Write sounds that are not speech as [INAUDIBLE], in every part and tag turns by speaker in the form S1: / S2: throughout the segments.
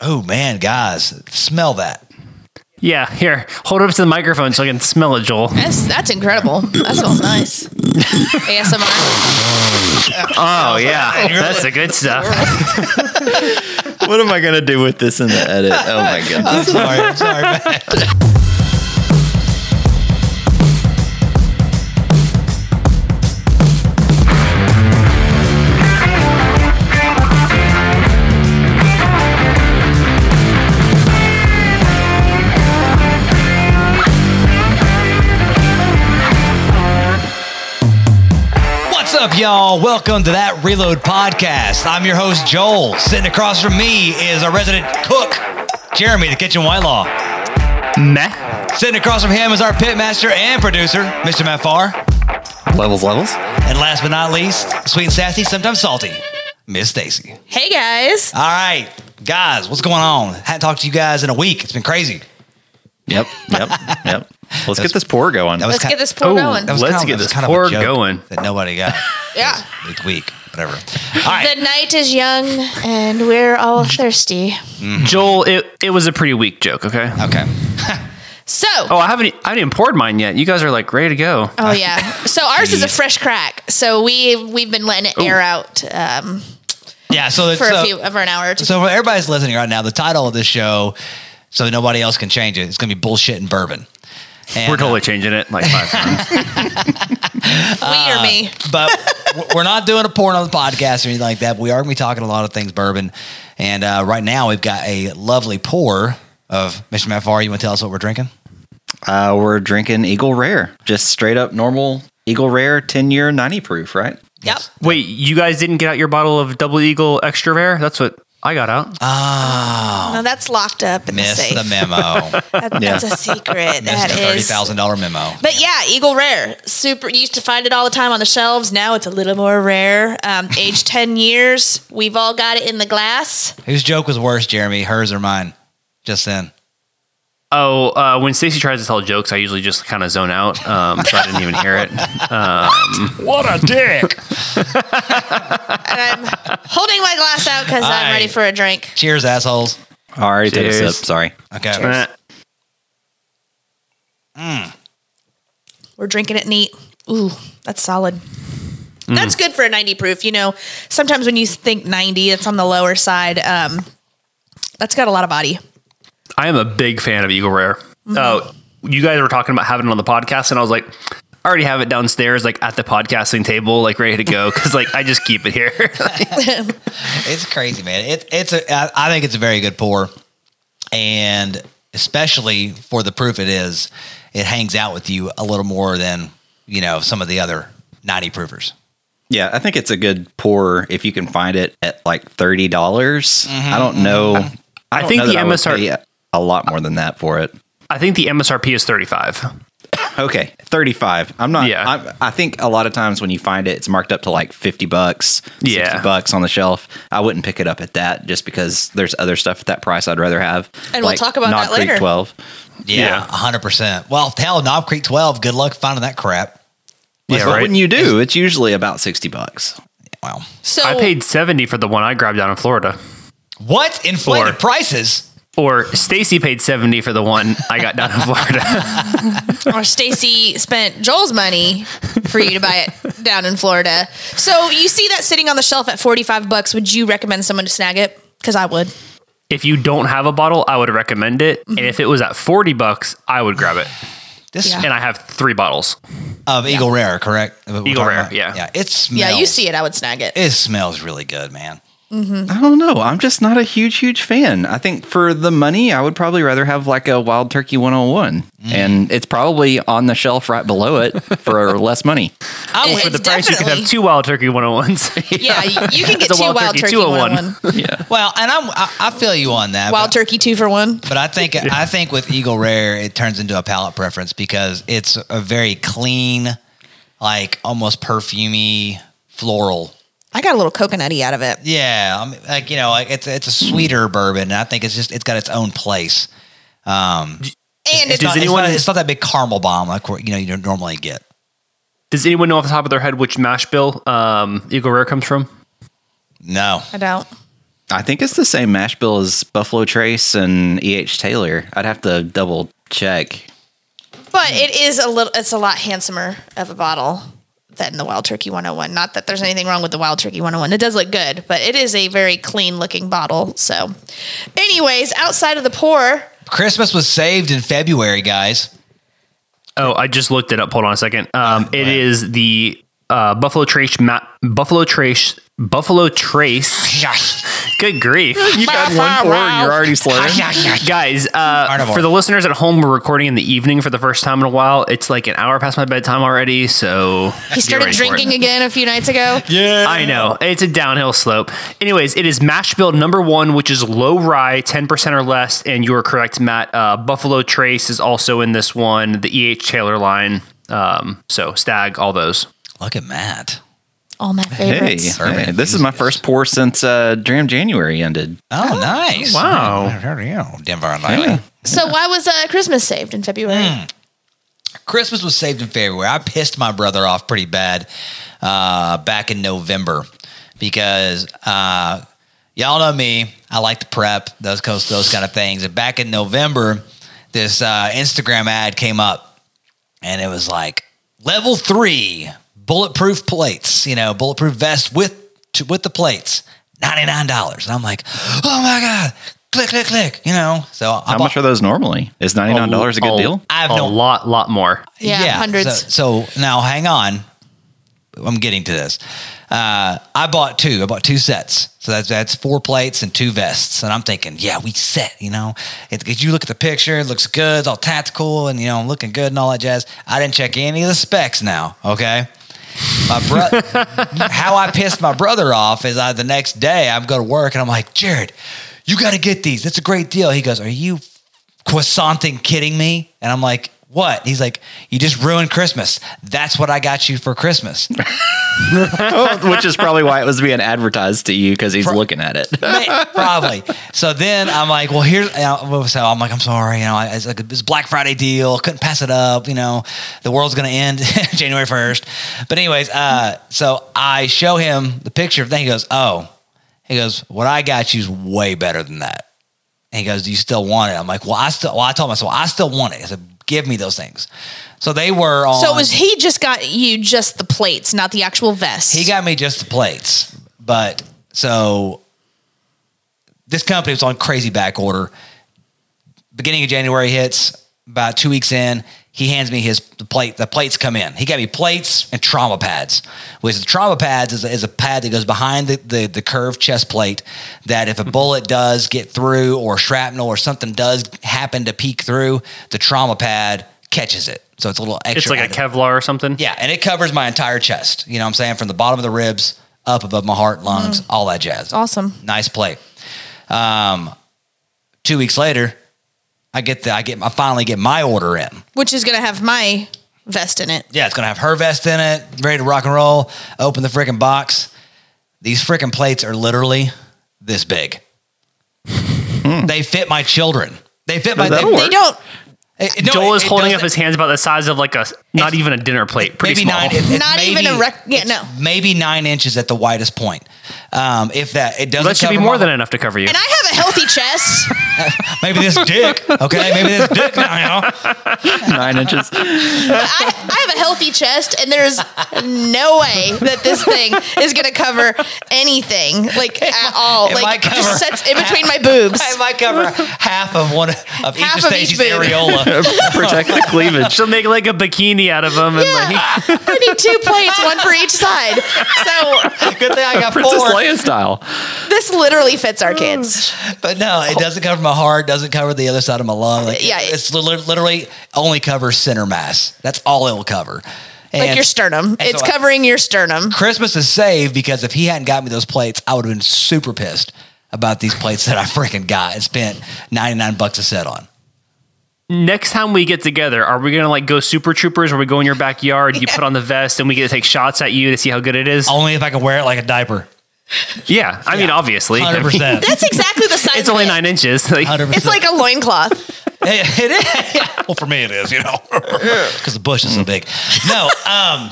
S1: Oh man, guys, smell that.
S2: Yeah, here. Hold it up to the microphone so I can smell it, Joel.
S3: That's that's incredible. That
S1: [LAUGHS]
S3: smells nice. ASMR.
S2: [LAUGHS] Oh yeah, that's the good stuff.
S4: What am I gonna do with this in the edit?
S2: [LAUGHS]
S4: Oh my god.
S1: Sorry, sorry, man. What's up, y'all? Welcome to that Reload podcast. I'm your host, Joel. Sitting across from me is our resident cook, Jeremy, the kitchen Whitelaw.
S2: Meh.
S1: Sitting across from him is our pit master and producer, Mr. Matt Farr.
S4: Levels, levels.
S1: And last but not least, sweet and sassy, sometimes salty, Miss Stacy.
S3: Hey guys.
S1: All right, guys, what's going on? Hadn't talked to you guys in a week. It's been crazy.
S4: Yep, yep, yep. Let's get this pour going.
S1: That was-
S3: Let's
S1: kind-
S3: get this pour
S2: Oh,
S3: going.
S1: That was
S4: Let's
S1: kind of,
S4: get
S1: that was
S4: this
S1: kind of a
S2: pour
S1: joke
S2: going.
S1: that nobody got.
S3: [LAUGHS] Yeah.
S1: It's week, whatever. All right,
S3: The night is young and we're all thirsty.
S2: Joel, it, it was a pretty weak joke. Okay.
S1: okay.
S3: So
S2: Oh, I haven't I haven't even poured mine yet. You guys are like ready to go.
S1: uh,
S3: Oh yeah. So ours is a fresh crack. So we we've been letting it air out um,
S1: Yeah, so that-
S3: for
S1: so,
S3: a few over an hour or two.
S1: so for everybody's listening right now, the title of this show, so nobody else can change it. It's going to be bullshit and bourbon. And, uh,
S2: We're totally changing it like five [LAUGHS] times.
S3: we
S1: uh,
S3: or me.
S1: but w- we're not doing a porn on the podcast or anything like that. But we are going to be talking a lot of things bourbon, and uh, right now we've got a lovely pour of Mr. Matt Farr. You want to tell us what we're drinking?
S4: Uh, we're drinking Eagle Rare, just straight up normal Eagle Rare, ten year, ninety proof, right?
S3: Yep.
S2: Wait, you guys didn't get out your bottle of Double Eagle Extra Rare? That's what I got out.
S3: No, that's locked up in the
S1: Miss
S3: Ah, safe.
S1: the
S3: [LAUGHS]
S1: memo.
S3: That- that's a secret.
S1: Miss
S3: that
S1: the thirty
S3: is.
S1: thousand dollar memo.
S3: But yeah, Eagle Rare. Super. You used to find it all the time on the shelves. Now it's a little more rare. Um, age ten years. We've all got it in the glass.
S1: Whose joke was worse, Jeremy? Hers or mine? Just then.
S2: Oh, uh, when Stacey tries to tell jokes, I usually just kind of zone out. Um, so I didn't even hear [LAUGHS] it.
S3: And I'm holding my glass out because
S1: Aye.
S3: I'm ready for a drink.
S1: Cheers, assholes.
S4: Oh, I already took a sip.
S2: Cheers.
S4: Sorry.
S1: Okay.
S2: Eh.
S3: We're drinking it neat. Ooh, that's solid. That's good for a 90 proof. You know, sometimes when you think 90, it's on the lower side. Um, that's got a lot of body.
S2: I am a big fan of Eagle Rare.
S4: Mm-hmm.
S2: Oh, you guys were talking about having it on the podcast, and I was like, I already have it downstairs, like at the podcasting table, like ready to go, [LAUGHS] because like I just keep it here. [LAUGHS]
S1: It's crazy, man. It, it's a, I, I think it's a very good pour. And especially for the proof it is, it hangs out with you a little more than, you know, some of the other 90 proofers.
S4: Yeah, I think it's a good pour if you can find it at like thirty dollars. I don't know. I, don't
S2: Mm-hmm, think
S4: know
S2: the
S4: that would
S2: MSR
S4: pay a lot more than that for it.
S2: I think the MSRP is thirty five.
S4: Okay, thirty-five. I'm not.
S2: Yeah.
S4: I, I think a lot of times when you find it, it's marked up to like fifty bucks, sixty
S2: Yeah.
S4: bucks on the shelf. I wouldn't pick it up at that just because there's other stuff at that price I'd rather have.
S3: And we'll talk about
S4: Knob
S3: that
S4: Creek
S3: later.
S4: Twelve.
S1: Yeah,
S2: Yeah.
S1: 100%. Well, hell, Knob Creek 12, good luck finding that crap.
S2: Yeah,
S4: what
S2: right.
S4: wouldn't you do? It's usually about sixty bucks.
S1: Wow.
S3: So
S2: I paid seventy for the one I grabbed down in Florida,
S1: What? Inflated
S2: Four.
S1: prices?
S2: or Stacy paid seventy for the one I got down in [LAUGHS] Florida.
S3: or Stacy spent Joel's money for you to buy it down in Florida. So you see that sitting on the shelf at 45 bucks. Would you recommend someone to snag it? Because I would.
S2: if you don't have a bottle, I would recommend it,
S4: Mm-hmm.
S2: and if it was at forty bucks, I would grab it.
S1: This
S3: Yeah.
S2: And I have three bottles.
S1: of Eagle Rare, correct? We're
S2: Eagle
S1: talking
S2: Rare,
S1: about-
S2: yeah.
S1: Yeah, it smells.
S3: Yeah, you see it, I would snag it.
S1: It smells really good, man.
S4: I don't know. I'm just not a huge, huge fan. I think for the money, I would probably rather have like a Wild Turkey 101,
S2: Mm.
S4: and it's probably on the shelf right below it for [LAUGHS] less money.
S3: It-
S2: for the
S3: it's
S2: price, you could have
S3: definitely-
S2: two wild turkey [LAUGHS] 101s.
S3: Yeah, you- you can get
S2: It's a
S3: two
S2: wild
S3: wild,
S2: turkey,
S3: turkey,
S2: two of one.
S3: 101.
S4: Yeah.
S1: Well, and I'm, I, I feel you on that.
S3: Wild
S1: but,
S3: turkey two for one.
S1: but I think I think with Eagle Rare, it turns into a palate preference because it's a very clean, like almost perfumey floral.
S3: I got a little coconutty out of it.
S1: Yeah, I mean, like you know, like it's it's a sweeter bourbon, and I think it's just it's got its own place.
S3: And it's
S1: It's, not, it's
S2: anyone-
S1: not- it's not that big caramel bomb like we're- you know you normally get.
S2: Does anyone know off the top of their head which mash bill um, Eagle Rare comes from?
S1: No,
S3: I don't.
S4: I think it's the same mash bill as Buffalo Trace and E.H. Taylor. I'd have to double check.
S3: But it is a little. It's a lot handsomer of a bottle than the Wild Turkey 101. Not that there's anything wrong with the Wild Turkey 101. It does look good, but it is a very clean looking bottle. So, anyways, outside of the pour,
S1: Christmas was saved in February, [LAUGHS] guys.
S2: Oh, I just looked it up. Hold on a second. Um, it is the uh, Buffalo Trace Ma- Buffalo Trace Buffalo Trace. [LAUGHS] Good
S3: [LAUGHS]
S2: grief,
S4: You've had one pour and you're already slurring.
S2: [LAUGHS] guys! Uh,
S1: Carnivore.
S2: for the listeners at home, we're recording in the evening for the first time in a while. It's like an hour past my bedtime already, so
S3: he started drinking again a few nights
S4: [LAUGHS]
S3: ago.
S1: Yeah.
S2: I know. It's a downhill slope. Anyways, it is mash bill number one, which is low rye, 10% or less. And you are correct, Matt. Uh, Buffalo Trace is also in this one, the E.H. Taylor line. Um, so Stag, all those.
S1: Look at Matt.
S3: All my
S4: Hey,
S3: favorites.
S1: Bourbon
S4: hey, this is my first pour since uh, Dram January ended.
S1: Oh, nice.
S2: wow.
S1: How do you, Denver and Riley?
S3: So why was uh, Christmas saved in February?
S4: Mm,
S1: Christmas was saved in February. I pissed my brother off pretty bad uh, back in November because uh, y'all know me. I like to prep those coast those kind of things. And back in November, this uh, Instagram ad came up, and it was like level three bulletproof plates. You know, bulletproof vest with to, with the plates, ninety nine dollars. And I'm like, oh my god, click click click. You know, so I
S4: How Oh,
S1: bought-
S4: much are those normally? Is ninety nine dollars a good deal?
S2: I have
S1: A
S2: a lot, lot more.
S3: Yeah, hundreds.
S1: So, so now hang on. I'm getting to this. Uh, I bought two. I bought two sets. So that's that's four plates and two vests. And I'm thinking, yeah, we set. You know, it, it- you look at the picture, it looks good, it's all tactical, and you know, looking good and all that jazz. I didn't check any of the specs now. Okay, my brother. [LAUGHS] how I pissed my brother off is I the next day I'm going to work and I'm like, Jared, you got to get these. It's a great deal. He goes, Are you croissanting kidding me? And I'm like, What? He's like, You just ruined Christmas. That's what I got you for Christmas.
S4: [LAUGHS] oh, which is probably why it was being advertised to you because he's looking at it.
S1: May- probably. So then I'm like, well, here's you know, so I'm like, I'm sorry, you know, I- it's like this Black Friday deal, couldn't pass it up, you know, the world's gonna end [LAUGHS] January first. But anyways, uh, so I show him the picture of thing. He goes, oh, he goes, what I got you's way better than that. And he goes, do you still want it? I'm like, well, I still, well, I told myself, I still want it. I said, give me those things. So they were on.
S3: So it was he just got you just the plates, not the actual vest.
S1: He got me just the plates, but so this company was on crazy back order. Beginning of January hits about two weeks in. He hands me his the plate. The plates come in. He got me plates and trauma pads. Which the trauma pads is a, is a pad that goes behind the, the the curved chest plate. That
S2: Hmm.
S1: if a bullet does get through, or shrapnel, or something does happen to peek through, the trauma pad catches it. So it's a little
S2: It's
S1: extra.
S2: like a
S1: added-
S2: Kevlar or something.
S1: yeah, and it covers my entire chest. You know what I'm saying? From the bottom of the ribs up above my heart, lungs, all that jazz.
S3: awesome.
S1: Nice play. Um, two weeks later, I get the I get I finally get my order in.
S3: Which is gonna have my vest in it.
S1: Yeah, it's gonna have her vest in it, ready to rock and roll. Open the freaking box. These freaking plates are literally this
S2: [LAUGHS]
S1: big.
S2: Hmm.
S1: They fit my children. They fit my.
S4: That'll
S1: they,
S3: They don't
S1: it- it- no,
S2: Joel
S1: it-
S2: is
S1: it
S2: holding up
S1: doesn't-
S2: his hands about the size of like a not even a dinner plate. Pretty small.
S1: nine.
S2: [LAUGHS]
S1: it- it-
S3: Not even a rec- yeah,
S1: it's
S3: no.
S1: Maybe nine inches at the widest point. Um, if that, it doesn't.
S2: that should be
S1: cover
S2: more
S1: my-
S2: than enough to cover you.
S3: and I have a healthy chest.
S1: [LAUGHS] Maybe this dick. Okay, maybe
S2: [LAUGHS]
S1: this dick. Now, you know?
S4: [LAUGHS] Nine inches.
S3: I, I have a healthy chest, and there's no way that this thing is going to cover anything, like at all.
S1: it
S3: like
S1: might cover
S3: just sets in between my boobs.
S1: I might cover half of one of each
S3: Half
S1: of
S3: of each
S1: Stacey's
S3: boob. [LAUGHS]
S1: areola.
S4: [LAUGHS] [LAUGHS]
S2: [LAUGHS]
S4: Protect the cleavage.
S2: She'll make like a bikini out of them. And like,
S3: yeah, I need two plates, one for each side. So
S1: Good thing I got
S4: Princess
S1: four.
S4: Leia style.
S3: this literally fits our kids.
S1: But no, it doesn't cover my heart. Doesn't cover the other side of my lung. Like,
S3: Yeah.
S1: it's li- literally only covers center mass. That's all it will cover.
S3: Like
S1: And
S3: your sternum, it's
S1: so I-
S3: covering your sternum.
S1: Christmas is saved because if he hadn't got me those plates, I would have been super pissed about these plates that I freaking got and spent ninety nine bucks a set on.
S2: next time we get together, are we gonna like go super troopers where we go in your backyard, you put on the vest, and we get to take shots at you to see how good it is?
S1: Only if I can wear it like a diaper.
S2: yeah. I mean, obviously. I mean,
S1: Hundred percent.
S3: That's exactly the size.
S2: [LAUGHS] It's only
S3: of it.
S2: nine inches. [LAUGHS] Like,
S1: Hundred percent.
S3: It's like a loincloth.
S1: It- it [LAUGHS] is. well, for me, it is, you know, because the bush is so big. No, um,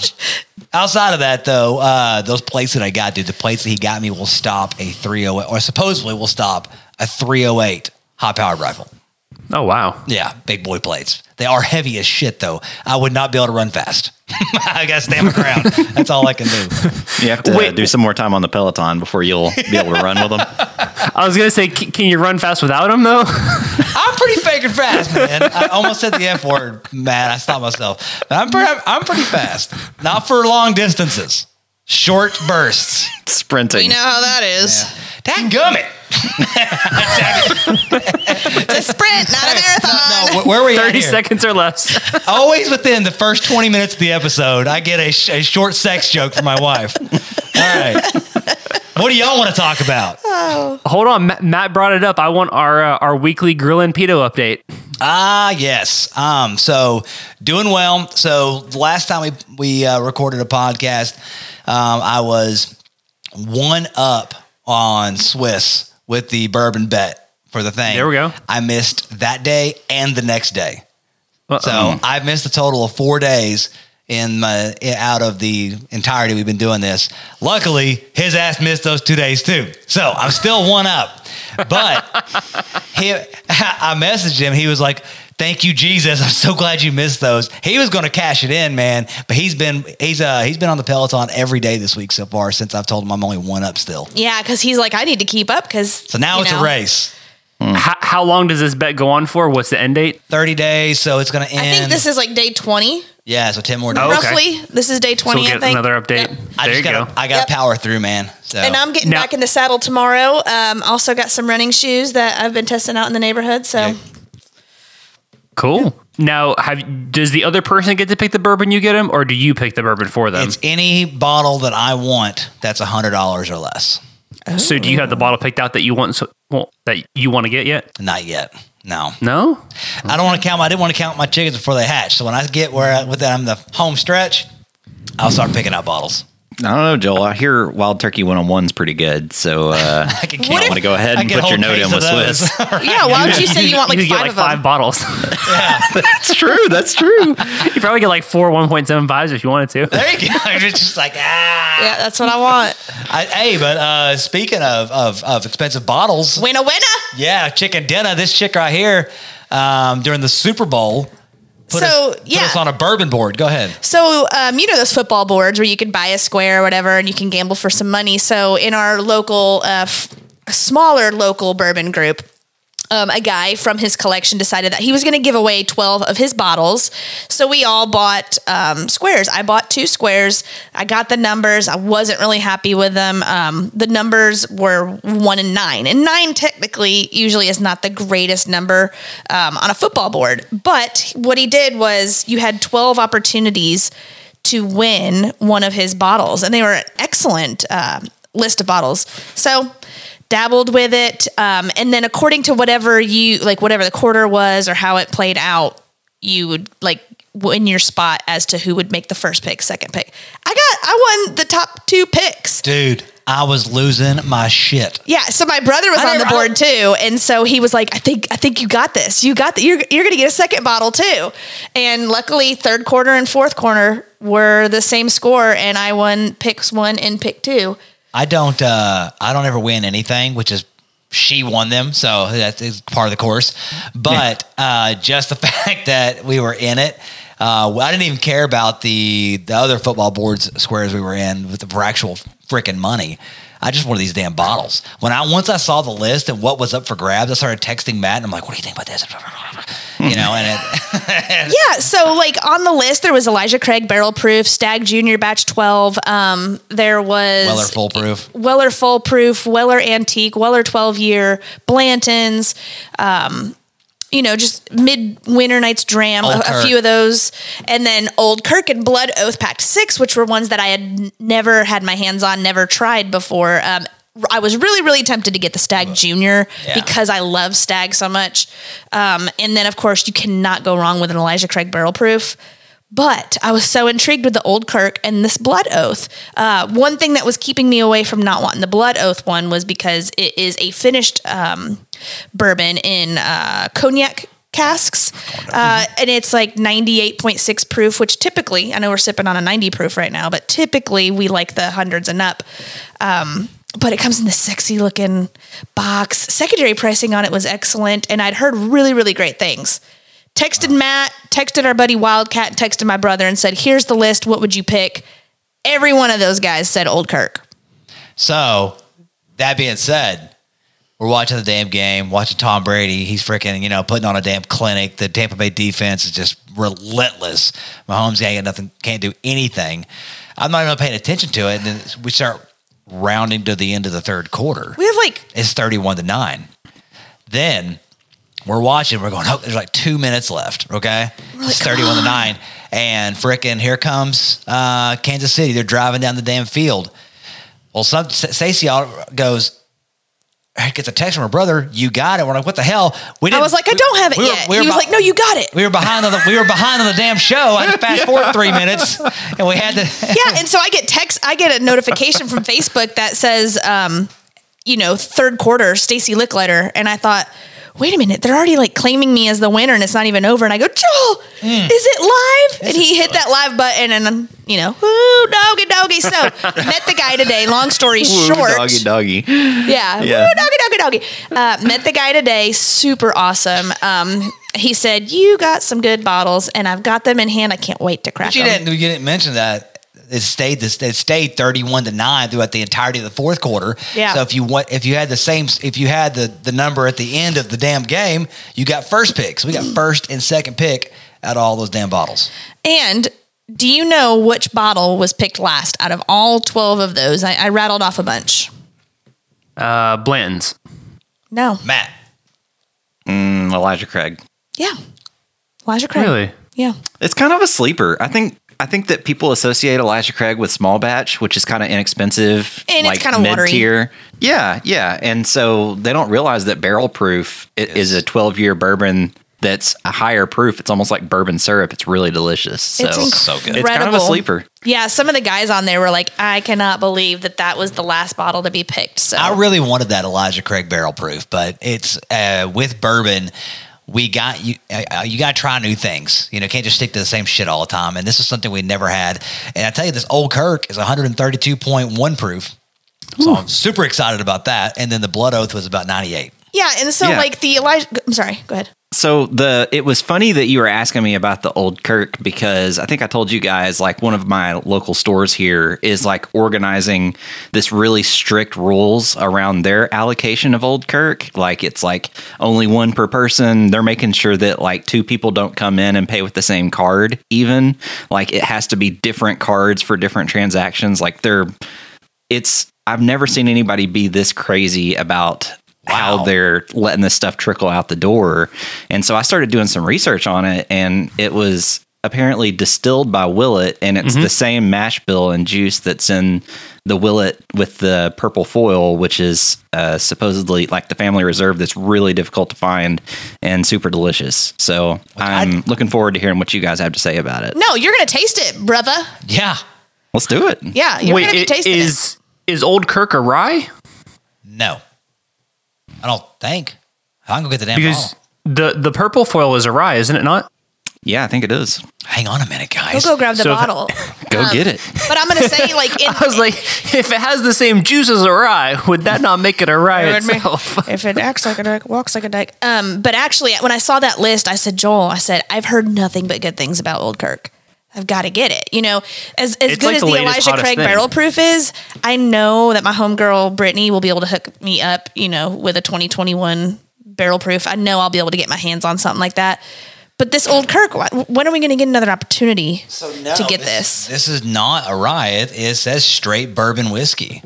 S1: Outside of that, though, uh, those plates that I got, dude, the plates that he got me will stop a 308, or supposedly will stop a 308 high powered rifle.
S2: Oh wow.
S1: Yeah, big boy plates. They are heavy as shit, though. I would not be able to run fast. [LAUGHS] I gotta stay on the ground. That's all I can do.
S4: You have to
S2: Wait.
S4: do some more time on the Peloton before you'll be able to run with them.
S2: I was gonna say, c- can you run fast without him though? [LAUGHS]
S1: I'm pretty freaking fast, man. I almost said the F word, man. I stopped myself. But I'm pretty, I'm pretty fast. Not for long distances, short bursts.
S4: [LAUGHS] Sprinting.
S3: You know how that is.
S1: That gummit.
S3: It's a sprint, not a marathon.
S1: No, wh- where are we at
S2: Thirty
S1: here?
S2: seconds or
S1: [LAUGHS]
S2: less.
S1: Always within the first 20 minutes of the episode, I get a, sh- a short sex joke from my wife. All right. What do y'all want to talk about?
S2: Hold on, Ma- Matt brought it up. I want our uh, our weekly grill and pedo update.
S1: Ah, yes. Um, so doing well. So the last time we we uh, recorded a podcast, um, I was one up on Swiss with the bourbon bet for the thing.
S2: There we go.
S1: I missed that day and the next day.
S2: Uh-oh.
S1: So I've missed a total of four days in my out of the entirety we've been doing this. Luckily, his ass missed those two days too. So I'm still one up. But he, [LAUGHS] I messaged him. He was like, "Thank you, Jesus. I'm so glad you missed those." He was going to cash it in, man. But he's been he's uh he's been on the Peloton every day this week so far since I've told him I'm only one up still.
S3: Yeah, because he's like, I need to keep up because.
S1: So now it's a race.
S2: How, how long does this bet go on for? What's the end date?
S1: 30 days, so it's going to end.
S3: I think this is like day 20,
S1: yeah, so 10 more days.
S2: Okay.
S3: roughly. This is day
S2: So
S3: 20,
S2: we'll
S3: I
S2: get
S3: think.
S2: another update.
S3: Yep.
S1: I
S2: There you
S1: just
S2: go.
S1: gotta, I got to
S3: Yep.
S1: power through, man. So
S3: And I'm getting
S2: Now-
S3: back in the saddle tomorrow. Um, also got some running shoes that I've been testing out in the neighborhood. So
S1: Okay.
S2: Cool. Now, have does the other person get to pick the bourbon you get them, or do you pick the bourbon for them?
S1: It's any bottle that I want that's hundred dollars or less.
S2: So, do you have the bottle picked out that you want so, well, that you want to get yet?
S1: Not yet. No,
S2: No.
S1: I don't want to count. My, I didn't want to count my chickens before they hatch. So when I get where I, with that, I'm the home stretch. I'll start picking out bottles.
S4: I don't know, Joel. I hear Wild Turkey 101's pretty good. So uh,
S1: I can
S4: I
S1: count.
S4: want to go ahead
S1: I
S4: and
S1: get a
S4: put your
S1: whole
S4: note in
S1: case of
S4: with
S1: those. [LAUGHS]
S3: [LAUGHS]
S4: Swiss. [LAUGHS]
S3: yeah, why would you say you want like
S2: could
S3: five
S2: get like
S3: of
S2: five
S3: them?
S2: bottles.
S4: that's true. That's [LAUGHS] true.
S2: [LAUGHS] you probably get like four one point seven fives if you wanted to.
S1: There you go. It's just like ah.
S3: Yeah, that's what I want.
S1: I, hey, but uh, speaking of, of of expensive bottles,
S3: Winner, winner.
S1: yeah, chicken dinner. This chick right here um, during the Super Bowl. Put
S3: So,
S1: us,
S3: yeah.
S1: put us on a bourbon board. Go ahead.
S3: So, um, you know those football boards where you could buy a square or whatever and you can gamble for some money. So, in our local, uh, f- smaller local bourbon group, um, a guy from his collection decided that he was going to give away 12 of his bottles. So we all bought um, squares. I bought two squares. I got the numbers. I wasn't really happy with them. Um, the numbers were one and nine. And nine technically usually is not the greatest number um, on a football board. But what he did was you had 12 opportunities to win one of his bottles. And they were an excellent uh, list of bottles. So dabbled with it. Um, and then according to whatever you like, whatever the quarter was or how it played out, you would like win your spot as to who would make the first pick, second pick. I got, I won the top two picks.
S1: Dude, I was losing my shit.
S3: Yeah. So my brother was
S1: I
S3: on the
S1: never- I
S3: board too. And so he was like, I think, I think you got this. You got that. You're, you're going to get a second bottle too. And luckily third quarter and fourth quarter were the same score. And I won picks one and pick two.
S1: I don't uh I don't ever win anything, which is she won them, so that is part of the course. But uh just the [LAUGHS] fact that we were in it, uh I didn't even care about the the other football boards squares we were in with the for actual freaking money. I just wanted these damn bottles. When I once I saw the list and what was up for grabs, I started texting Matt and I'm like, "What do you think about this?" [LAUGHS] You know, and it, [LAUGHS]
S3: Yeah, so like on the list there was Elijah Craig Barrel Proof, Stag Junior Batch Twelve. Um, there was
S1: well, they're foolproof.
S3: Weller Full Proof, Weller Antique, Weller Twelve Year, Blanton's. Um, you know, just Midwinter Night's Dram,
S1: Old
S3: a, a
S1: Kirk.
S3: few of those, and then Old Kirk and Blood Oath Pact Six, which were ones that I had n- never had my hands on, never tried before. Um, r- I was really, really tempted to get the Stag Junior
S1: Yeah.
S3: because I love Stag so much. Um, and then, of course, you cannot go wrong with an Elijah Craig Barrel Proof. But I was so intrigued with the Old Kirk and this Blood Oath. Uh, one thing that was keeping me away from not wanting the Blood Oath one was because it is a finished um, bourbon in uh, cognac casks. Uh, and it's like 98.6 proof, which typically, I know we're sipping on a 90 proof right now, but typically we like the hundreds and up. Um, but it comes in this sexy looking box. Secondary pricing on it was excellent. And I'd heard really, really great things. Texted Matt, texted our buddy Wildcat, and texted my brother and said, Here's the list. What would you pick? Every one of those guys said Old Kirk.
S1: So that being said, we're watching the damn game, watching Tom Brady. He's freaking, you know, putting on a damn clinic. The Tampa Bay defense is just relentless. Mahomes can't get nothing, can't do anything. I'm not even paying attention to it. And then we start rounding to the end of the third quarter.
S3: We have like
S1: It's 31 to 9. Then we're watching, we're going, oh, there's like two minutes left, okay? it's 31 to
S3: "Ah."
S1: 9. And frickin' here comes uh, Kansas City. They're driving down the damn field. Well, some Stacey all- goes, I gets a text from her brother, you got it. We're like, what the hell? We
S3: I was like, I
S1: we-
S3: don't have it
S1: we were-
S3: yet.
S1: we were
S3: he was
S1: bu-
S3: like, No, you got it.
S1: we were behind on the we were behind on the damn show. I had to fast
S3: [LAUGHS]
S1: forward three minutes, and we had to.
S3: yeah, and so I get text. I get a notification from Facebook that says, um, you know, third quarter, Stacy Licklider, and I thought, wait a minute, they're already like claiming me as the winner, and it's not even over. And I go, Joel, is it live? and he hit that live button, and um, you know, woo doggy doggy. So [LAUGHS] met the guy today. Long story short,
S4: Doggy, doggy.
S3: yeah.
S4: Yeah.
S3: Woo, doggy, doggy, doggy. Uh, met the guy today. Super awesome. Um, he said, you got some good bottles, and I've got them in hand. I can't wait to crack
S1: But you
S3: them.
S1: didn't you didn't mention that it stayed this it stayed thirty one to nine throughout the entirety of the fourth quarter.
S3: Yeah.
S1: So if you want if you had the same if you had the the number at the end of the damn game, you got first picks.
S3: [CLEARS THROAT]
S1: We got first and second pick out of all those damn bottles.
S3: And do you know which bottle was picked last out of all 12 of those? I, I rattled off a bunch.
S2: Uh, Blanton's.
S3: No.
S1: Matt,
S4: Mm, Elijah Craig.
S3: Yeah. Elijah Craig.
S2: Really?
S3: Yeah.
S4: It's kind of a sleeper. I think. I think that people associate Elijah Craig with small batch, which is kind of inexpensive,
S3: And it's
S4: like
S3: kinda watery.
S4: mid-tier. Yeah, yeah, and so they don't realize that barrel proof i- is a twelve-year bourbon that's a higher proof. It's almost like bourbon syrup. It's really delicious. So
S3: It's
S1: so good.
S4: it's kind of a
S3: incredible.
S4: sleeper.
S3: Yeah. Some of the guys on there were like, I cannot believe that that was the last bottle to be picked. So
S1: I really wanted that Elijah Craig barrel proof, but it's uh, with bourbon. We got you. Uh, you got to try new things. You know, can't just stick to the same shit all the time. And this is something we never had. And I tell you, this old Kirk is 132.1 proof. So I'm super excited about that. And then the Blood Oath was about 98.
S3: yeah. And so,
S4: Yeah.
S3: like, the Elijah, I'm sorry, go ahead.
S4: So the it was funny that you were asking me about the old Kirk because I think I told you guys like one of my local stores here is like organizing this really strict rules around their allocation of old Kirk. Like it's like only one per person. They're making sure that like two people don't come in and pay with the same card even. Like it has to be different cards for different transactions. Like they're it's I've never seen anybody be this crazy about how they're letting this stuff trickle out the door. And so I started doing some research on it and it was apparently distilled by Willet and it's the same mash bill and juice that's in the Willet with the purple foil, which is uh, supposedly like the family reserve that's really difficult to find and super delicious. So I'm looking forward to hearing what you guys have to say about it.
S3: No, you're going to taste it, brother.
S1: Yeah.
S4: Let's do it.
S3: Yeah. You're
S2: Wait,
S3: going to be
S2: it,
S3: tasting it.
S2: is is Old Kirk a rye?
S1: No. I don't think. I'm going to get the damn
S2: Because
S1: bottle.
S2: the the purple foil is a rye, isn't it not?
S4: Yeah, I think it is.
S1: Hang on a minute, guys.
S3: Go grab the
S2: So if I- [LAUGHS]
S3: bottle.
S4: Go get it.
S3: But I'm going to say, like, in,
S2: I was like, if it has the same juice as a rye, would that not make it a rye
S3: Pardon me?
S2: itself?
S3: if it acts like a dyke, walks like a dyke. Um, but actually, when I saw that list, I said, Joel, I said, I've heard nothing but good things about Old Kirk. I've got to get it. You know, as, as
S2: It's
S3: good
S2: like
S3: as
S2: the
S3: the,
S2: latest,
S3: Elijah
S2: hottest
S3: Craig
S2: thing.
S3: barrel proof is, I know that my homegirl Brittany will be able to hook me up, you know, with a 2021 barrel proof. I know I'll be able to get my hands on something like that. But this old Kirk, wh- when are we going to get another opportunity to get this?
S1: This is not a riot. It says straight bourbon whiskey.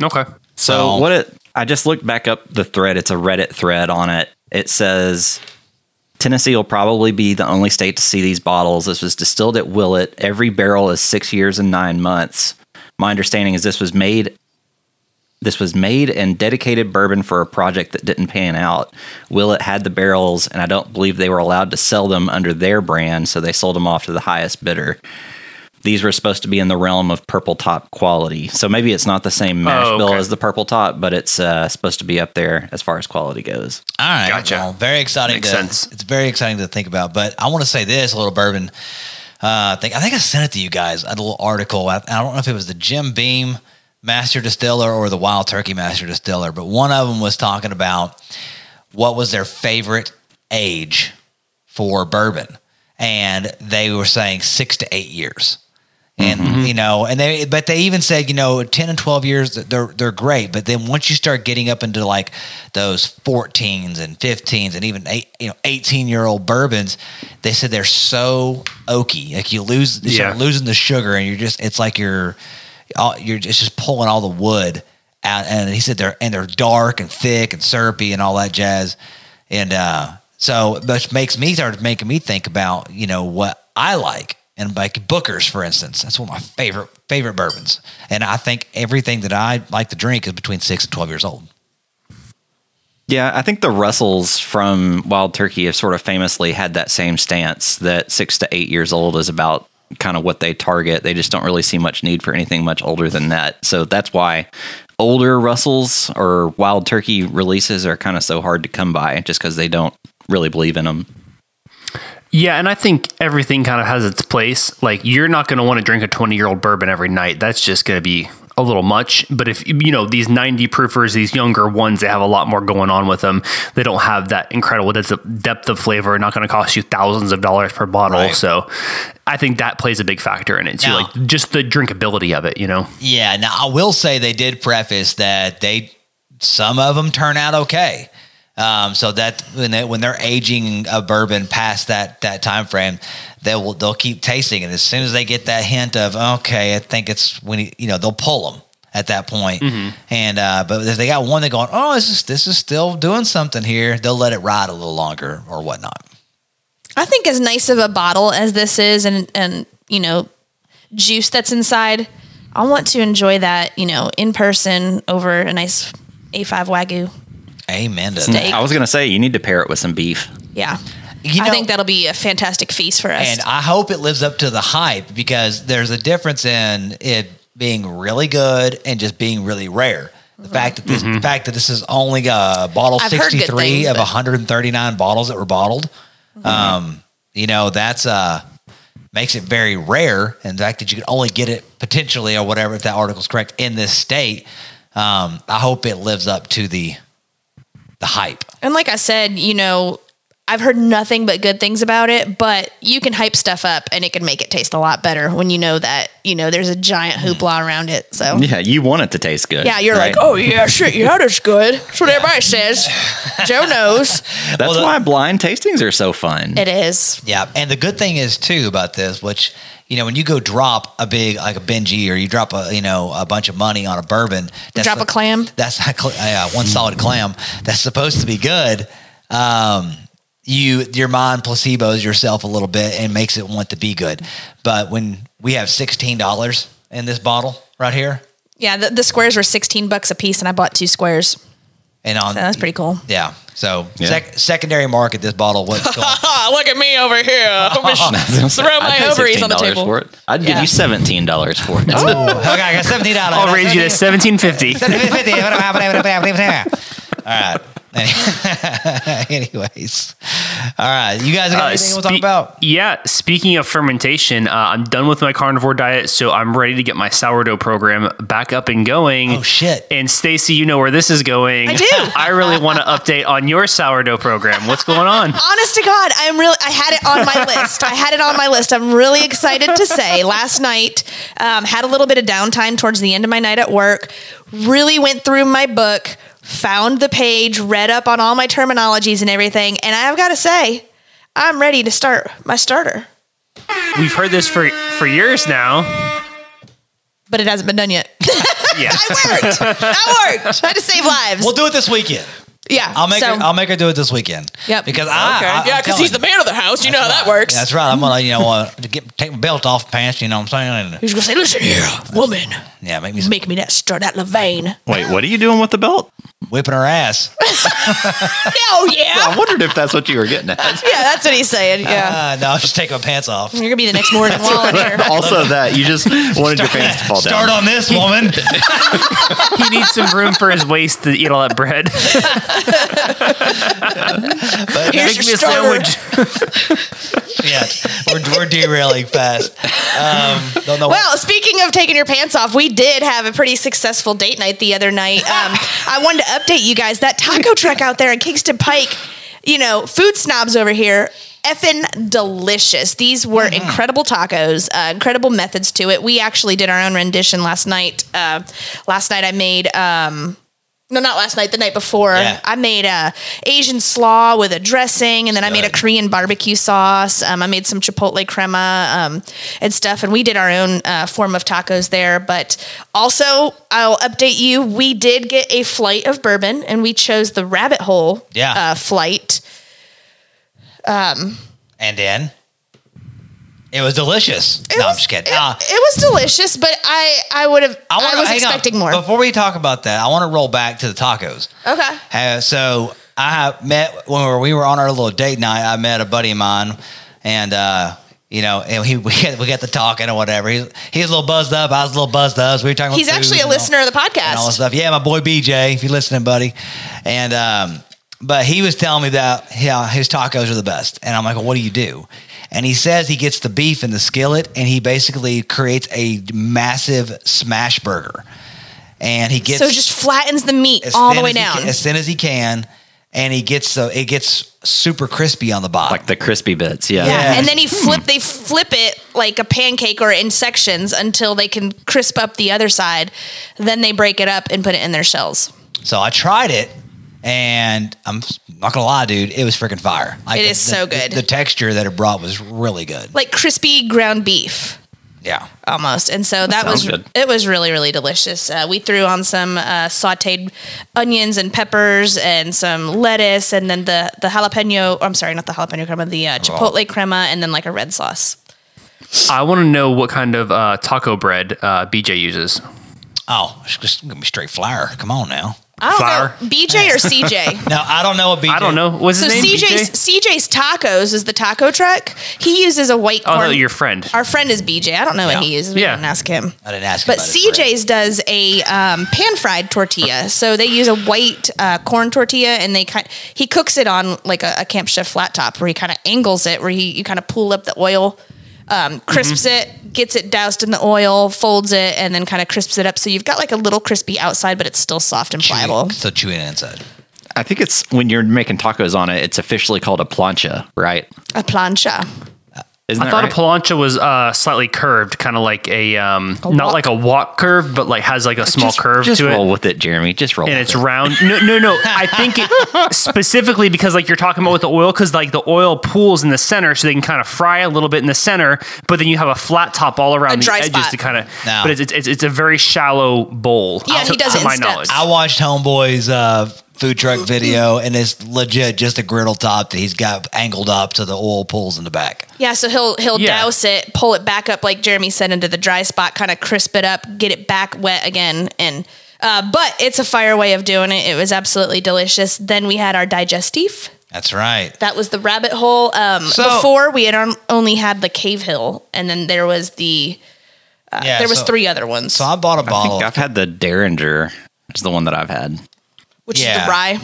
S2: Okay.
S4: So
S1: So-
S4: what it I just looked back up the thread. It's a Reddit thread on it. It says Tennessee will probably be the only state to see these bottles. This was distilled at Willett. Every barrel is six years and nine months. My understanding is this was made this was made and dedicated bourbon for a project that didn't pan out. Willett had the barrels, and I don't believe they were allowed to sell them under their brand, so they sold them off to the highest bidder. these were supposed to be in the realm of purple top quality. So maybe it's not the same mash
S2: Oh,
S4: bill
S2: okay.
S4: as the purple top, but it's uh, supposed to be up there as far as quality goes.
S1: All right.
S2: Gotcha.
S1: Well, very exciting.
S2: Makes
S1: to,
S2: sense.
S1: It's very exciting to think about. But I want to say this a little bourbon uh, thing. I think I sent it to you guys. A little article. I, I don't know if it was the Jim Beam Master Distiller or the Wild Turkey Master Distiller, but one of them was talking about what was their favorite age for bourbon, and they were saying six to eight years and you know, and they but they even said you know ten and twelve years they're they're great, but then once you start getting up into like those fourteens and fifteens and even eight, you know eighteen year old bourbons, they said they're so oaky, like you lose you start
S2: Yeah.
S1: losing the sugar and you're just it's like you're all, you're it's just pulling all the wood out, and he said they're and they're dark and thick and syrupy and all that jazz, and uh, so which makes me start making me think about you know what I like and like Booker's for instance. That's one of my favorite favorite bourbons, and I think everything that I like to drink is between six and twelve years old.
S4: Yeah, I think the Russells from Wild Turkey have sort of famously had that same stance that six to eight years old is about kind of what they target. They just don't really see much need for anything much older than that. So that's why older Russells or Wild Turkey releases are kind of so hard to come by just because they don't really believe in them.
S2: Yeah, and I think everything kind of has its place. Like you're not going to want to drink a 20 year old bourbon every night. That's just going to be a little much. But if you know these 90 proofers, these younger ones, they have a lot more going on with them. They don't have that incredible depth of, depth of flavor. Not going to cost you thousands of dollars per bottle.
S1: Right.
S2: So I think that plays a big factor in it too.
S1: Now-
S2: like just the drinkability of it. You know,
S1: Yeah. Now I will say they did preface that they some of them turn out okay. Um, so that when they when they're aging a bourbon past that that time frame, they will they'll keep tasting it. As soon as they get that hint of okay, I think it's when you- you know they'll pull them at that point. And uh, but if they got one, they're going, oh, this is this is still doing something here. They'll let it ride a little longer or whatnot.
S3: I think as nice of a bottle as this is and and you know juice that's inside, I want to enjoy that, you know, in person over a nice A5 wagyu.
S1: Amen. To
S3: Steak.
S1: that.
S4: I was going to say, you need to pair it with some beef.
S3: Yeah.
S1: You
S3: I
S1: know-
S3: think that'll be a fantastic feast for us.
S1: And I hope it lives up to the hype because there's a difference in it being really good and just being really rare. The fact that this, the fact that this is only a bottle
S3: Mm-hmm. I've heard good
S1: 63
S3: things,
S1: of
S3: but- Mm-hmm.
S1: 139 bottles that were bottled, um, you know, that's uh makes it very rare. And the fact that you can only get it potentially or whatever, if that article's correct, in this state, um, I hope it lives up to the the hype.
S3: And like I said, you know, I've heard nothing but good things about it, but you can hype stuff up and it can make it taste a lot better when you know that, you know, there's a giant hoopla around it. So
S4: Yeah, you want it to taste good.
S3: yeah, you're like,
S4: right?
S3: oh yeah, shit, yeah, that's good. That's what everybody says. Joe knows.
S4: that's
S1: well, the-
S4: why blind tastings are so fun.
S3: It is.
S1: Yeah, and the good thing is too about this, which you know, when you go drop a big like a Benji or you drop a you know a bunch of money on a bourbon, that's
S3: Drop a clam?
S1: That's not cl- yeah, one solid clam that's supposed to be good. Um, you your mind placebos yourself a little bit and makes it want to be good. But when we have sixteen dollars in this bottle right here,
S3: Yeah, the, the squares were 16 bucks a piece and I bought two squares.
S1: and on
S3: So that's pretty cool.
S1: yeah, so sec- secondary market this bottle
S3: [LAUGHS]
S1: was
S3: Ah, look at me over
S4: [LAUGHS]
S3: here. Throw my
S4: I'd pay
S3: ovaries on the
S4: $16
S3: table.
S4: For it. I'd give
S3: Yeah.
S4: you seventeen dollars for it.
S1: okay, I got seventeen dollars.
S2: I'll raise you to 1750.
S1: All right. [LAUGHS] Anyways, all right. You guys got
S2: Uh,
S1: anything we'll talk
S2: spe-
S1: about?
S2: Yeah, speaking of fermentation, uh, I'm done with my carnivore diet, so I'm ready to get my sourdough program back up and going.
S1: Oh, shit.
S2: And Stacy, you know where this is going.
S3: I do.
S2: [LAUGHS] I really want to update on your sourdough program. What's going on?
S3: honest to God, I'm really. I had it on my
S4: [LAUGHS]
S3: list. I had it on my list. I'm really excited to say. Last night, um, had a little bit of downtime towards the end of my night at work. Really went through my book, found the page, read up on all my terminologies and everything, and I've got to say, I'm ready to start my starter.
S2: We've heard this for for years now.
S3: But it hasn't been done yet. [LAUGHS]
S1: [LAUGHS]
S2: Yeah.
S3: I worked. I worked. I had to save lives.
S1: We'll do it this weekend.
S3: Yeah.
S1: I'll make
S3: so,
S1: her, I'll make her do it this weekend.
S3: Yep.
S1: Because I, I I'm
S5: yeah, because he's the
S1: telling
S5: man of the house. You know how that
S1: you.
S5: works.
S1: That's right. I'm gonna you know uh, get take my belt off pants. You know what I'm saying?
S3: He's gonna say, "Listen here, woman,
S1: And, yeah, make me some,
S3: make me that stir that
S5: [LAUGHS]
S3: levain."
S4: [LAUGHS] Wait, what are you doing with the belt?
S1: whipping her ass.
S5: Oh,
S3: Hell yeah!
S4: I wondered if that's what you were getting
S2: [LAUGHS]
S4: at.
S3: [LAUGHS] yeah, that's what he's saying. Yeah,
S1: Uh, no, I'm just taking my pants off.
S3: you're gonna be the next Morgan Wallen here.
S4: Also, that you
S2: [LAUGHS]
S4: just wanted your pants to fall
S1: Start
S4: down.
S1: on this
S3: [LAUGHS]
S1: woman.
S2: He needs some room for his waist to eat all
S1: [LAUGHS]
S2: that bread.
S3: Here's
S2: Make me a
S3: your starter.
S2: sandwich.
S1: yeah, we're, we're derailing fast. Um, don't know.
S3: Well, speaking of taking your pants off, we did have a pretty successful date night the other night. Um, I wanted to update you guys that taco truck out there in Kingston Pike, you know, food snobs over here. Effin' delicious. These were incredible tacos, uh, incredible methods to it. We actually did our own rendition last night. Uh, last night I made no, not last night. The night before,
S1: Yeah.
S3: I made a Asian slaw with a dressing, and then I made a
S1: good.
S3: Korean barbecue sauce. Um, I made some chipotle crema um, and stuff, and we did our own uh, form of tacos there. But also, I'll update you. We did get a flight of bourbon, and we chose the Rabbit Hole
S1: Yeah.
S3: uh, flight.
S1: and then it was delicious. no, I'm just kidding.
S3: It,
S1: Uh,
S3: it was delicious, but I I would have I,
S1: wanna-
S3: was
S1: hang on.
S3: expecting more. Oh.
S1: Before we talk about that, I want to roll back to the tacos.
S3: okay.
S1: Uh, so I have met when we were, we were on our little date night. I met a buddy of mine, and uh, you know, and he [LAUGHS] we got, we got to talking or whatever. He's he's a little buzzed up. I was a little buzzed up. So we were talking. about
S3: He's
S1: food
S3: actually a
S1: and all-
S3: listener of the
S1: and all this
S3: podcast.
S1: stuff. Yeah, my boy BJ, if you're listening, buddy. And um, but he was telling me that yeah, his tacos are the best, and I'm like, well, what do you do? And he says he gets the beef in the skillet, and he basically creates a massive smash burger. And he gets
S3: So just flattens the meat
S1: as
S3: all
S1: thin
S3: the way
S1: as he
S3: down.
S1: can- as thin as he can, and he gets so it gets super crispy on the bottom.
S4: Like the crispy bits, yeah.
S3: Yeah.
S1: Yeah.
S3: And then he flip they flip it like a pancake or in sections until they can crisp up the other side. Then they break it up and put it in their shells.
S1: So I tried it, and I'm not gonna lie, dude, it was freaking fire. Like
S3: It
S1: the-
S3: is so
S1: the-
S3: good.
S1: The, texture that it brought was really good.
S3: Like crispy ground beef
S1: Yeah.
S3: almost. And so that, was
S4: sounds good.
S3: it was really really delicious. Uh, we threw on some uh, sautéed onions and peppers and some lettuce and then the the jalapeno, oh, I'm sorry, not the jalapeno crema, the uh, chipotle crema and then like a red sauce.
S2: I want to know what kind of uh, taco bread uh, BJ uses.
S1: Oh, it's just gonna be straight flyer. Come on now.
S3: I don't
S2: Fire.
S3: know. BJ or CJ?
S1: No, I don't know what BJ.
S2: I don't know. What's
S3: So
S2: his name?
S3: CJ's
S2: BJ?
S3: CJ's Tacos is the taco truck. He uses a white
S2: Oh,
S3: corn.
S2: no, your friend.
S3: Our friend is BJ. I don't know what he uses. We
S2: Yeah.
S3: didn't ask him.
S1: I didn't ask.
S3: But
S1: about his bread.
S3: CJ's does a um, pan fried tortilla. So they use a white uh, corn tortilla, and they kind he cooks it on like a, a camp chef flat top, where he kind of angles it, where he you kind of pull up the oil, um, crisps
S2: Mm-hmm.
S3: it, gets it doused in the oil, folds it, and then kind of crisps it up. So you've got like a little crispy outside, but it's still soft and pliable.
S1: Chewy- So chewy and inside.
S4: I think it's when you're making tacos on it, it's officially called a plancha, right?
S3: A plancha.
S4: Isn't
S2: I
S4: that
S2: thought
S4: right?
S2: a palancha was uh, slightly curved, kind of like a, um, not
S3: walk-
S2: like a walk curve, but like has like a small
S4: just,
S2: curve
S4: just
S2: to it.
S4: roll with it, Jeremy. Just roll.
S2: and
S4: with
S2: it's
S4: it.
S2: round. No, no, no. I think
S3: [LAUGHS]
S2: it specifically because like you're talking about with the oil, because like the oil pools in the center, so they can kind of fry a little bit in the center, but then you have a flat top all around
S3: A
S2: the
S3: dry
S2: edges
S3: spot.
S2: to kind of.
S1: No.
S2: But it's, it's it's a very shallow bowl.
S3: Yeah,
S2: to,
S3: he does
S2: to
S3: it in
S2: my
S3: steps.
S2: knowledge.
S1: I watched Homeboy's uh, food truck video, and it's legit just a griddle top that he's got angled up to the oil pools in the back.
S3: Yeah, so he'll he'll
S2: Yeah.
S3: douse it, pull it back up like Jeremy said into the dry spot, kind of crisp it up, get it back wet again, and uh, but it's a fire way of doing it. It was absolutely delicious. Then we had our digestif.
S1: That's right.
S3: That was the rabbit hole. Um,
S1: So-
S3: before we had on, only had the cave hill, and then there was the
S1: yeah,
S3: Uh, there was
S1: so-
S3: three other ones,
S1: So I bought a
S4: I
S1: bottle.
S4: think
S1: of-
S4: I've had the Derringer. It's the one that I've had.
S3: which is
S1: yeah.
S3: the rye.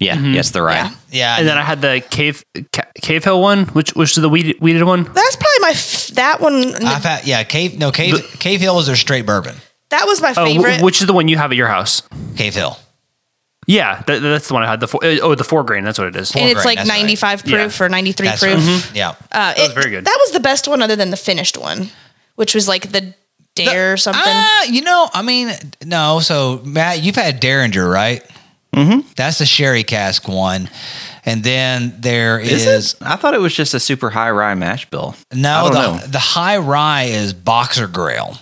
S4: Yeah.
S2: Mm-hmm.
S4: Yes, the right.
S3: Yeah.
S1: yeah,
S2: and then I had the cave ca- cave hill one, which which is the weeded, weeded one.
S3: That's probably my f- that one.
S1: I've had yeah cave no cave cave hill was their straight bourbon
S3: that was my
S2: Oh, wh-
S3: favorite.
S2: which is the one you have at your house?
S1: cave hill
S2: Yeah, that, that's the one I had. The four, oh, the four grain. That's what it is.
S3: and it's
S1: Grey,
S3: like
S1: that's right.
S3: ninety five proof
S2: Yeah.
S3: or ninety three
S1: that's
S3: proof.
S2: Mm-hmm.
S1: right. Mm-hmm. yeah
S3: Uh,
S2: was very good.
S3: That was the best one, other than the finished one, which was like the dare or something.
S1: Uh, you know I mean no so Matt you've had Derringer right mm-hmm. that's the sherry cask one and then there is,
S4: I thought it was just a super high rye mash bill.
S1: no
S4: I don't
S1: the,
S4: know.
S1: the high rye is Boxer Grail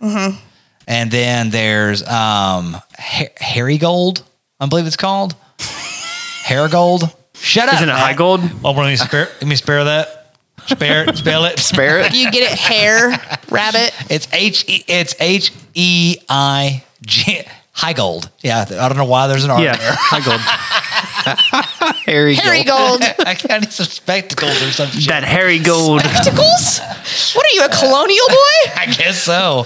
S1: mm-hmm. and then there's um Her- Harry Gold I believe it's called Paragold. Shut up.
S2: Isn't it
S1: Matt.
S2: high gold?
S1: Oh, [LAUGHS] let me spare. Let me spare that. Spare it. Spell it.
S4: Barrett?
S3: You get it, hair rabbit.
S1: It's H E. It's H E I G. High gold. Yeah, I don't know why there's an R
S2: Yeah,
S1: there. [LAUGHS]
S2: high gold.
S4: Harry
S3: Hairy
S4: Gold.
S3: gold.
S1: I kind of some spectacles or some shit.
S2: [LAUGHS] that hairy gold.
S3: Spectacles? What are you, a colonial boy?
S1: [LAUGHS] I guess so.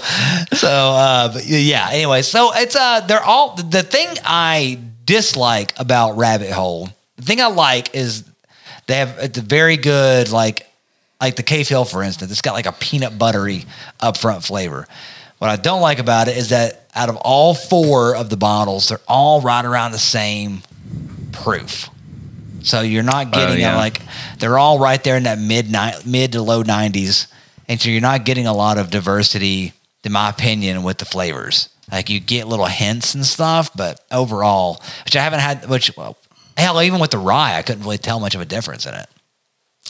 S1: So, uh, but yeah. Anyway, so it's uh, they're all the thing I dislike about Rabbit Hole. The thing I like is they have it's a very good like like the K Hill for instance. It's got like a peanut buttery upfront flavor. What I don't like about it is that out of all four of the bottles, they're all right around the same proof. So you're not getting a,
S4: Oh, yeah.
S1: like they're all right there in that mid ni- mid to low nineties, and so you're not getting a lot of diversity, in my opinion, with the flavors. Like you get little hints and stuff, but overall, which I haven't had, which well, hell, even with the rye, I couldn't really tell much of a difference in it.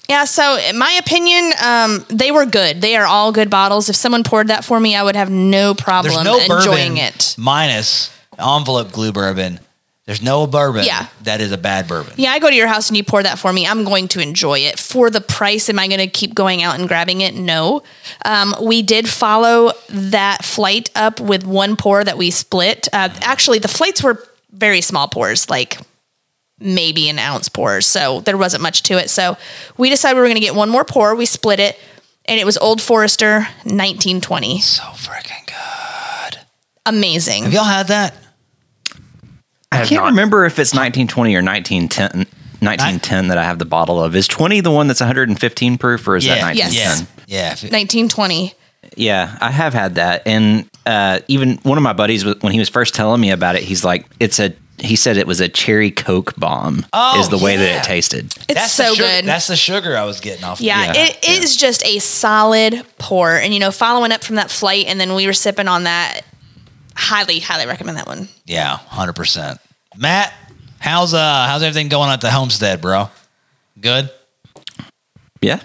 S3: Yeah, so in my opinion, um, they were good. They are all good bottles. If someone poured that for me, I would have no
S1: There's
S3: problem
S1: no
S3: enjoying
S1: bourbon
S3: it.
S1: minus envelope glue bourbon. There's no bourbon
S3: Yeah.
S1: that is a bad bourbon.
S3: Yeah, I go to your house and you pour that for me. I'm going to enjoy it. For the price, am I going to keep going out and grabbing it? No. Um, we did follow that flight up with one pour that we split. Uh, actually, the flights were very small pours, like maybe an ounce pours. So there wasn't much to it. So we decided we were going to get one more pour. We split it, and it was Old Forester 1920.
S1: So freaking good.
S3: Amazing.
S1: Have y'all had that?
S4: I
S2: have
S4: can't
S2: not.
S4: remember if it's 1920 or 1910. 1910 that I have the bottle of. Is 20 the one that's 115 proof or is that
S1: yeah.
S3: Yes.
S4: 1910?
S1: Yeah. If it-
S3: 1920.
S4: Yeah, I have had that, and uh, even one of my buddies was- when he was first telling me about it, he's like, "It's a." He said it was a cherry coke bomb.
S1: Oh,
S4: is the way that
S1: yeah.
S4: it tasted.
S3: It's
S1: that's
S3: so
S1: the sugar,
S3: good.
S1: That's the sugar I was getting off. of
S3: Yeah,
S4: Yeah,
S3: it is just a solid pour. And, you know, following up from that flight and then we were sipping on that, highly, highly recommend that [LAUGHS] one.
S1: Yeah, hundred percent. Matt, how's uh how's everything going at the homestead, bro? Good.
S4: Yeah,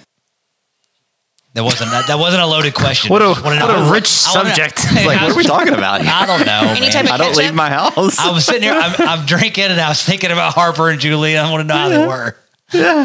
S1: That wasn't that, that wasn't a loaded question.
S2: What a
S1: Just wanna
S2: what
S1: know-
S2: a rich
S1: I wanna- [LAUGHS]
S2: subject.
S1: Hey,
S2: like,
S1: I,
S4: what are we talking about? Here?
S1: I don't know.
S3: Any
S1: man.
S3: type of
S4: I don't
S3: ketchup?
S4: leave my house.
S1: I was sitting here. I'm, I'm drinking, and I was thinking about Harper and Julie. I want to know how
S3: Mm-hmm.
S1: they were.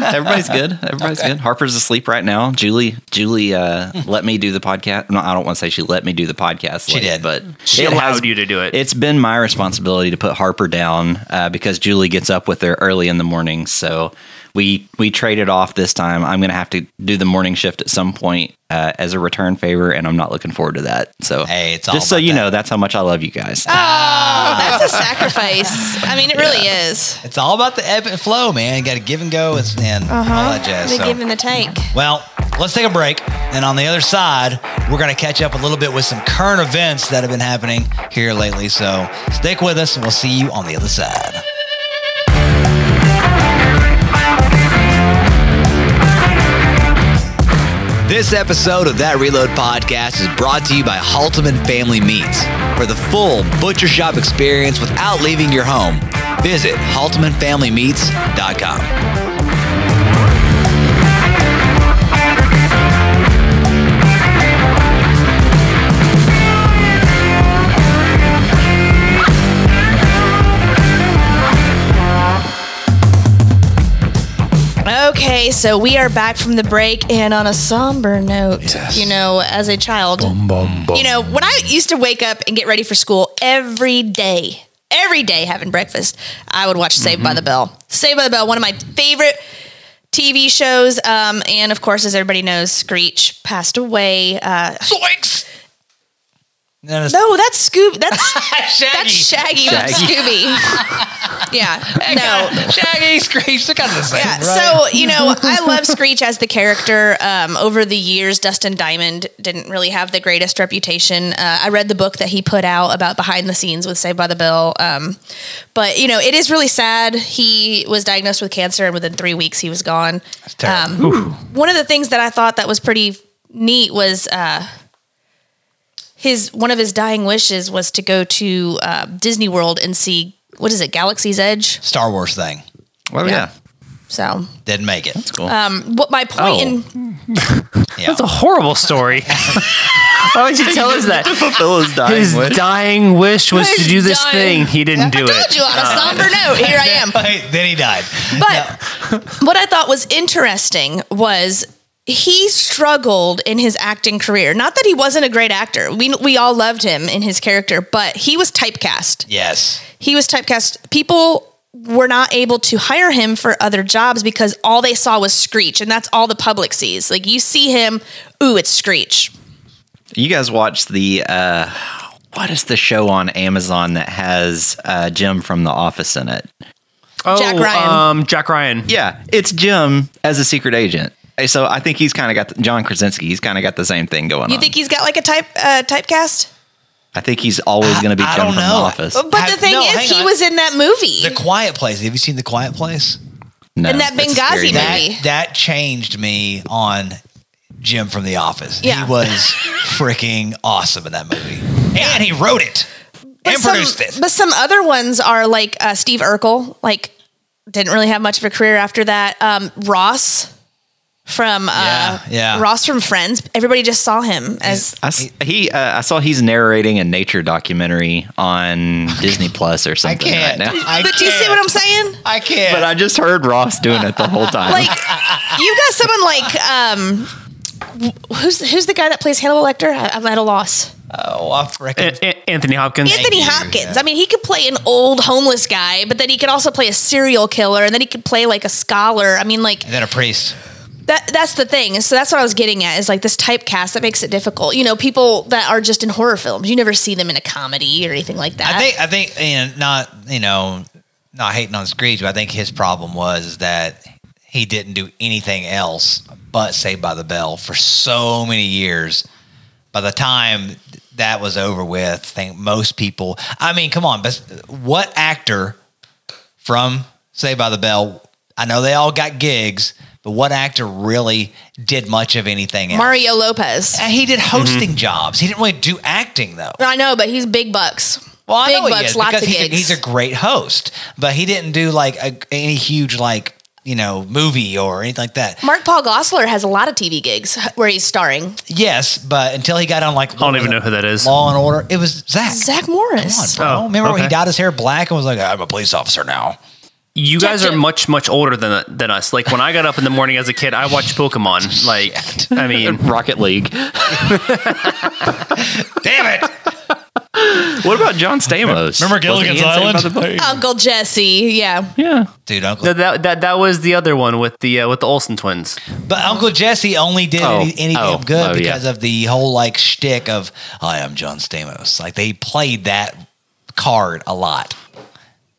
S4: Everybody's good. Everybody's good. Harper's asleep right now. Julie, Julie, uh, let me do the podcast. No, I don't want to say she let me do the podcast. She
S1: did.
S4: but
S2: She
S4: it
S2: allowed you to do it.
S4: It's been my responsibility to put Harper down uh, because Julie gets up with her early in the morning. So we we traded off this time. I'm going to have to do the morning shift at some point uh, as a return favor, and I'm not looking forward to that. So
S1: Hey, it's all
S4: just so
S1: about
S4: you
S1: that.
S4: know, that's how much I love you guys.
S3: Oh, that's a sacrifice. I mean, it really is.
S1: It's all about the ebb and flow, man. You got to give and go and, and all that jazz.
S3: The
S1: so.
S3: Uh-huh. give and the take.
S1: Well, let's take a break. And on the other side, we're going to catch up a little bit with some current events that have been happening here lately. So stick with us and we'll see you on the other side. This episode of That Reload podcast is brought to you by Halteman Family Meats. For the full butcher shop experience without leaving your home, visit haltemanfamilymeats.com.
S3: Okay, so we are back from the break, and on a somber note, you know, as a child, you know, when I used to wake up and get ready for school every day, every day having breakfast, I would watch Saved by the Bell. Saved by the Bell, one of my favorite TV shows, um, and of course, as everybody knows, Screech passed away. Uh,
S1: No, that's-
S3: no, that's Scooby.
S1: [LAUGHS]
S3: That's
S1: Shaggy.
S3: that's Shaggy, not
S4: Shaggy.
S1: [LAUGHS]
S3: Scooby. yeah, no,
S1: Shaggy Screech, they're kind of the same.
S3: Yeah. So, you know, I love Screech as the character. Um, over the years, Dustin Diamond didn't really have the greatest reputation. Uh, I read the book that he put out about behind the scenes with Saved by the Bell. Um, but, you know, it is really sad. He was diagnosed with cancer, and within three weeks, he was gone.
S1: terrible.
S3: One of the things that I thought that was pretty neat was uh, his one of his dying wishes was to go to uh, Disney World and see, what is it, Galaxy's Edge?
S1: Star Wars thing.
S4: well, yeah.
S3: So,
S1: Didn't make it.
S4: That's cool. [LAUGHS]
S3: what my point
S4: Oh.
S3: in
S1: Yeah.
S2: That's a horrible story. [LAUGHS] Why would you tell us that?
S4: Fulfill his dying
S2: His
S4: wish.
S2: dying wish was to
S3: His
S2: do this thing.
S3: dying-
S2: He didn't Oh. do
S3: I told
S2: it. Uh.
S3: you on a somber note, here I
S1: [LAUGHS]
S2: [LAUGHS]
S3: am.
S1: then he died.
S3: But what I thought was interesting was he struggled in his acting career. Not that he wasn't a great actor. We we all loved him in his character, but he was typecast.
S1: Yes.
S3: He was typecast. People were not able to hire him for other jobs because all they saw was Screech, and that's all the public sees. Like you see him, ooh, it's Screech.
S4: You guys watched the uh what is the show on Amazon that has uh Jim from The Office in it?
S2: Oh,
S3: Jack Ryan.
S2: Um, Jack Ryan.
S4: Yeah, it's Jim as a secret agent. So I think he's kind of got the, John Krasinski. He's kind of got the same thing going
S3: You
S4: on.
S3: think he's got like a type uh, typecast?
S4: I think he's always going to be
S1: I- I
S4: Jim
S1: don't
S4: from The
S1: know.
S4: Office.
S3: But
S1: I-
S3: the thing
S1: no,
S3: is,
S1: hang
S3: he
S1: on.
S3: was in that movie.
S1: The Quiet Place. Have you seen The Quiet Place?
S4: No,
S3: and that
S4: that's a scary
S3: Benghazi
S4: movie.
S3: movie.
S1: That that changed me on Jim from The Office.
S3: Yeah.
S1: He was freaking awesome in that movie, and he wrote it and
S3: some,
S1: produced it.
S3: But some other ones are like uh, Steve Urkel, like didn't really have much of a career after that. Um, Ross from uh,
S1: Yeah, yeah.
S3: Ross from Friends. Everybody just saw him as
S4: I, s- he, uh, I saw he's narrating a nature documentary on Disney Plus or
S1: I
S4: something right
S1: can't.
S4: now.
S1: I
S3: but do you see what I'm saying?
S1: I can't.
S4: But I just heard Ross doing it the whole time.
S3: Like you got someone like um, wh- who's who's the guy that plays Hannibal Lecter? I, I'm at a loss.
S1: oh, I freaking.
S2: A- A- Anthony Hopkins.
S3: Anthony
S1: you,
S3: Hopkins.
S1: yeah.
S3: I mean, he could play an old homeless guy, but then he could also play a serial killer, and then he could play like a scholar. I mean, like
S1: and then a priest.
S3: That that's the thing. So that's what I was getting at is like this typecast that makes it difficult. You know, people that are just in horror films, you never see them in a comedy or anything like that.
S1: I think I think and not you know not hating on Screech, but I think his problem was that he didn't do anything else but Saved by the Bell for so many years. By the time that was over with, I think most people. I mean, come on, but what actor from Saved by the Bell? I know they all got gigs, but what actor really did much of anything else?
S3: Mario Lopez.
S1: And he did hosting jobs. He didn't really do acting though.
S3: I know, but he's big bucks.
S1: Well, I
S3: big
S1: know he
S3: bucks,
S1: is,
S3: lots
S1: because
S3: of
S1: he's,
S3: gigs.
S1: A, he's a great host, but he didn't do like a, any huge like you know movie or anything like that.
S3: Mark Paul Gosselaar has a lot of TV gigs where he's starring.
S1: Yes, but until he got on like I
S2: don't even know who that is.
S1: Law and Order. It was Zach.
S3: Zach
S1: Come on,
S3: Morris.
S1: bro.
S2: Oh,
S1: Remember when he
S2: okay.
S1: dyed his hair black and was like, "I'm a police officer now."
S2: You guys are
S3: Jack-
S2: much much older than than us. Like when I got up in the morning as a kid, I watched
S3: [LAUGHS]
S2: Pokemon. Like I mean,
S4: Rocket League.
S1: Damn [LAUGHS] it!
S4: What about John Stamos?
S1: Remember
S4: Wasn't he
S1: Gilligan's
S4: in Saved by
S1: Island?
S4: the Bell?
S3: Uncle Jesse. Yeah.
S4: Yeah.
S1: Dude, Uncle.
S2: that that that, that was the other one with the uh, with the Olsen twins.
S1: But Uncle Jesse only did
S4: Oh,
S1: any, any
S4: oh,
S1: damn good
S4: oh, yeah.
S1: because of the whole like shtick of "I am John Stamos." Like they played that card a lot.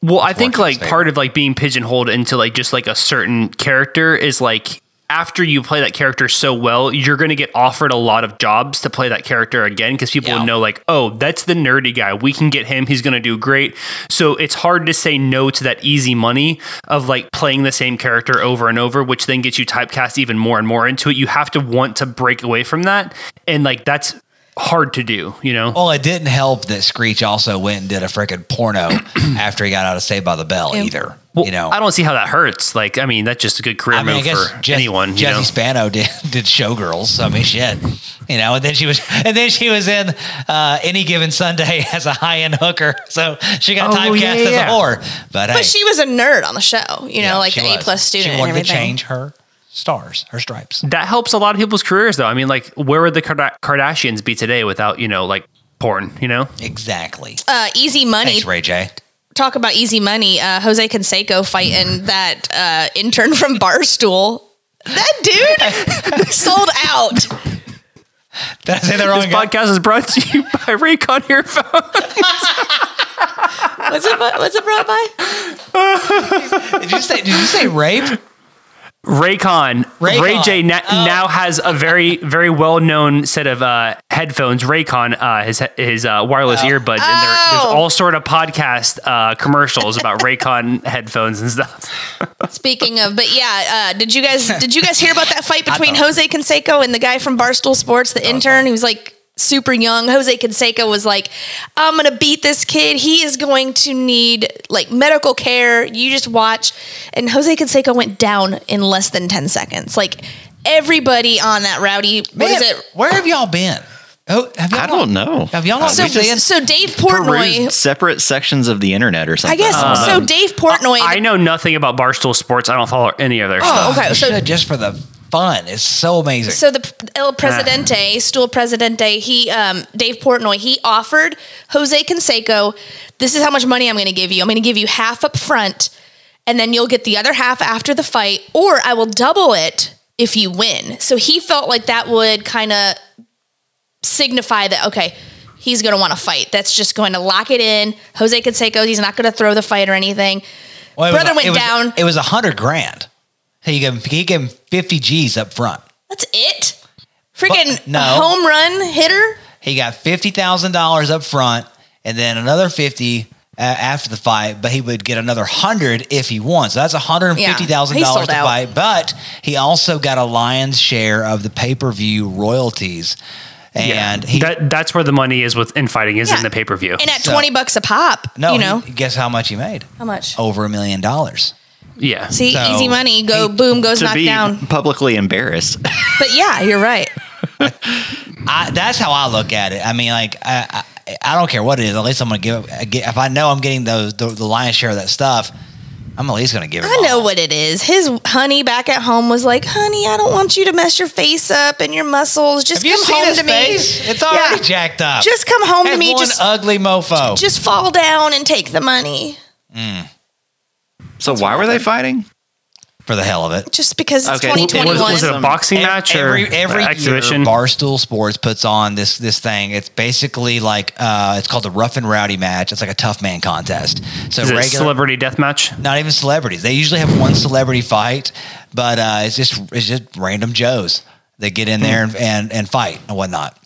S2: Well, I
S1: working
S2: think
S1: in
S2: like
S1: his favor.
S2: part of like being pigeonholed into like just like a certain character is like after you play that character so well, you're going to get offered a lot of jobs to play that character again because people
S1: Yeah.
S2: know like, oh, that's the nerdy guy. We can get him. He's going to do great. So it's hard to say no to that easy money of like playing the same character over and over, which then gets you typecast even more and more into it. You have to want to break away from that, and like that's hard to do. You know?
S1: Well, it didn't help that Screech also went and did a freaking porno
S2: [CLEARS THROAT]
S1: after he got out of Saved by the Bell either.
S2: Well,
S1: you know,
S2: I don't see how that hurts. Like, I mean, that's just a good career move for
S1: Jes-
S2: anyone.
S1: Jesse
S2: you know?
S1: Spano [LAUGHS] did, did Showgirls. I mean, shit. You know, and then she was, [LAUGHS] and then she was in uh, any given Sunday [LAUGHS] as a high end hooker. So she got
S2: Oh,
S1: typecast
S2: yeah,
S1: as a
S2: yeah.
S1: whore. But, hey,
S3: But she was a nerd on the show, you know,
S1: yeah,
S3: like
S1: she
S3: an A
S1: was.
S3: plus student
S1: She
S3: and
S1: wanted
S3: everything.
S1: to change her stars, her stripes.
S2: that helps a lot of people's careers, though. I mean, like, where would the Karda- Kardashians be today without you know, like, porn? You know,
S1: Exactly.
S3: Uh, easy money.
S1: Thanks, Ray J.
S3: Talk about easy money. Uh, Jose
S1: [LAUGHS]
S3: Canseco fighting that uh, intern from Barstool. That dude
S1: [LAUGHS]
S3: sold out.
S1: Did I say
S2: [LAUGHS]
S1: the wrong
S2: this
S1: guy?
S2: podcast is brought to you by Raycon earphones.
S3: What's it? What's it brought by?
S1: Did you say? Did you say rape?
S2: Raycon. Ray
S1: Raycon.
S2: J na- now has a very, very well-known set of uh, headphones. Raycon, uh, his his uh, wireless earbuds, and there- there's
S3: Oh.
S2: all sort of podcast uh, commercials about Raycon [LAUGHS] headphones and stuff.
S3: Speaking of, but yeah, uh, did you guys did you guys hear about that fight between
S1: thought-
S3: Jose Canseco and the guy from Barstool Sports, the intern who's like super young. Jose Canseco was like, I'm going to beat this kid. He is going to need like medical care. You just watch. And Jose Canseco went down in less than 10 seconds. Like everybody on that rowdy, what is
S1: Man,
S3: it?
S1: Where have y'all been? Oh, have y'all
S4: I don't
S1: not-
S4: know.
S1: Have y'all not
S3: So,
S1: been seeing?
S3: so Dave
S4: Perused
S3: Portnoy,
S4: separate sections of the internet or
S3: I
S4: something.
S3: guess. so Dave Portnoy,
S2: I know nothing about Barstool Sports. I don't follow any of their stuff.
S3: Oh, okay.
S1: You
S3: So
S1: should just for the fun. It's so amazing.
S3: so the p-
S1: Ah.
S3: El Presidente, Stool Presidente, he um, Dave Portnoy, he offered Jose Canseco, this is how much money I'm going to give you. I'm going to give you half up front, and then you'll get the other half after the fight, or I will double it if you win. So he felt like that would kind of signify that okay, he's going to want to fight. That's just going to lock it in. Jose Canseco, he's not going to throw the fight or anything.
S1: Well, it
S3: Brother went
S1: it
S3: down.
S1: It was a hundred grand. He gave him, he gave him fifty G's up front.
S3: That's it. Freaking
S1: But- no.
S3: home run hitter.
S1: He got fifty thousand dollars up front, and then another fifty uh, after the fight. But he would get another hundred if he won. So that's one hundred and fifty thousand
S3: Yeah, he
S1: dollars
S3: sold
S1: to
S3: out.
S1: fight. But he also got a lion's share of the pay per view royalties, and he
S2: that that's where the money is with in fighting is in the pay per view.
S3: And at
S1: So-
S3: 20 bucks a pop,
S1: no,
S3: you
S1: he-
S3: know,
S1: guess how much he made?
S3: how much?
S1: Over a million dollars.
S2: Yeah,
S3: See,
S1: so-
S3: easy money, go boom, goes
S4: to
S3: knocked
S2: [LAUGHS]
S4: be
S3: down.
S4: publicly embarrassed. [LAUGHS]
S3: But yeah, you're right.
S1: I, that's how I look at it. I mean, like I, I, I don't care what it is. At least I'm gonna give. I get- If I know I'm getting those the, the lion's share of that stuff, I'm at least gonna give. it
S3: I
S1: all.
S3: know what it is. His honey back at home was like, honey, I don't want you to mess your face up and your muscles. Just
S1: Have you
S3: come
S1: seen
S3: home
S1: his
S3: to
S1: face?
S3: me.
S1: It's already
S3: Yeah.
S1: jacked up.
S3: Just come home to
S1: That
S3: me.
S1: one
S3: Just,
S1: ugly mofo.
S3: just fall down and take the money.
S4: So why were they fighting?
S1: for the hell of it.
S3: Just because it's
S4: Okay.
S2: was,
S3: 2021.
S2: was it a
S4: Some-
S2: boxing
S1: Ev-
S2: match or
S1: every every
S2: exhibition?
S1: year, Barstool Sports puts on this this thing. It's basically like uh, it's called the Rough and Rowdy match. It's like a tough man contest. So
S2: is it
S1: regular,
S2: celebrity death match?
S1: not even celebrities. They usually have one celebrity fight, but uh, it's just it's just random Joes that get in
S2: Hmm.
S1: there and, and and fight and whatnot.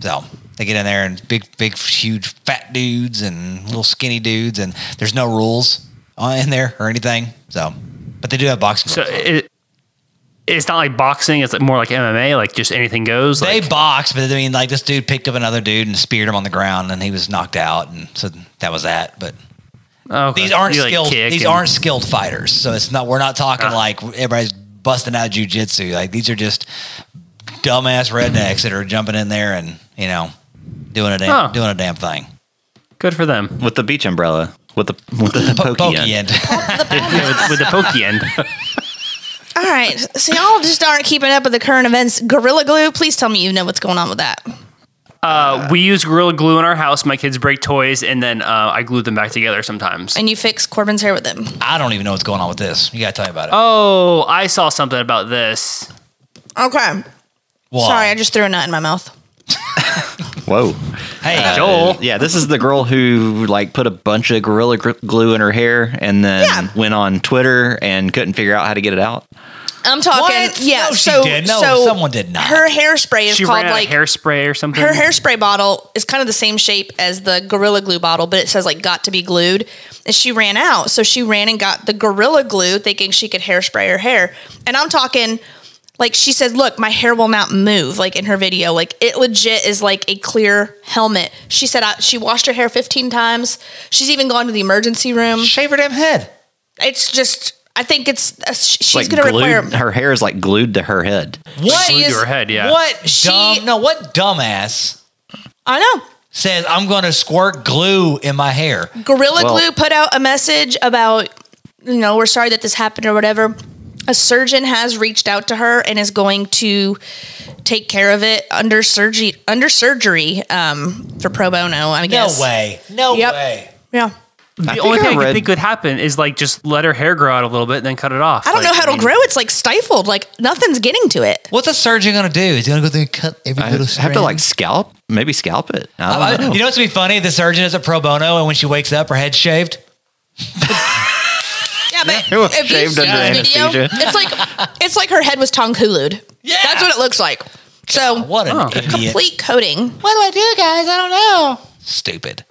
S1: So they get in there and big big huge fat dudes and little skinny dudes and there's no rules uh, in there or anything. So, but they do have boxing.
S2: So
S1: gloves.
S2: it, it's not like boxing. It's like more like MMA. Like just anything goes.
S1: they
S2: Like,
S1: box, but I mean, like this dude picked up another dude and speared him on the ground, and he was knocked out, and so that was that. But
S2: oh, okay.
S1: these aren't
S2: You, like,
S1: skilled.
S2: kick
S1: these
S2: and-
S1: aren't skilled fighters. So it's not. We're not talking
S2: Ah.
S1: like everybody's busting out jujitsu. Like these are just dumbass rednecks that are jumping in there and you know doing a damn
S2: Huh.
S1: doing a damn thing.
S2: good for them
S4: With the beach umbrella. With the with the
S1: Po-
S4: pokey
S1: pokey end.
S4: end.
S1: [LAUGHS]
S2: Yeah, with, with the pokey end.
S3: All right. So y'all just aren't keeping up with the current events. Gorilla Glue, please tell me you know what's going on with that.
S2: Uh, we use gorilla glue in our house. My kids break toys, and then uh, I glue them back together sometimes.
S3: And you fix Corbin's hair with them.
S1: I don't even know what's going on with this. You gotta tell me about it.
S2: Oh, I saw something about this.
S3: Okay.
S1: Well,
S3: Sorry, I just threw a nut in my mouth.
S4: Whoa.
S1: hey,
S2: Joel,
S4: Yeah, this is the girl who like put a bunch of gorilla gr- glue in her hair and then
S3: Yeah.
S4: went on Twitter and couldn't figure out how to get it out.
S3: I'm talking.
S1: What?
S3: Yeah.
S1: No, she
S3: so
S1: did. No,
S3: so
S1: someone did not.
S3: Her hairspray is
S2: she
S3: called
S2: ran out
S3: like
S2: of hairspray or something.
S3: her hairspray bottle is kind of the same shape as the gorilla glue bottle, but it says like got to be glued. And she ran out, so she ran and got the gorilla glue, thinking she could hairspray her hair. And I'm talking. Like she said, look, my hair will not move. Like in her video, like it legit is like a clear helmet. She said I, she washed her hair 15 times. She's even gone to the emergency room.
S1: shave her damn head.
S3: It's just, I think it's uh, sh- she's
S4: Like
S3: going to
S4: glued,
S3: require
S4: her hair is like glued to her head.
S1: What?
S3: She
S2: glued
S3: is-
S2: to her head. Yeah.
S1: What
S3: She-
S1: dumb? No, what dumbass
S3: I know.
S1: says I'm going to squirt glue in my hair?
S3: Gorilla
S4: Well-
S3: Glue put out a message about, you know, we're sorry that this happened or whatever. A surgeon has reached out to her and is going to take care of it under surgery under surgery um, for pro bono. I
S1: No
S3: guess.
S1: way. No
S3: Yep.
S1: way.
S3: Yeah.
S2: The
S4: think
S2: only
S4: I
S2: thing I, could
S4: read-
S2: think could happen is like just let her hair grow out a little bit and then cut it off.
S3: I don't
S2: Like,
S3: know how it'll
S2: mean,
S3: grow. It's like stifled. Like nothing's getting to it.
S1: What's a surgeon going to do? Is he going to go through and cut every
S4: I
S1: little
S4: have to like scalp, maybe scalp it. I
S1: strand?
S4: don't know.
S1: Uh, you know what's going to be funny? The surgeon is a pro bono, and when she wakes up, her head's shaved.
S3: Yeah, but
S4: [LAUGHS] was
S3: if you
S4: shaved
S3: see
S4: under
S3: this video,
S4: anesthesia.
S3: it's like it's like her head was tongue-hulu'd.
S1: [LAUGHS] Yeah.
S3: That's what it looks like. So
S1: What an idiot.
S3: complete coating.
S1: what do I do, guys? I don't know. Stupid.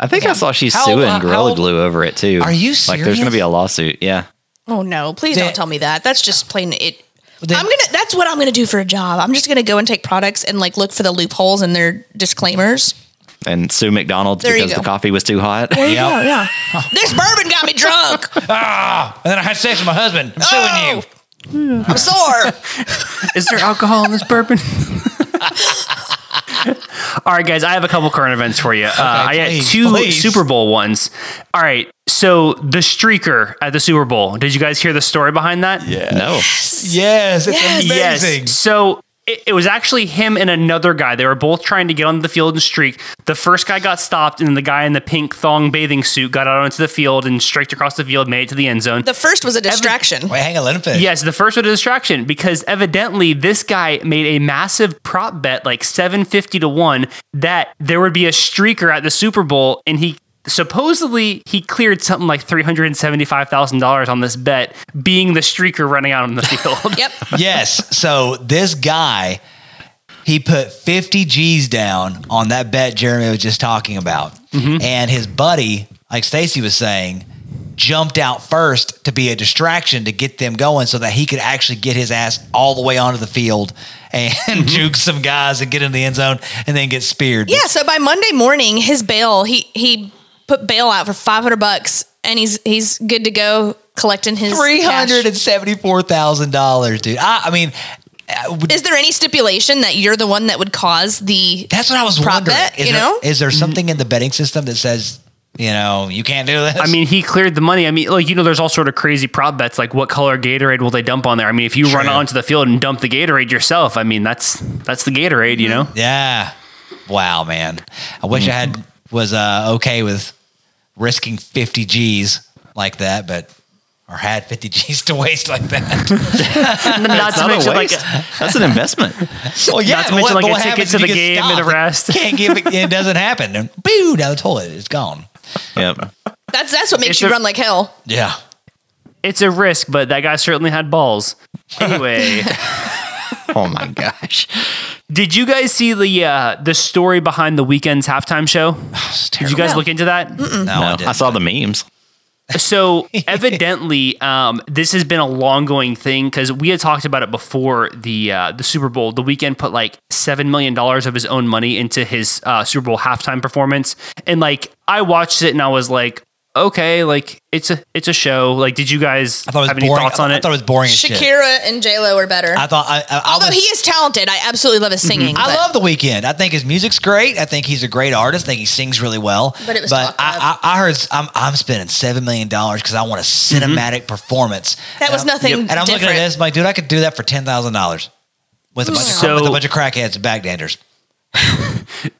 S4: I think I saw she's
S1: How-
S4: suing
S1: uh,
S4: Gorilla
S1: how-
S4: Glue over it too.
S1: Are you
S4: Like there's gonna
S1: serious?
S4: be a lawsuit. Yeah.
S3: Oh no, please
S1: That-
S3: don't tell me that. That's just plain it
S1: But then-
S3: I'm gonna. That's what I'm gonna do for a job. I'm just gonna go and take products and like look for the loopholes and their disclaimers.
S4: and Sue McDonald's
S3: There you
S4: because the
S3: go.
S4: coffee was too hot.
S3: There you
S1: Yep.
S3: go. Yeah. this bourbon got me drunk.
S1: and then I had sex with my husband. I'm suing you.
S3: I'm sore.
S2: Is there alcohol in this bourbon? [LAUGHS] All right, guys, I have a couple current events for you. uh, I had
S1: please,
S2: two
S1: please.
S2: Super Bowl ones. All right, so the streaker at the Super Bowl. Did you guys hear the story behind that? Yeah.
S4: [LAUGHS]
S3: [LAUGHS]
S4: No.
S1: Yes, it's
S3: Yes.
S1: amazing.
S2: Yes. So it, it was actually him and another guy. They were both trying to get onto the field and streak. The first guy got stopped, and then the guy in the pink thong bathing suit got out onto the field and streaked across the field, made it to the end zone.
S3: The first was a distraction.
S1: Wait, hang on, let him finish.
S2: Yes, the first was a distraction because evidently this guy made a massive prop bet, like 750 to 1, that there would be a streaker at the Super Bowl. And he supposedly he cleared something like $375,000 on this bet, being the streaker running out on the
S4: [LAUGHS]
S2: field.
S3: Yep.
S1: yes. So this guy, he put 50 G's down on that bet Jeremy was just talking about. And his buddy, like Stacy was saying, jumped out first to be a distraction to get them going so that he could actually get his ass all the way onto the field and juke some guys and get in the end zone and then get speared.
S3: Yeah. So by Monday morning, his bail he he put bail out for five hundred bucks, and he's he's good to go collecting his
S1: Three hundred
S3: cash.
S1: and seventy-four thousand dollars, dude. I, I mean, uh, would-
S3: Is there any stipulation that you're the one that would cause the?
S1: that's what I was
S3: Prop
S1: wondering.
S3: bet,
S1: is
S3: you
S1: there-
S3: know?
S1: is there something in the betting system that says, you know, you can't do this?
S2: I mean, he cleared the money. I mean, like, you know, there's all sort of crazy prop bets, like what color Gatorade will they dump on there? I mean, if you run
S1: True.
S2: onto the field and dump the Gatorade yourself, I mean, that's that's the Gatorade,
S4: Mm-hmm.
S2: you know?
S1: Yeah. Wow, man. I wish I had was uh, okay with risking 50 G's like that, but or had 50 [LAUGHS] G's to waste like
S2: [LAUGHS]
S1: that.
S2: Not
S4: It's
S2: to
S4: not
S2: mention,
S4: a
S2: like,
S4: waste. That's
S3: [LAUGHS]
S4: an investment.
S1: well, yeah,
S2: Not to mention, like, a ticket
S1: happens
S2: to
S1: if
S2: the
S1: you get
S2: game and a
S1: stopped?
S2: rest.
S1: You Can't give
S2: [LAUGHS]
S1: it. It doesn't happen. And boo, down the toilet. It's gone.
S4: Yep.
S3: That's that's what makes
S2: It's
S3: you
S2: a-
S3: run like hell.
S1: Yeah.
S2: it's a risk, but that guy certainly had balls. Anyway,
S4: Oh my gosh.
S2: did you guys see the uh, the story behind the weekend's halftime show? Did you guys look into that?
S1: No,
S4: No,
S1: I,
S4: Uh, I saw the memes.
S2: So evidently, um, this has been a long going thing because we had talked about it before the uh, the Super Bowl. The weekend put like seven million dollars of his own money into his uh, Super Bowl halftime performance, and like I watched it and I was like, okay, like it's a it's a show. Like, did you guys
S1: I thought it
S2: have
S1: was
S2: any
S1: boring.
S2: thoughts on
S1: I,
S2: it?
S1: thought it was boring as shit.
S3: Shakira and J Lo are better.
S1: I thought I, I, I
S3: Although
S1: was-
S3: he is talented, I absolutely love his singing.
S1: I
S3: but-
S1: love the weekend. I think his music's great. I think he's a great artist. I think he sings really well.
S3: But it was talked
S1: I,
S3: up.
S1: I, I heard s- I'm, I'm spending seven million dollars because I want a cinematic performance.
S3: that was
S1: And I'm-
S3: nothing
S1: And I'm
S3: different.
S1: looking at this, I'm like, dude, I could do that for ten thousand dollars with a bunch
S2: So-
S1: of with a bunch of crackheads and backdancers.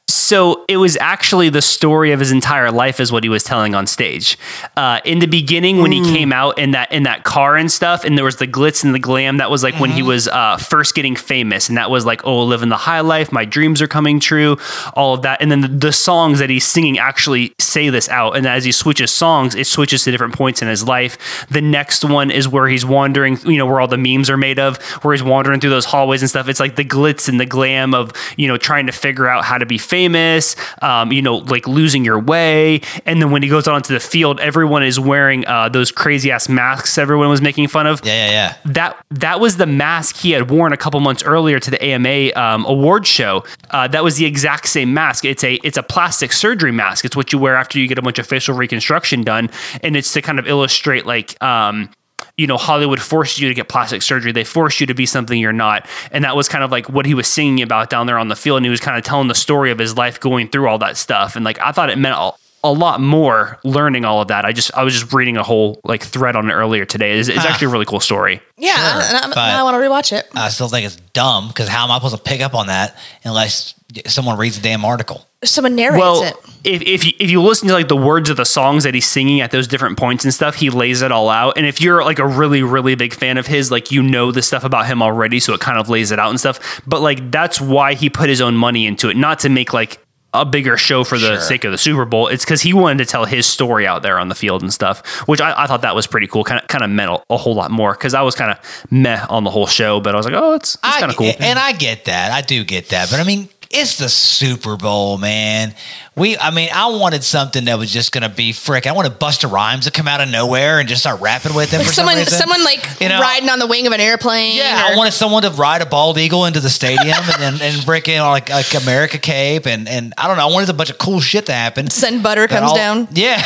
S2: So it was actually the story of his entire life, is what he was telling on stage. Uh, in the beginning, when he came out in that in that car and stuff, and there was the glitz and the glam. That was like when he was uh, first getting famous, and that was like, oh, living the high life, my dreams are coming true, all of that. And then the, the songs that he's singing actually say this out. And as he switches songs, it switches to different points in his life. The next one is where he's wandering, you know, where all the memes are made of, where he's wandering through those hallways and stuff. It's like the glitz and the glam of, you know, trying to figure out how to be famous, um, you know, like losing your way. And then when he goes out onto the field, everyone is wearing uh, those crazy ass masks everyone was making fun of
S1: Yeah, yeah, yeah.
S2: that that was the mask he had worn a couple months earlier to the AMA um, award show. Uh, that was the exact same mask. It's a it's a plastic surgery mask. It's what you wear after you get a bunch of facial reconstruction done, and it's to kind of illustrate like. Um, you know, Hollywood forced you to get plastic surgery. They forced you to be something you're not. And that was kind of like what he was singing about down there on the field. And he was kind of telling the story of his life going through all that stuff. And like, I thought it meant a, a lot more learning all of that. I just, I was just reading a whole like thread on it earlier today. It's, it's actually a really cool story.
S3: yeah,
S1: Sure,
S3: and I'm-
S1: but-
S3: now I want to rewatch it.
S1: I still think it's dumb because how am I supposed to pick up on that unless someone reads the damn article?
S3: Someone narrates
S2: well,
S3: it.
S2: if if you, if you listen to like the words of the songs that he's singing at those different points and stuff, he lays it all out. And if you're like a really really big fan of his, like you know the stuff about him already, so it kind of lays it out and stuff. But like that's why he put his own money into it, not to make like a bigger show for the
S1: Sure.
S2: sake of the Super Bowl. It's because he wanted to tell his story out there on the field and stuff, which I, I thought that was pretty cool. Kind of kind of meant a, a whole lot more because I was kind of meh on the whole show, but I was like, oh, it's, it's
S1: I-
S2: kind of cool.
S1: And I get that. I do get that. But I mean, It's the Super Bowl, man. We, I mean, I wanted something that was just gonna be frick. I wanted Buster Rhymes to come out of nowhere and just start rapping with him. for some
S3: someone,
S1: reason.
S3: someone like
S1: You know?
S3: riding on the wing of an airplane.
S1: Yeah, I
S3: or-
S1: wanted someone to ride a bald eagle into the stadium and then and break in on like like America Cape and and I don't know. I wanted a bunch of cool shit to happen.
S3: Send butter
S1: That
S3: comes
S1: all-
S3: down.
S1: [LAUGHS] Yeah,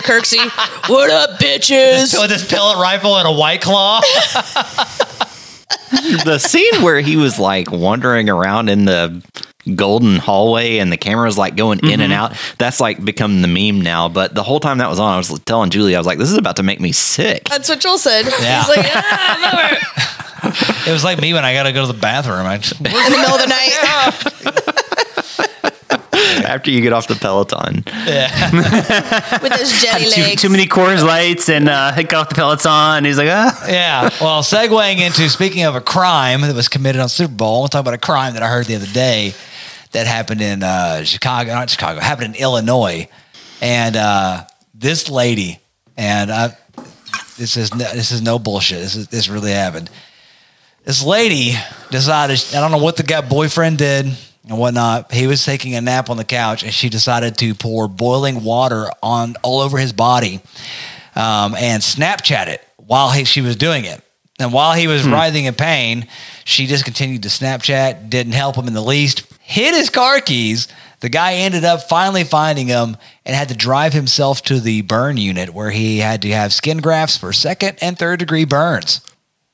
S1: [LAUGHS]
S3: Kirksey. what up, bitches?
S1: so with this pellet rifle and a white claw.
S4: the scene where he was like wandering around in the golden hallway and the camera's like going in and out that's like become the meme now but the whole time that was on i was telling julie i was like this is about to make me [LAUGHS] sick
S3: That's what Joel said.
S1: Yeah.
S3: He's like, ah, I'm
S1: [LAUGHS]
S3: over it."
S1: It was like me when I got to go to the bathroom. I just,
S3: in the middle of the
S1: [LAUGHS]
S3: night.
S4: after you get off the peloton
S3: with those jelly
S2: Too,
S3: legs.
S2: too many Coors Lights and uh, [LAUGHS] he got off the Peloton. He's like, ah.
S1: [LAUGHS] yeah. Well, segueing into speaking of a crime that was committed on Super Bowl, I want to talk about a crime that I heard the other day that happened in uh, Chicago, not Chicago, happened in Illinois, and uh, this lady, and I, this is no, this is no bullshit. This is this really happened. this lady decided I don't know what the guy boyfriend did and whatnot. He was taking a nap on the couch, and she decided to pour boiling water on all over his body, um, and Snapchat it while he, she was doing it. And while he was writhing in pain, she just continued to Snapchat. Didn't help him in the least. Hit his car keys. The guy ended up finally finding him and had to drive himself to the burn unit where he had to have skin grafts for second and third degree burns.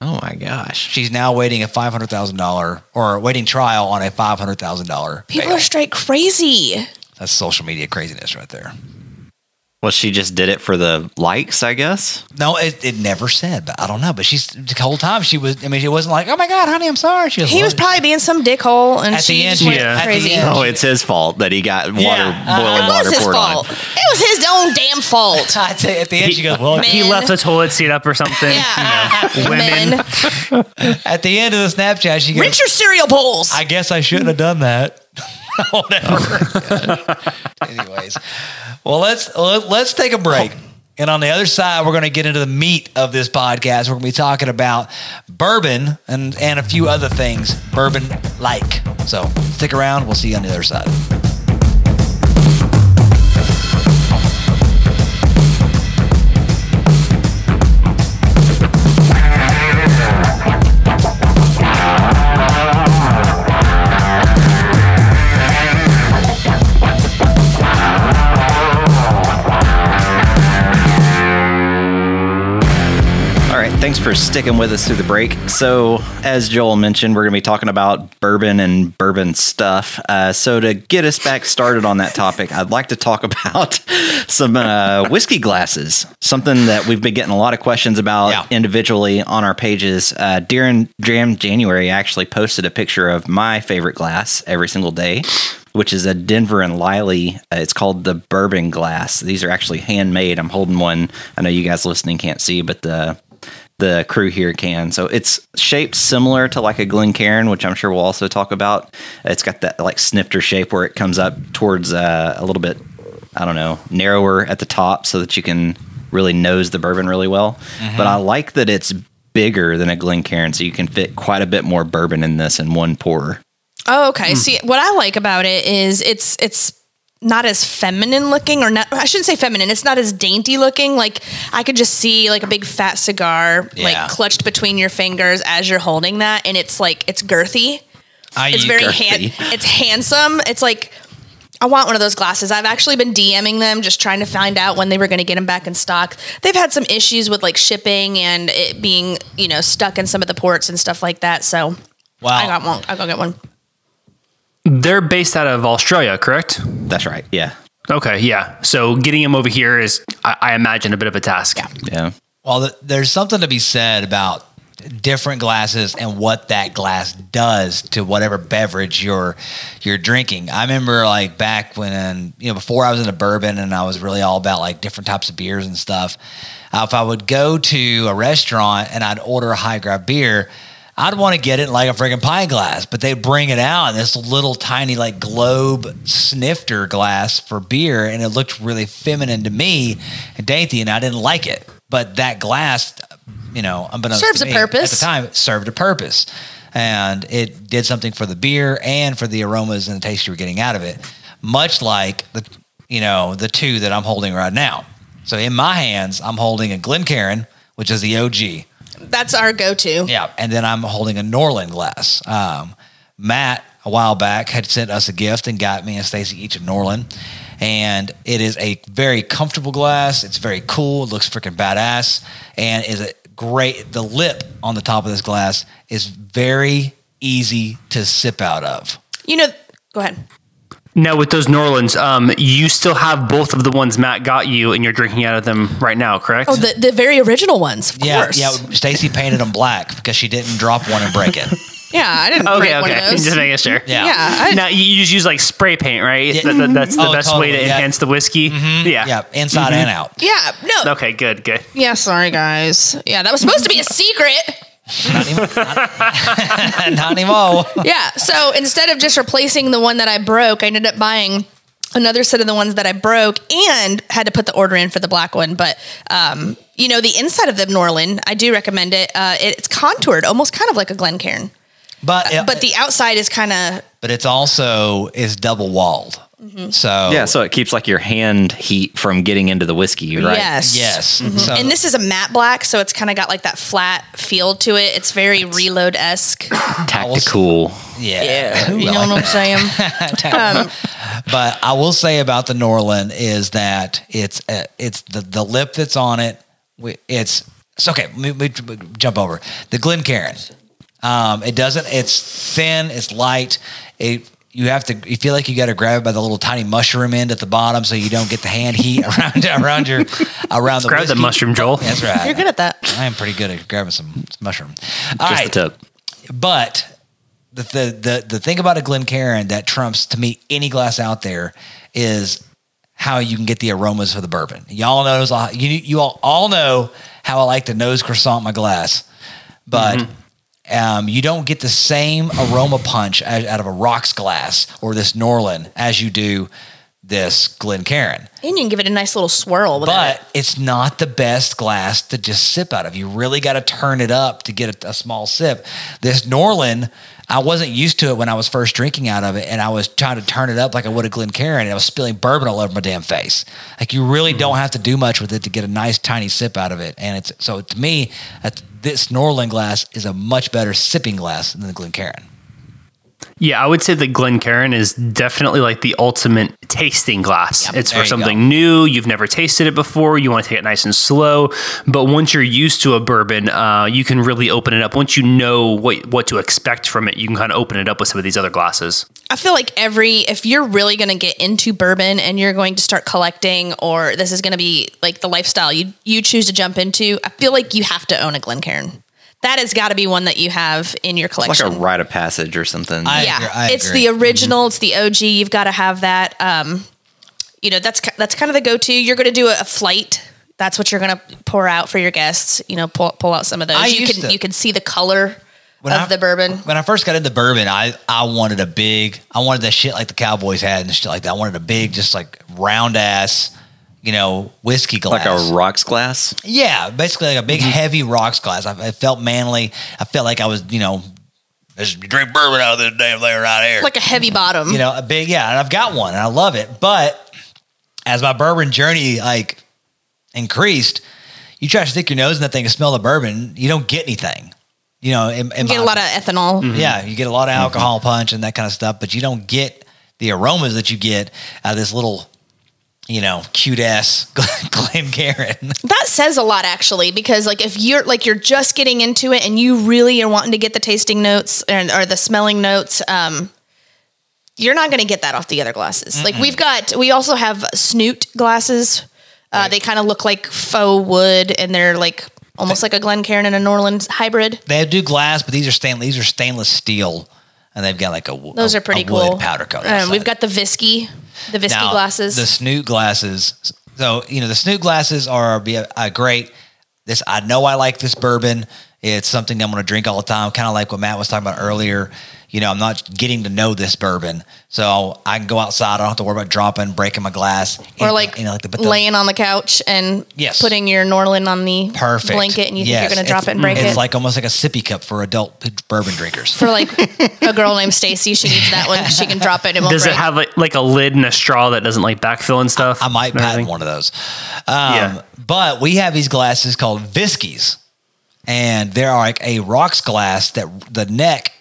S4: oh my gosh
S1: She's now waiting a five hundred thousand dollar or waiting trial on a five hundred thousand dollar.
S3: People are straight crazy.
S1: That's social media craziness right there.
S4: well she just did it for the likes i guess
S1: No, it, it never said, but I don't know. But she's the whole time she was. I mean, she wasn't like, "Oh my god, honey, I'm sorry." She was.
S3: He was
S1: like-
S3: probably being some dickhole, and
S1: At the
S3: she
S1: end,
S3: just went
S2: yeah. At the
S3: crazy.
S1: end,
S4: oh it's his fault that he got water
S1: Yeah.
S4: boiling
S1: Uh,
S3: It
S4: water
S3: was his
S4: poured
S3: fault.
S4: on him.
S3: It was his own damn fault.
S1: I tell you, [LAUGHS] at the end, she goes, "Well,
S3: Man.
S2: He left the toilet seat up or something.
S3: Yeah.
S2: You know, women.
S3: [LAUGHS] Men,
S1: at the end of the Snapchat, she goes,
S3: rinse your cereal bowls.
S1: I guess I shouldn't have done that. [LAUGHS] Whatever. Anyways, well let's let- let's take a break. And on the other side, we're going to get into the meat of this podcast. We're going to be talking about bourbon and, and a few other things bourbon like. So stick around. We'll see you on the other side.
S4: All right, thanks for sticking with us through the break. So, as Joel mentioned, we're going to be talking about bourbon and bourbon stuff. Uh, so, to get us back started on that topic, I'd like to talk [LAUGHS] about some uh, whiskey glasses, something that we've been getting a lot of questions about
S1: Yeah.
S4: individually on our pages. Uh, during Jam January, I actually posted a picture of my favorite glass every single day, which is a Denver and Liley. Uh, it's called the Bourbon Glass. These are actually handmade. I'm holding one. I know you guys listening can't see, but the the crew here can. So it's shaped similar to like a Glencairn, which I'm sure we'll also talk about. It's got that like snifter shape where it comes up towards uh, a little bit, I don't know, narrower at the top so that you can really nose the bourbon really well. But I like that it's bigger than a Glencairn, so you can fit quite a bit more bourbon in this in one pour.
S3: Oh,
S1: Hmm.
S3: okay. See, what I like about it is it's it's not as feminine looking, or not. I shouldn't say feminine. It's not as dainty looking. Like I could just see like a big fat cigar
S1: Yeah.
S3: like clutched between your fingers as you're holding that, and it's like it's girthy.
S1: I
S3: It's very hand. It's handsome. It's like I want one of those glasses. I've actually been DMing them just trying to find out when they were going to get them back in stock. They've had some issues with like shipping and it being you know stuck in some of the ports and stuff like that. So
S1: Wow.
S3: I got one. I will go get one.
S2: They're based out of Australia, correct?
S4: That's right. Yeah.
S2: Okay, yeah. So getting him over here is, I, I imagine, a bit of a task.
S4: Yeah.
S1: Well, th- there's something to be said about different glasses and what that glass does to whatever beverage you're you're drinking. I remember like back when um, you know before I was into bourbon and I was really all about like different types of beers and stuff. Uh, if I would go to a restaurant and I'd order a high grade beer, I'd want to get it in like a friggin' pint glass, but they bring it out in this little tiny like globe snifter glass for beer, and it looked really feminine to me and dainty, and I didn't like it. But that glass, you know, unbeknownst
S3: Serves
S1: to
S3: a
S1: me,
S3: purpose.
S1: at the time, it served a purpose. and it did something for the beer and for the aromas and the taste you were getting out of it. Much like the you know the two that I'm holding right now. So in my hands, I'm holding a Glencairn, which is the OG.
S3: That's our go-to.
S1: Yeah, and then I'm holding a Norland glass. Um, Matt a while back had sent us a gift and got me and Stacy each a Norland, and it is a very comfortable glass. It's very cool. It looks freaking badass, and is a great. The lip on the top of this glass is very easy to sip out of.
S3: You know, go ahead.
S2: Now with those Norlands, um, you still have both of the ones Matt got you, and you're drinking out of them right now, correct?
S3: Oh, the, the very original ones, of
S1: Yeah,
S3: course.
S1: yeah. Stacy painted them black because she didn't drop one and
S3: [LAUGHS]
S1: break it.
S3: Yeah, I didn't break
S2: okay,
S3: Oh, one
S2: okay.
S3: of those.
S2: Just making sure.
S1: Yeah.
S3: Yeah, I-
S2: Now you you just use like spray paint, right?
S1: Yeah.
S2: That- that- that's the
S1: Oh,
S2: best way to
S1: totally, yeah. Mm-hmm.
S2: enhance the whiskey. Yeah.
S1: Yeah, inside and
S3: Mm-hmm.
S1: out.
S3: yeah, no.
S2: Okay. Good. Good.
S3: Yeah, sorry guys. Yeah, that was supposed to be a secret.
S1: Not, even, not, [LAUGHS] not anymore.
S3: Yeah. So instead of just replacing the one that I broke, I ended up buying another set of the ones that I broke and had to put the order in for the black one. But um, you know, the inside of the Norlin, I do recommend it. Uh, it it's contoured, almost kind of like a Glencairn,
S1: But
S3: but the outside is kind of
S1: but it's also is double walled.
S3: Mm-hmm.
S1: So
S4: Yeah, so it keeps like your hand heat from getting into the whiskey, right?
S3: yes,
S1: yes. So
S3: Mm-hmm. And this is a matte black, so it's kind of got like that flat feel to it. It's very reload esque.
S4: Tactical.
S1: yeah. [LAUGHS]
S3: you know what I'm saying?
S1: But I will say about the Norland is that it's uh, it's the the lip that's on it. we- It's it's okay. We, we we jump over the Glencairn. Um, it doesn't. It's thin. It's light. It you have to. You feel like you got to grab it by the little tiny mushroom end at the bottom so you don't get the hand heat [LAUGHS] around around your around the
S2: Grab the
S1: whiskey.
S2: mushroom, Joel.
S1: That's right.
S3: You're good at that.
S1: I am pretty good at grabbing some mushroom. All
S4: Just
S1: right.
S4: the tip.
S1: But the, the the the thing about a Glencairn that trumps to me any glass out there is how you can get the aromas for the bourbon. Y'all knows you you all, all know how I like to nose croissant in my glass, but. Um, you don't get the same aroma punch as, out of a rocks glass or this Norland as you do this Glencairn
S3: And you can give it a nice little swirl. With
S1: but it's not the best glass to just sip out of. You really got to turn it up to get a, a small sip. This Norlin, I wasn't used to it when I was first drinking out of it, and I was trying to turn it up like I would a Glencairn, and I was spilling bourbon all over my damn face. Like you really don't have to do much with it to get a nice tiny sip out of it, and it's so to me, that's, this Norlin glass is a much better sipping glass than the Glencairn.
S2: Yeah, I would say the Glencairn is definitely like the ultimate tasting glass. it's
S1: there
S2: for
S1: you
S2: something
S1: go.
S2: new. You've never tasted it before. You want to take it nice and slow. But once you're used to a bourbon, uh, you can really open it up. Once you know what, what to expect from it, you can kind of open it up with some of these other glasses.
S3: I feel like every if you're really going to get into bourbon and you're going to start collecting or this is going to be like the lifestyle you you choose to jump into, I feel like you have to own a Glencairn. That has got to be one that you have in your
S4: Like
S3: collection.
S4: a rite of passage or something.
S1: I
S3: yeah,
S1: agree, I
S3: it's
S1: agree. Mm-hmm.
S3: the original, it's the OG. You've got to have that um you know, that's ki- that's kind of the go-to. You're going to do a, a flight that's what you're going to pour out for your guests. You know, pull, pull out some of those.
S1: I
S3: you
S1: used
S3: can
S1: to-
S3: you can see the color
S1: When
S3: of
S1: I-
S3: the bourbon.
S1: When I first got into bourbon, I, I wanted a big, I wanted that shit like the Cowboys had and shit like that. I wanted a big, just like round ass, you know, whiskey glass.
S4: like a Mm-hmm. rocks glass.
S1: yeah, basically like a big, heavy rocks glass. I, I felt manly. I felt like I was, you know, just drink bourbon out of this damn thing right here.
S3: Like a heavy bottom.
S1: you know, a big, yeah, and I've got one and I love it. But as my bourbon journey like increased, you try to stick your nose in that thing and smell the bourbon, you don't get anything. You know, in, in
S3: you get a
S1: my-
S3: lot of ethanol.
S1: yeah, you get a lot
S3: Mm-hmm.
S1: of alcohol punch and that kind of stuff, but you don't get the aromas that you get out of this little, you know, cute ass [LAUGHS] Glencairn.
S3: That says a lot actually, because like if you're like you're just getting into it and you really are wanting to get the tasting notes and or the smelling notes, um, you're not going to get that off the other glasses. Like we've got, we also have snoot glasses. Uh, They kind of look like faux wood, and they're like almost like a Glencairn and a Norland hybrid.
S1: They do glass, but these are stainless. These are stainless steel, and they've got like a wo-
S3: Those
S1: a-
S3: are pretty
S1: a
S3: cool.
S1: wood powder coat.
S3: Um,
S1: outside.
S3: we've got the Visky, the Visky
S1: Now,
S3: glasses.
S1: The snoot glasses. So you know the snoot glasses are be a, a great. This I know I like this bourbon. It's something I'm going to drink all the time. Kind of like what Matt was talking about earlier. you know, I'm not getting to know this bourbon. So I can go outside. I don't have to worry about dropping, breaking my glass.
S3: Or
S1: And,
S3: like,
S1: you know, like the, but the-
S3: laying on the couch and
S1: Yes.
S3: putting your Norlin on the
S1: perfect.
S3: blanket and you think
S1: Yes,
S3: you're going
S1: it's-
S3: to drop it and break
S1: It's
S3: it.
S1: like almost like a sippy cup for adult bourbon drinkers.
S3: For like a girl named Stacy, she needs that one. She can drop it. And it won't
S2: Does
S3: break.
S2: it have like, like a lid and a straw that doesn't like backfill and stuff?
S1: Oh, I might
S2: and everything?
S1: patent one of those. Um,
S2: Yeah.
S1: But we have these glasses called Viskies, and they're like a rocks glass that the neck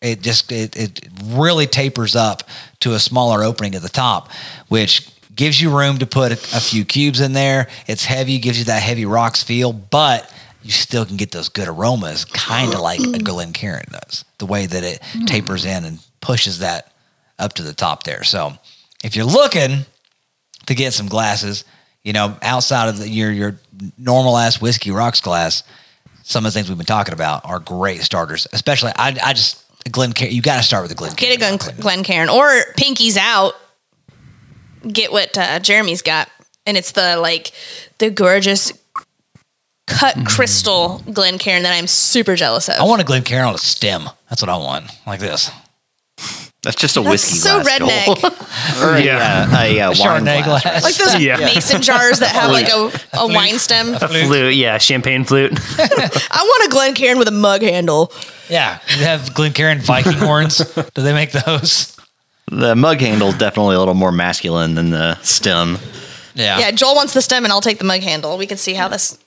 S1: it just it, it really tapers up to a smaller opening at the top, which gives you room to put a, a few cubes in there. It's heavy, gives you that heavy rocks feel, but you still can get those good aromas, kind of like a Glencairn does. The way that it tapers in and pushes that up to the top there. So, if you're looking to get some glasses. You know, outside of the, your your normal ass whiskey rocks glass, some of the things we've been talking about are great starters. Especially, I I just Glen you got to start with the Glen.
S3: Get a Glen, Glen Cairn or Pinky's out. Get what uh, Jeremy's got, and it's the like the gorgeous cut crystal Glen Cairn that I'm super jealous of.
S1: I want a Glen on a stem. That's what I want, like this.
S4: That's just a
S3: That's
S4: whiskey
S3: so
S4: glass, Joel.
S3: redneck.
S4: [LAUGHS] Or a,
S2: Yeah.
S4: uh, a, uh, wine
S1: Chardonnay
S4: glass.
S1: glass.
S3: like those
S2: Yeah.
S3: mason jars that have like a, a wine stem. I
S2: Flute, yeah, champagne flute. [LAUGHS]
S3: want a Glen Cairn with a mug handle.
S1: yeah, you have Glen Viking
S4: [LAUGHS]
S1: horns. Do they make those?
S4: The mug handle is definitely a little more masculine than the stem.
S1: Yeah.
S3: Yeah, Joel wants the stem, and I'll take the mug handle. We can see how this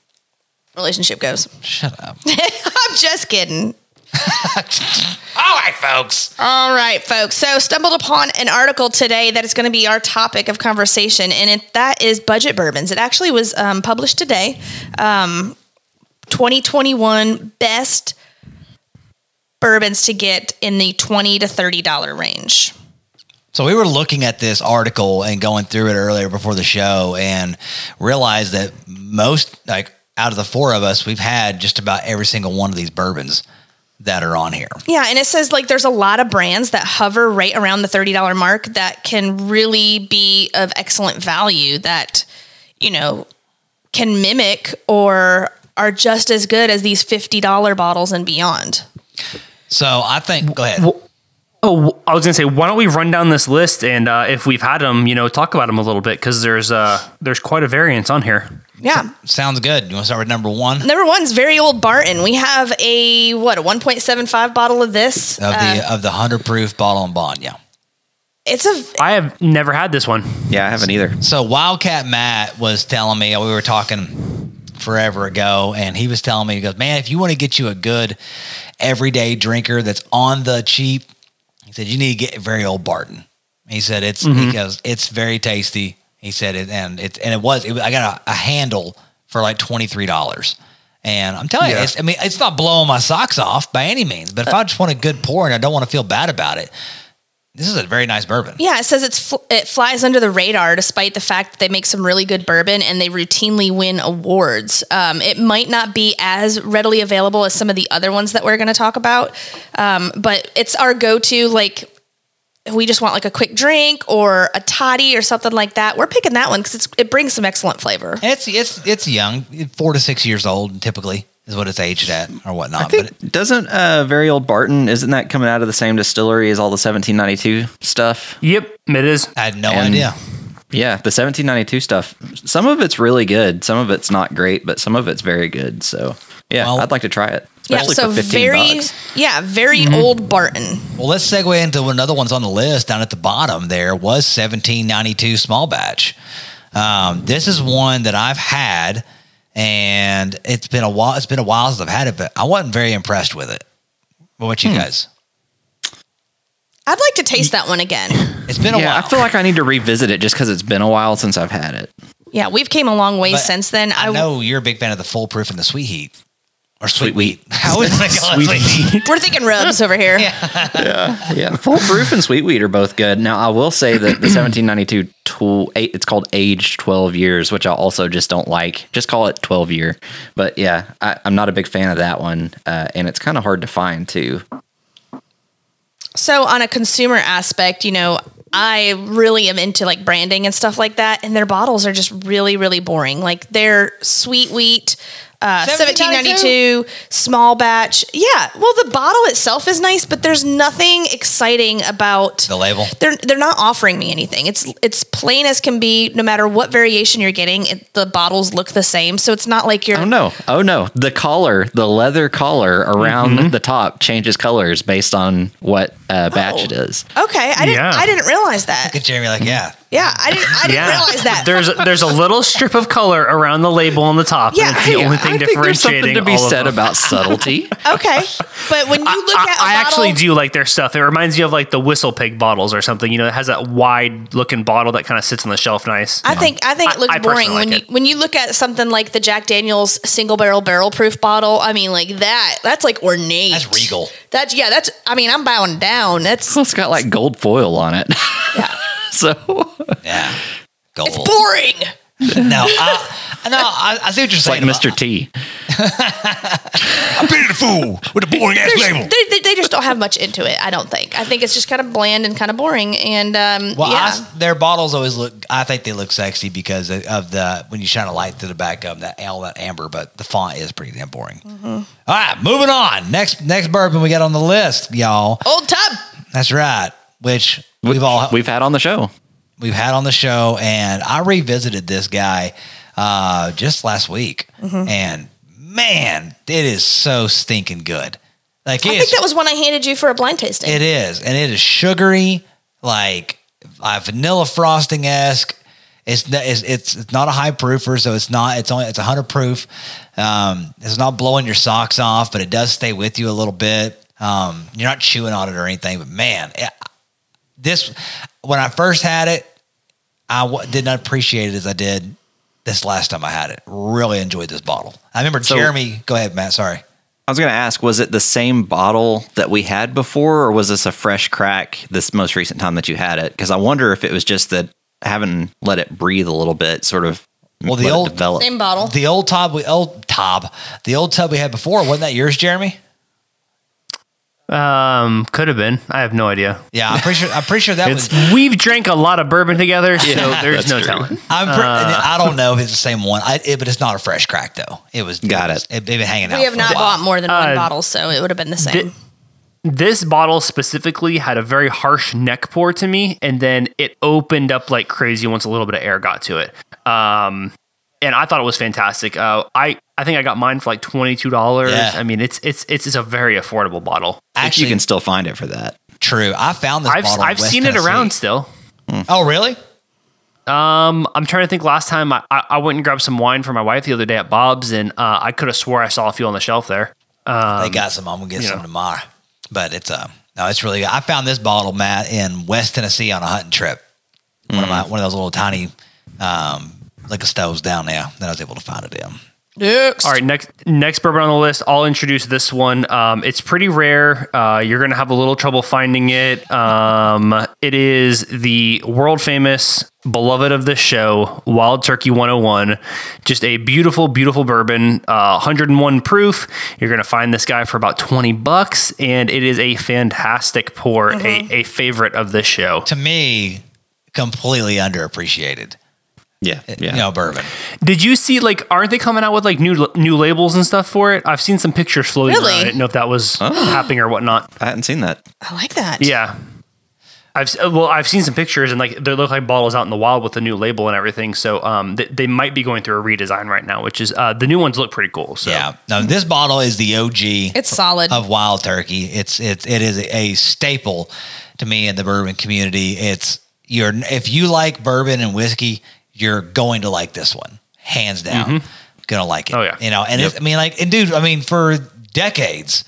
S3: relationship goes.
S1: Shut up.
S3: [LAUGHS] I'm just kidding.
S1: All right, folks.
S3: All right, folks. So, stumbled upon an article today that is going to be our topic of conversation, and it, that is budget bourbons. It actually was um, published today, um, 2021 best bourbons to get in the 20 to 30 dollar range.
S1: So we were looking at this article and going through it earlier before the show and realized that most like out of the four of us, we've had just about every single one of these bourbons that are on here.
S3: Yeah, and it says like there's a lot of brands that hover right around the $30 mark that can really be of excellent value that, you know, can mimic or are just as good as these $50 bottles and beyond.
S1: So I think go ahead.
S2: Oh, I was gonna say, why don't we run down this list and uh, if we've had them, you know, talk about them a little bit because there's uh, there's quite a variance on here.
S3: Yeah.
S1: Sounds good. You want to start with number one of
S3: Number one's very old Barton. We have a what, a 1.75 bottle of this. Uh,
S1: the of the hundred proof bottle and bond? Yeah.
S3: It's a
S2: I have never had this one.
S4: Yeah, I haven't either.
S1: So Wildcat Matt was telling me we were talking forever ago, and he was telling me he goes, "Man, if you want to get you a good everyday drinker that's on the cheap, he said you need to get very old Barton." He said it's he goes it's very tasty. He said it and it and it was, it was I got a, a handle for like twenty three dollars. And I'm telling you,
S2: Yeah.
S1: it's, I mean, it's not blowing my socks off by any means. But if I just want a good pour and I don't want to feel bad about it, this is a very nice bourbon.
S3: yeah, it says it's fl- it flies under the radar despite the fact that they make some really good bourbon and they routinely win awards. Um, it might not be as readily available as some of the other ones that we're going to talk about, um, but it's our go-to. Like if we just want like a quick drink or a toddy or something like that. We're picking that one because it brings some excellent flavor.
S1: And It's it's it's young, four to six years old typically is what it's aged at or whatnot. but it,
S4: Doesn't uh, very old Barton? Isn't that coming out of the same distillery as all the 1792 stuff?
S2: Yep, it is.
S1: I had no
S4: And-
S1: idea.
S4: Yeah, the 1792 stuff. Some of it's really good. Some of it's not great, but some of it's very good. So yeah,
S1: Well-
S4: I'd like to try it, especially for 15
S3: very
S4: bucks.
S3: yeah, very old Barton.
S1: Well, let's segue into another one's on the list down at the bottom. There was 1792 small batch. Um, this is one that I've had, and it's been a while. It's been a while since I've had it, but I wasn't very impressed with it. What about you
S4: Hmm.
S1: guys?
S3: I'd like to taste that one again.
S1: [LAUGHS] It's been a
S4: Yeah,
S1: while.
S4: I feel like I need to revisit it just because it's been a while since I've had it.
S3: Yeah, we've came a long way
S1: But
S3: since then. I,
S1: I know you're a big fan of the full proof and the sweet heat or sweet, wheat. [LAUGHS]
S4: Wheat.
S1: How is it? Sweet heat.
S3: we're thinking rubs over here.
S4: Yeah, full proof and sweet wheat are both good. Now, I will say that the 1792 tool, eight, it's called aged 12 years, which I also just don't like. Just call it 12 year. But yeah, I, I'm not a big fan of that one. Uh, and it's kind of hard to find too.
S3: So on a consumer aspect, you know, I really am into like branding and stuff like that, and their bottles are just really, really boring. Like their sweet wheat uh, 1792 small batch. Yeah. Well, the bottle itself is nice, but there's nothing exciting about
S1: [LAUGHS] The label?
S3: They're they're not offering me anything. It's it's plain as can be. No matter what variation you're getting, it, the bottles look the same. So it's not like you're.
S4: Oh no! Oh no! The collar, the leather collar around the top changes colors based on what uh, batch it is.
S3: Okay, I didn't.
S2: Yeah.
S3: I didn't realize that.
S1: [LAUGHS] Look at Jeremy like, yeah.
S3: Yeah, I didn't. I didn't realize that.
S2: There's there's a little strip of color around the label on the top,
S3: Yeah.
S2: and it's the
S3: Hey,
S2: only thing
S4: I think there's
S2: differentiating
S4: something to be
S2: all of
S4: said
S2: them.
S4: about [LAUGHS] subtlety.
S3: okay, but when you look
S2: I,
S3: at, a
S2: I actually
S3: bottle-
S2: do like their stuff. It reminds you of like the whistle pig bottles or something. You know, it has that wide looking bottle that kind of sits on the shelf nice.
S3: I think I think
S2: I-
S3: it looks
S2: I personally
S3: boring
S2: like
S3: when
S2: it.
S3: you when you look at something like the Jack Daniel's single barrel barrel proof bottle. I mean, like that. That's like ornate.
S1: That's regal.
S3: That's yeah. That's. I mean, I'm bowing down.
S4: [LAUGHS]
S3: That's
S4: it's got like gold foil on it. [LAUGHS] so
S1: Yeah. Gold.
S3: it's boring.
S1: [LAUGHS] No, I, no, I, I see what you're saying.
S4: like Mr. T.
S1: I've been a fool with a boring ass
S3: There's- They, they, they just don't have much into it. I don't think. I think it's just kind of bland and kind of boring. And um,
S1: Well, I
S3: yeah,
S1: s their bottles always look. I think they look sexy because of the when you shine a light through the back of them, that all that amber. But the font is pretty damn boring. All right, moving on. Next next bourbon we got on the list, y'all.
S3: old tub.
S1: That's right. Which
S4: We've
S1: we've all
S4: we've had on the show.
S1: we've had on the show, and I revisited this guy uh, just last week, and man, it is so stinking good. Like
S3: I
S1: it
S3: think
S1: is
S3: that was one I handed you for a blind tasting.
S1: It is, and it is sugary, like uh, vanilla frosting esque. It's, n- it's it's it's not a high proofer, so it's not. It's only it's hundred proof. Um, it's not blowing your socks off, but it does stay with you a little bit. Um, you're not chewing on it or anything, but man, it, this when I first had it, I w- did not appreciate it as I did this last time I had it. Really enjoyed this bottle. I remember Jeremy. Go ahead, Matt. Sorry.
S4: I was going to ask, was it the same bottle that we had before, or was this a fresh crack this most recent time that you had it? Because I wonder if it was just that having let it breathe a little bit, sort of.
S1: Well, the
S4: let it
S1: old-
S4: develop.
S3: Same bottle.
S1: The old tub we old tub, the old tub we had before wasn't that yours, Jeremy?
S2: Um, could have been. I have no idea.
S1: Yeah, I'm pretty sure. I'm pretty sure that was.
S2: It's we've drank a lot of bourbon
S4: [LAUGHS]
S2: together, so there's
S4: that's
S2: no
S4: true.
S2: telling.
S1: I'm. Pre-
S2: uh,
S1: I don't know if it's the same one, I, it, but it's not a fresh crack though. It was.
S4: Got
S1: was- It, been hanging out.
S3: We have
S1: for
S3: not
S1: a while.
S3: bought more than one
S2: Uh,
S3: bottle, so it would have been the same.
S2: This bottle specifically had a very harsh neck pour to me, and then it opened up like crazy once a little bit of air got to it. Um, and I thought it was fantastic. Uh, I I think I got mine for like twenty two dollars.
S1: Yeah.
S2: I mean, it's it's it's it's a very affordable bottle.
S4: Actually,
S1: Actually,
S4: you can still find it for that.
S1: true. I found this.
S2: I've
S1: bottle in
S2: I've
S1: West
S2: seen it
S1: Tennessee.
S2: around still.
S1: Oh, really?
S2: Um, I'm trying to think. Last time I, I, I went and grabbed some wine for my wife the other day at Bob's, and uh, I could have swore I saw a few on the shelf there.
S1: they got some. I'm gonna get
S2: Um, you
S1: some
S2: know.
S1: tomorrow. But it's uh no, it's really good. I found this bottle, Matt, in West Tennessee on a hunting trip. One of my
S2: Mm.
S1: one of those little tiny um liquor stoves down there that I was able to find it in.
S3: Next.
S2: All right, next next bourbon on the list. I'll introduce this one. Um, it's pretty rare. Uh, you're gonna have a little trouble finding it. Um, it is the world famous, beloved of this show, Wild Turkey 101. Just a beautiful, beautiful bourbon. Uh, 101 proof. You're gonna find this guy for about 20 bucks, and it is a fantastic pour. A, a favorite of this show.
S1: To me, completely underappreciated.
S4: Yeah, yeah.
S1: You know, bourbon.
S2: Did you see like aren't they coming out with like new new labels and stuff for it? I've seen some pictures floating
S3: Really?
S2: around. I didn't know if that was happening or whatnot.
S4: I hadn't seen that.
S3: I like that.
S2: Yeah. I've s- well, I've seen some pictures and like they look like bottles out in the wild with the new label and everything. So um, th- they might be going through a redesign right now, which is uh, the new ones look pretty cool. So
S1: Yeah. No, this bottle is the OG.
S3: It's solid.
S1: of wild turkey. It's it's it is a staple to me in the bourbon community. It's you're if you like bourbon and whiskey, you're going to like this one hands down.
S4: Mm-hmm.
S1: Gonna like it.
S2: Oh, yeah.
S1: you know. And it's, I mean, like, and dude, I mean, for decades.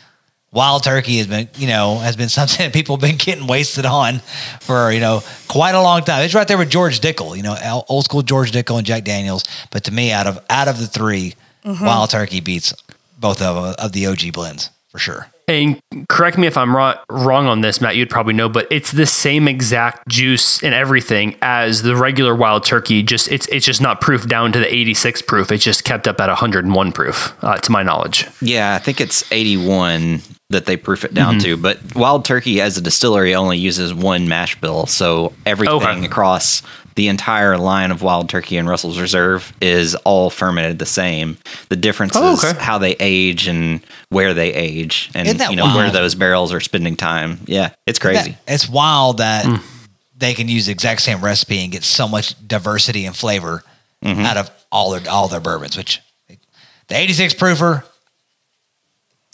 S1: Wild turkey has been, you know, has been [LAUGHS] something that people have been getting wasted on for, you know, quite a long time. It's right there with George Dickel, you know, el- old school George Dickel and Jack Daniels. But to me, out of out of the 3 Wild Turkey beats both of of the OG blends for sure.
S2: and correct me if I'm wrong, wrong on this, Matt. You'd probably know, but it's the same exact juice and everything as the regular wild turkey. Just it's it's just not proof down to the 86 proof. It's just kept up at 101 proof, uh, to my knowledge.
S4: Yeah, I think it's 81 that they proof it down to. But Wild Turkey, as a distillery, only uses one mash bill. So everything
S2: Okay.
S4: across the entire line of Wild Turkey and Russell's Reserve is all fermented the same. The difference
S2: Oh,
S4: is
S2: okay.
S4: how they age and where they age, and
S1: Isn't that
S4: you know where
S1: wild?
S4: those barrels are spending time. Yeah, it's crazy. Mm.
S1: That- it's wild that they can use the exact same recipe and get so much diversity and flavor
S4: Mm-hmm.
S1: out of all their all their bourbons. Which the 86 proofer,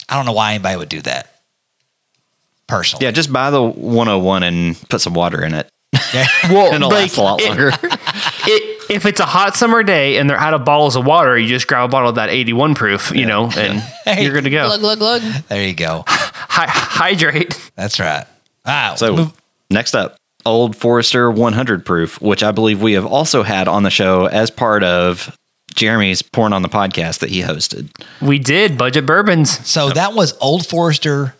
S1: I don't know why anybody would do that. Personally,
S4: yeah, just buy the 101 and put some water in it.
S2: Well,
S4: It'll last a lot
S2: it-
S4: longer.
S2: it- if it's a hot summer day and they're out of bottles of water, you just grab a bottle of that 81 proof, you [LAUGHS] know, and you're good to go.
S3: Glug, glug, glug.
S1: there you go.
S2: Hi- hydrate.
S1: That's right. Wow.
S4: So next up, Old Forester 100 proof, which I believe we have also had on the show as part of Jeremy's porn on the podcast that he hosted.
S2: We did budget bourbons.
S1: So that was Old Forester,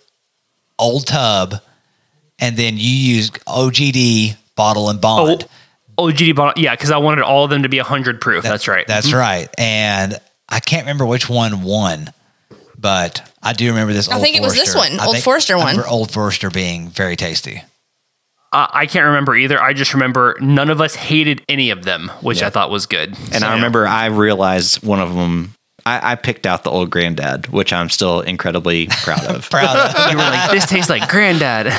S1: Old Tub, and then you used OGD bottle and bond.
S2: OGD bottle. Yeah, because I wanted all of them to be 100 proof. that's right. Mm-hmm.
S1: That's right. And I can't remember which one won, but I do remember this. I
S3: think it was this one, Old Forester
S1: I
S3: one.
S1: remember Old Forester being very tasty.
S2: I, I can't remember either. I just remember none of us hated any of them, which I thought was good.
S4: And I remember I realized one of them, I, I picked out the old granddad, which I'm still incredibly proud of.
S1: Proud
S2: [LAUGHS]
S1: of
S2: [LAUGHS] you were like, this tastes like granddad. [LAUGHS]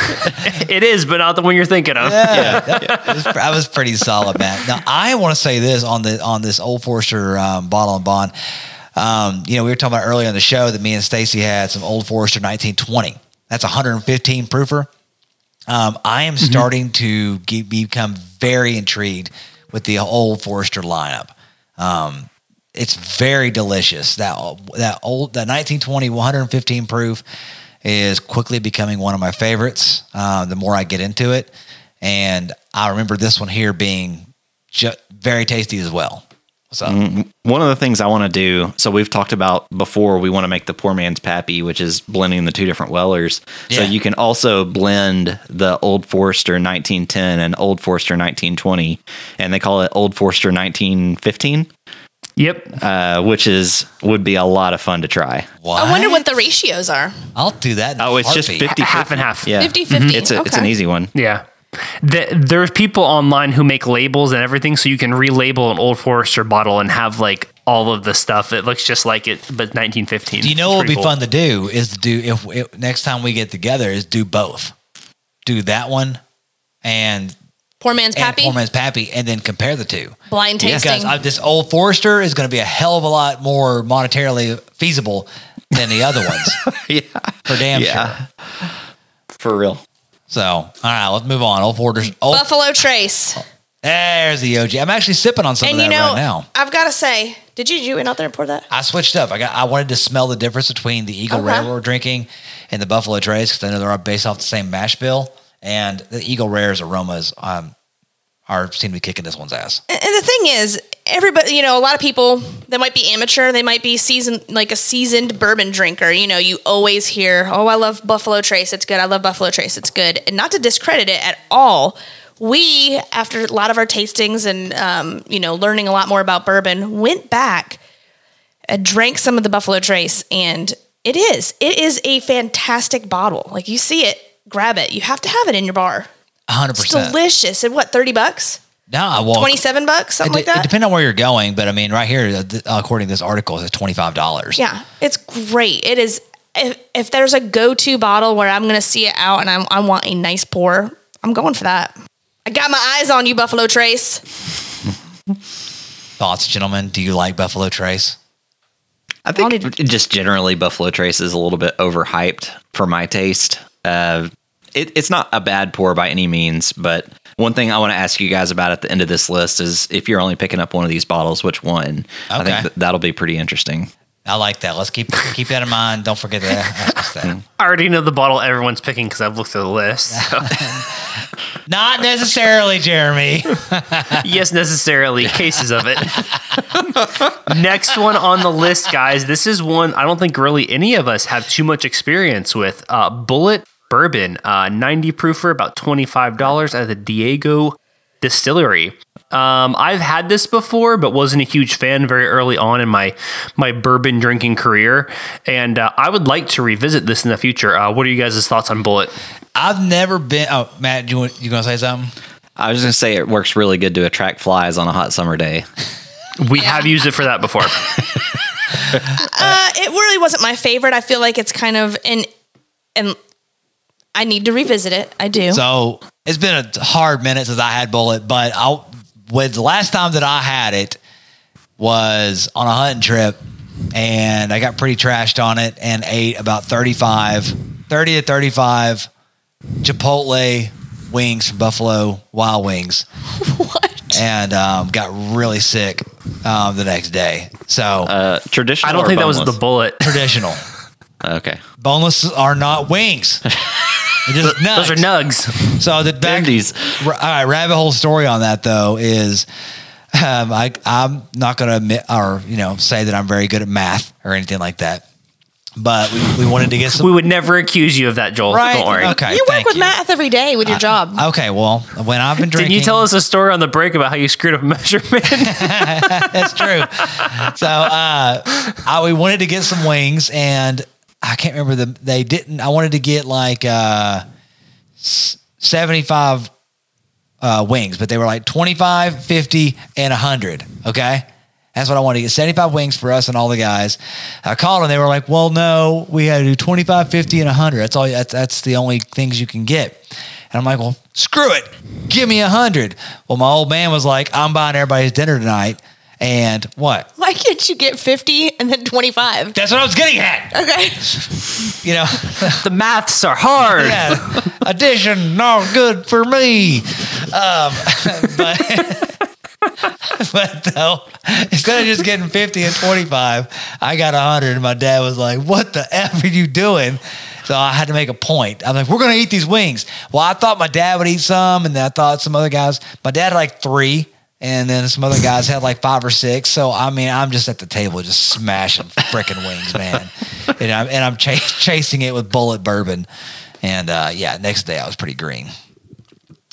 S2: it is, but not the one you're thinking of.
S1: [LAUGHS] I was, I was pretty solid, man. Now I want to say this on the on this Old Forester um, bottle and bond. Um, you know, we were talking about earlier on the show that me and Stacy had some Old Forester 1920. That's 115 proofer. Um, I
S2: Mm-hmm.
S1: am starting to get, become very intrigued with the Old Forester lineup. Um, it's very delicious. That that old that 1920 115 proof is quickly becoming one of my favorites. Uh, the more I get into it, and I remember this one here being ju- very tasty as well. So
S3: Mm-hmm.
S4: One of the things I want to do, so we've talked about before, we want to make the poor man's pappy, which is blending the two different Wellers. So
S1: Yeah.
S4: you can also blend the Old Forester 1910 and Old Forester 1920, and they call it Old Forester 1915,
S2: Yep.
S4: uh, which is would be a lot of fun to try.
S3: I wonder what the ratios are.
S1: I'll do that. in a
S4: Oh, it's just
S1: heartbeat.
S4: 50
S2: half and half.
S4: Yeah, Mm-hmm.
S3: 50-50,
S4: It's a, it's an
S3: okay.
S4: easy one.
S2: Yeah. Th there's people online who make labels and everything, so you can relabel an Old Forester bottle and have like all of the stuff. It looks just like it, but 1915.
S1: Do you know
S2: It's
S1: what would
S2: pretty
S1: be
S2: cool.
S1: fun to do is to do if, if next time we get together is do both, do that one, and
S3: Poor man's
S1: and
S3: pappy.
S1: poor man's pappy, and then compare the two.
S3: Blind tasting.
S1: Because uh, this old Forester is going to be a hell of a lot more monetarily feasible than the other ones,
S4: [LAUGHS] yeah,
S1: for damn
S4: Yeah.
S1: sure.
S4: for real.
S1: So, all right, let's move on. Old Forester. Old,
S3: Buffalo Trace.
S1: there's the OG. I'm actually sipping on some
S3: and
S1: of that
S3: you know,
S1: right now.
S3: I've got to say, did you, did you went out there and pour that?
S1: I switched up. I got. I wanted to smell the difference between the Eagle
S3: Okay.
S1: Rare we're drinking and the Buffalo Trace because I know they're all based off the same mash bill, and the Eagle Rare's aromas um, are seem to be kicking this one's ass.
S3: And the thing is, everybody, you know, a lot of people they might be amateur, they might be seasoned like a seasoned bourbon drinker. You know, you always hear, "Oh, I love Buffalo Trace, it's good. I love Buffalo Trace, it's good." And not to discredit it at all, we after a lot of our tastings and um, you know, learning a lot more about bourbon, went back and drank some of the Buffalo Trace and it is. It is a fantastic bottle. Like you see it, grab it. You have to have it in your bar.
S1: hundred
S3: It's
S1: percent.
S3: delicious. And what, 30 bucks?
S1: No, I won't.
S3: 27 bucks, something
S1: It,
S3: like that?
S1: it depends on where you're going, but I mean, right here, uh, th- according to this article, it's twenty five dollars.
S3: Yeah, it's great. It is. If, if there's a go-to bottle where I'm going to see it out and I'm, I want a nice pour, I'm going for that. I got my eyes on you, Buffalo Trace.
S1: Thoughts, gentlemen? Do you like Buffalo Trace?
S4: I think just generally Buffalo Trace is a little bit overhyped for my taste. Uh, it, it's not a bad pour by any means, but one thing I want to ask you guys about at the end of this list is if you're only picking up one of these bottles, which one? I
S1: Okay.
S4: think that that'll be pretty interesting.
S1: I like that. Let's keep keep that in mind. Don't forget to ask us that.
S2: I already know the bottle everyone's picking because I've looked at the list. So,
S1: Not necessarily, Jeremy.
S2: yes, necessarily cases of it. Next one on the list, guys. This is one I don't think really any of us have too much experience with. Uh, Bullet Bourbon, uh, 90 proofer, about $25 at the Diego Distillery. Um, I've had this before, but wasn't a huge fan very early on in my my bourbon drinking career, and uh, I would like to revisit this in the future. Uh, what are you guys' thoughts on Bullet?
S1: I've never been. Oh, Matt, you want- you gonna say something?
S4: I was just gonna say it works really good to attract flies on a hot summer day.
S2: We have used it for that before.
S3: Uh, it really wasn't my favorite. I feel like it's kind of an and I need to revisit it. I do.
S1: So it's been a hard minute since I had bullet, but I with the last time that I had it was on a hunting trip and I got pretty trashed on it and ate about 35, 30 to 35 Chipotle wings from Buffalo Wild Wings
S3: what?
S1: and um, got really sick um, the next day. So
S4: [LAUGHS] Uh, traditional.
S2: I don't
S4: or
S2: think that was
S4: boneless?
S2: the bullet. [LAUGHS]
S1: traditional.
S4: Okay.
S1: Boneless are not
S2: [LAUGHS]
S1: wings. They're just
S2: Those are nugs.
S1: So the back,
S4: Bendies.
S1: Ra- all right, rabbit hole story on that though is um, I I'm not going to admit or you know say that I'm very good at math or anything like that, but we, we wanted to get some
S2: [LAUGHS] We would never accuse you of that, Joel.
S1: right.
S2: Don't worry.
S1: Okay,
S3: you work
S1: thank
S3: with
S1: you.
S3: math every day with your job.
S1: Okay, well when I've been
S2: Didn't
S1: drinking,
S2: you tell us a story on the break about how you screwed up a [LAUGHS] measurement?
S1: That's true. so uh, I, we wanted to get some wings, and I can't remember the they didn't. I wanted to get like uh, seventy five uh, wings, but they were like 25, 50, and hundred. Okay. That's what I wanted to get 75 wings for us and all the guys. I called and they were like, well, no, we had to do 25, 50, and 100. That's all. That's, that's the only things you can get. And I'm like, well, screw it. Give me 100. Well, my old man was like, I'm buying everybody's dinner tonight. And what?
S3: Why can't you get 50 and then 25?
S1: That's what I was getting at.
S3: Okay.
S1: [LAUGHS] You know,
S2: the maths are hard.
S1: yeah, [LAUGHS] addition not good for me. Um, but [LAUGHS] but though, instead of just getting fifty and twenty five, I got hundred, and my dad was like, "What the f are you doing?" So I had to make a point. I'm like, "We're gonna eat these wings." Well, I thought my dad would eat some, and then I thought some other guys. My dad had like three. And then some other guys had like five or six. So I mean, I'm just at the table, just smashing freaking wings, man. And I'm and I'm chas [LAUGHS] chasing it with bullet bourbon. And uh, yeah, next day I was pretty green.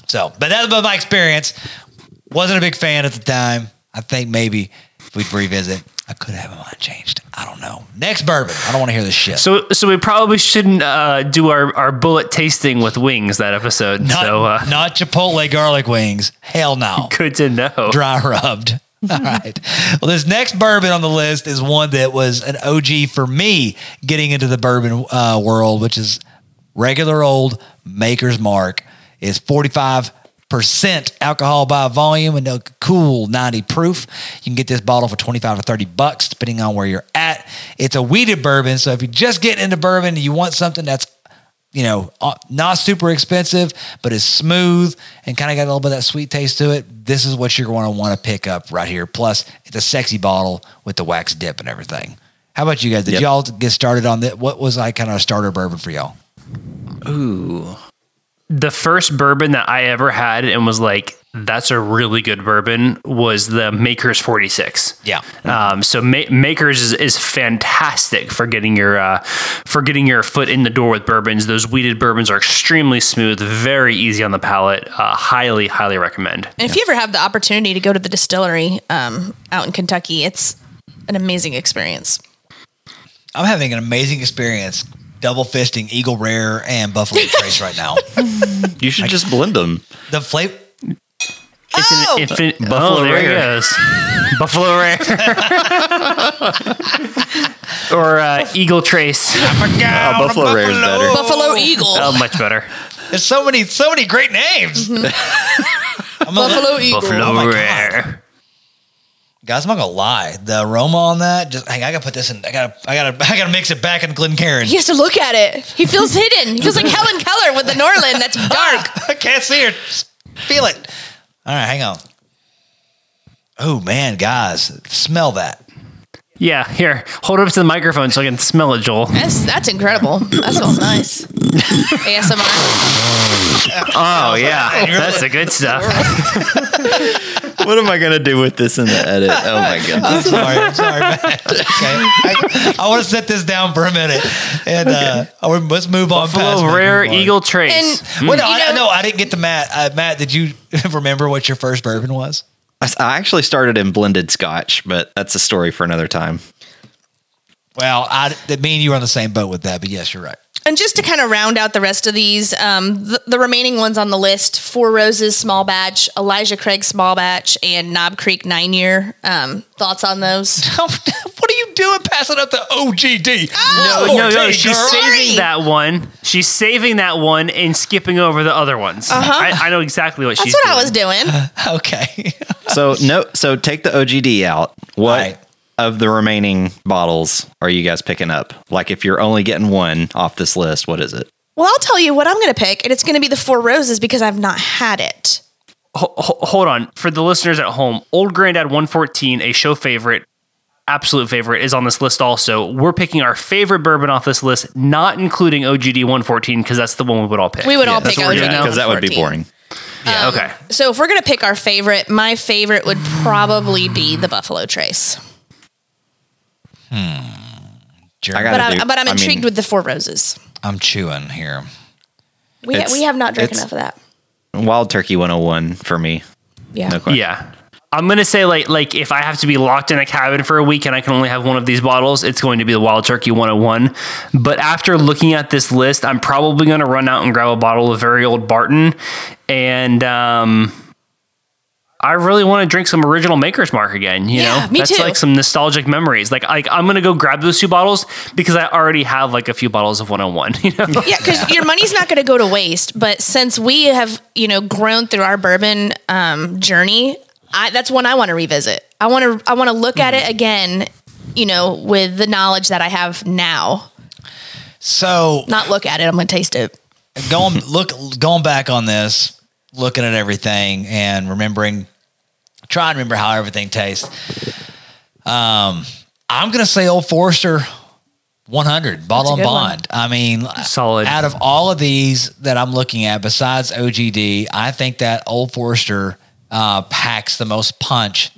S1: So, but that was my experience. Wasn't a big fan at the time. I think maybe if we'd revisit, I could have my mind changed. I don't know. Next bourbon. I don't want to hear this shit.
S2: So, so we probably shouldn't uh, do our, our bullet tasting with wings that episode.
S1: not,
S2: so, uh, [LAUGHS]
S1: not Chipotle garlic wings. Hell no.
S2: good to know.
S1: [LAUGHS] Dry rubbed. All right. Well, this next bourbon on the list is one that was an OG for me getting into the bourbon uh, world, which is regular old Maker's Mark. It's 45% alcohol by volume and a cool 90 proof. You can get this bottle for 25 to 30 bucks, depending on where you're at. It's a weeded bourbon. So if you just get into bourbon and you want something that's you know, uh, not super expensive, but it's smooth and kind of got a little bit of that sweet taste to it. This is what you're going to want to pick up right here. Plus, it's a sexy bottle with the wax dip and everything. How about you guys? Did
S4: Yep.
S1: y'all get started on that? What was like kind of a starter bourbon for y'all?
S4: Ooh.
S2: the first bourbon that I ever had and was like, that's a really good bourbon was the Maker's 46.
S1: Yeah.
S2: Um, so Ma- Makers is, is fantastic for getting your uh, for getting your foot in the door with bourbons. Those weeded bourbons are extremely smooth, very easy on the palate. Uh, highly, highly recommend.
S3: And if you ever have the opportunity to go to the distillery um, out in Kentucky, it's an amazing experience.
S1: I'm having an amazing experience double fisting Eagle Rare and Buffalo
S4: [LAUGHS]
S1: Trace right now.
S4: You should just blend them.
S1: The flavor.
S2: It's
S3: Oh!
S2: an infant
S4: Buffalo
S2: oh, there it [LAUGHS]
S4: Rare.
S2: goes. Buffalo Rare [LAUGHS] or uh, Eagle [LAUGHS] Trace.
S1: Oh,
S4: Buffalo Rare is better.
S3: Buffalo Eagle.
S2: Oh, much better.
S1: There's so many, so many great names. [LAUGHS]
S4: Mm-hmm.
S1: I'm gonna-
S3: Buffalo Eagle.
S2: Buffalo
S1: my God.
S2: Rare.
S1: Guys, I'm not gonna lie. The aroma on that, just hang. I gotta put this in. I gotta, I gotta, [LAUGHS] I gotta mix it back in Glencairn.
S3: He has to look at it. He feels hidden. He feels [LAUGHS] like Helen Keller with the Norlin that's
S1: [LAUGHS]
S3: dark.
S1: I can't see her. Just Feel it. All right, hang on. Oh man, guys, smell that.
S2: Yeah, here. Hold it up to the microphone so I can smell it, Joel.
S3: That's, that's incredible. That smells nice. ASMR.
S2: Oh yeah,
S1: You're
S2: that's the good stuff.
S4: What am I gonna do with this in the edit? Oh my god.
S1: I'm sorry, [LAUGHS] I'm sorry, Matt. Okay, I, want to set this down for a minute, and uh, I would- let's move on. past
S2: Buffalo
S1: Megan
S2: Rare
S1: Clark.
S2: Eagle Trace.
S3: And-
S1: Well, no,
S3: You
S1: I,
S3: know-
S1: no, I didn't get to Matt. Uh, Matt, did you [LAUGHS] remember what your first bourbon was?
S4: I s- I actually started in blended scotch, but that's a story for another time.
S1: Well, I, me and you were on the same boat with that, but yes, you're right.
S3: And just to kind of round out the rest of these, um, the, the remaining ones on the list Four Roses Small Batch, Elijah Craig Small Batch, and Knob Creek Nine Year. Um, thoughts on those?
S1: [LAUGHS] what are you doing passing up the OGD?
S3: Oh!
S2: No, no,
S1: Fourteen,
S2: she's
S1: girl.
S2: saving that one. She's saving that one and skipping over the other ones. I, I know exactly what
S3: Uh-huh. That's
S2: she's
S3: what
S2: doing.
S3: I was doing.
S1: [LAUGHS] Okay.
S2: [LAUGHS]
S4: So no, so take the OGD out. What
S1: Right.
S4: of the remaining bottles are you guys picking up? Like if you're only getting one off this list, what is it?
S3: Well, I'll tell you what I'm going to pick, and it's going to be the Four Roses because I've not had it.
S2: Ho- ho- hold on for the listeners at home old granddad 114 a show favorite absolute favorite is on this list also we're picking our favorite bourbon off this list not including ogd 114 because that's the one we would all pick
S3: We would all
S4: That's
S3: pick
S4: what we're
S3: OGD
S4: doing because that would
S3: 114.
S4: be boring.
S2: yeah okay
S3: So if we're gonna pick our favorite, my favorite would probably be the Buffalo Trace.
S4: I
S3: But
S4: gotta
S3: I'm,
S4: do-
S3: but I'm
S4: I mean,
S3: intrigued with the Four Roses.
S1: I'm chewing here.
S3: We ha-
S4: It's-
S3: we have not drank
S4: it's-
S3: enough of that.
S4: Wild Turkey 101 for me.
S3: Yeah.
S4: No question.
S2: yeah i'm gonna say like like if i have to be locked in a cabin for a week and i can only have one of these bottles it's going to be the wild turkey 101 but after looking at this list i'm probably gonna run out and grab a bottle of very old barton and um I really want to drink some original Maker's Mark again. You
S3: Yeah,
S2: know,
S3: me
S2: that's
S3: too.
S2: like some nostalgic memories. Like, like I'm gonna go grab those two bottles because I already have like a few bottles of 101. [LAUGHS] You know,
S3: Yeah, because your money's not going to go to waste. But since we have, you know, grown through our bourbon um, journey, I, that's one I want to revisit. I want to I want to look at
S4: Mm-hmm.
S3: it again, you know, with the knowledge that I have now.
S1: So
S3: Not look at it. I'm going to taste it.
S2: [LAUGHS]
S1: going look going back on this, looking at everything and remembering, try and remember how everything tastes. Um, I'm gonna say Old Forester 100 bottle
S3: That's a
S1: on
S3: good one.
S1: bond. I mean,
S2: Solid.
S1: Out of all of these that I'm looking at, besides OGD, I think that Old Forester uh, packs the most punch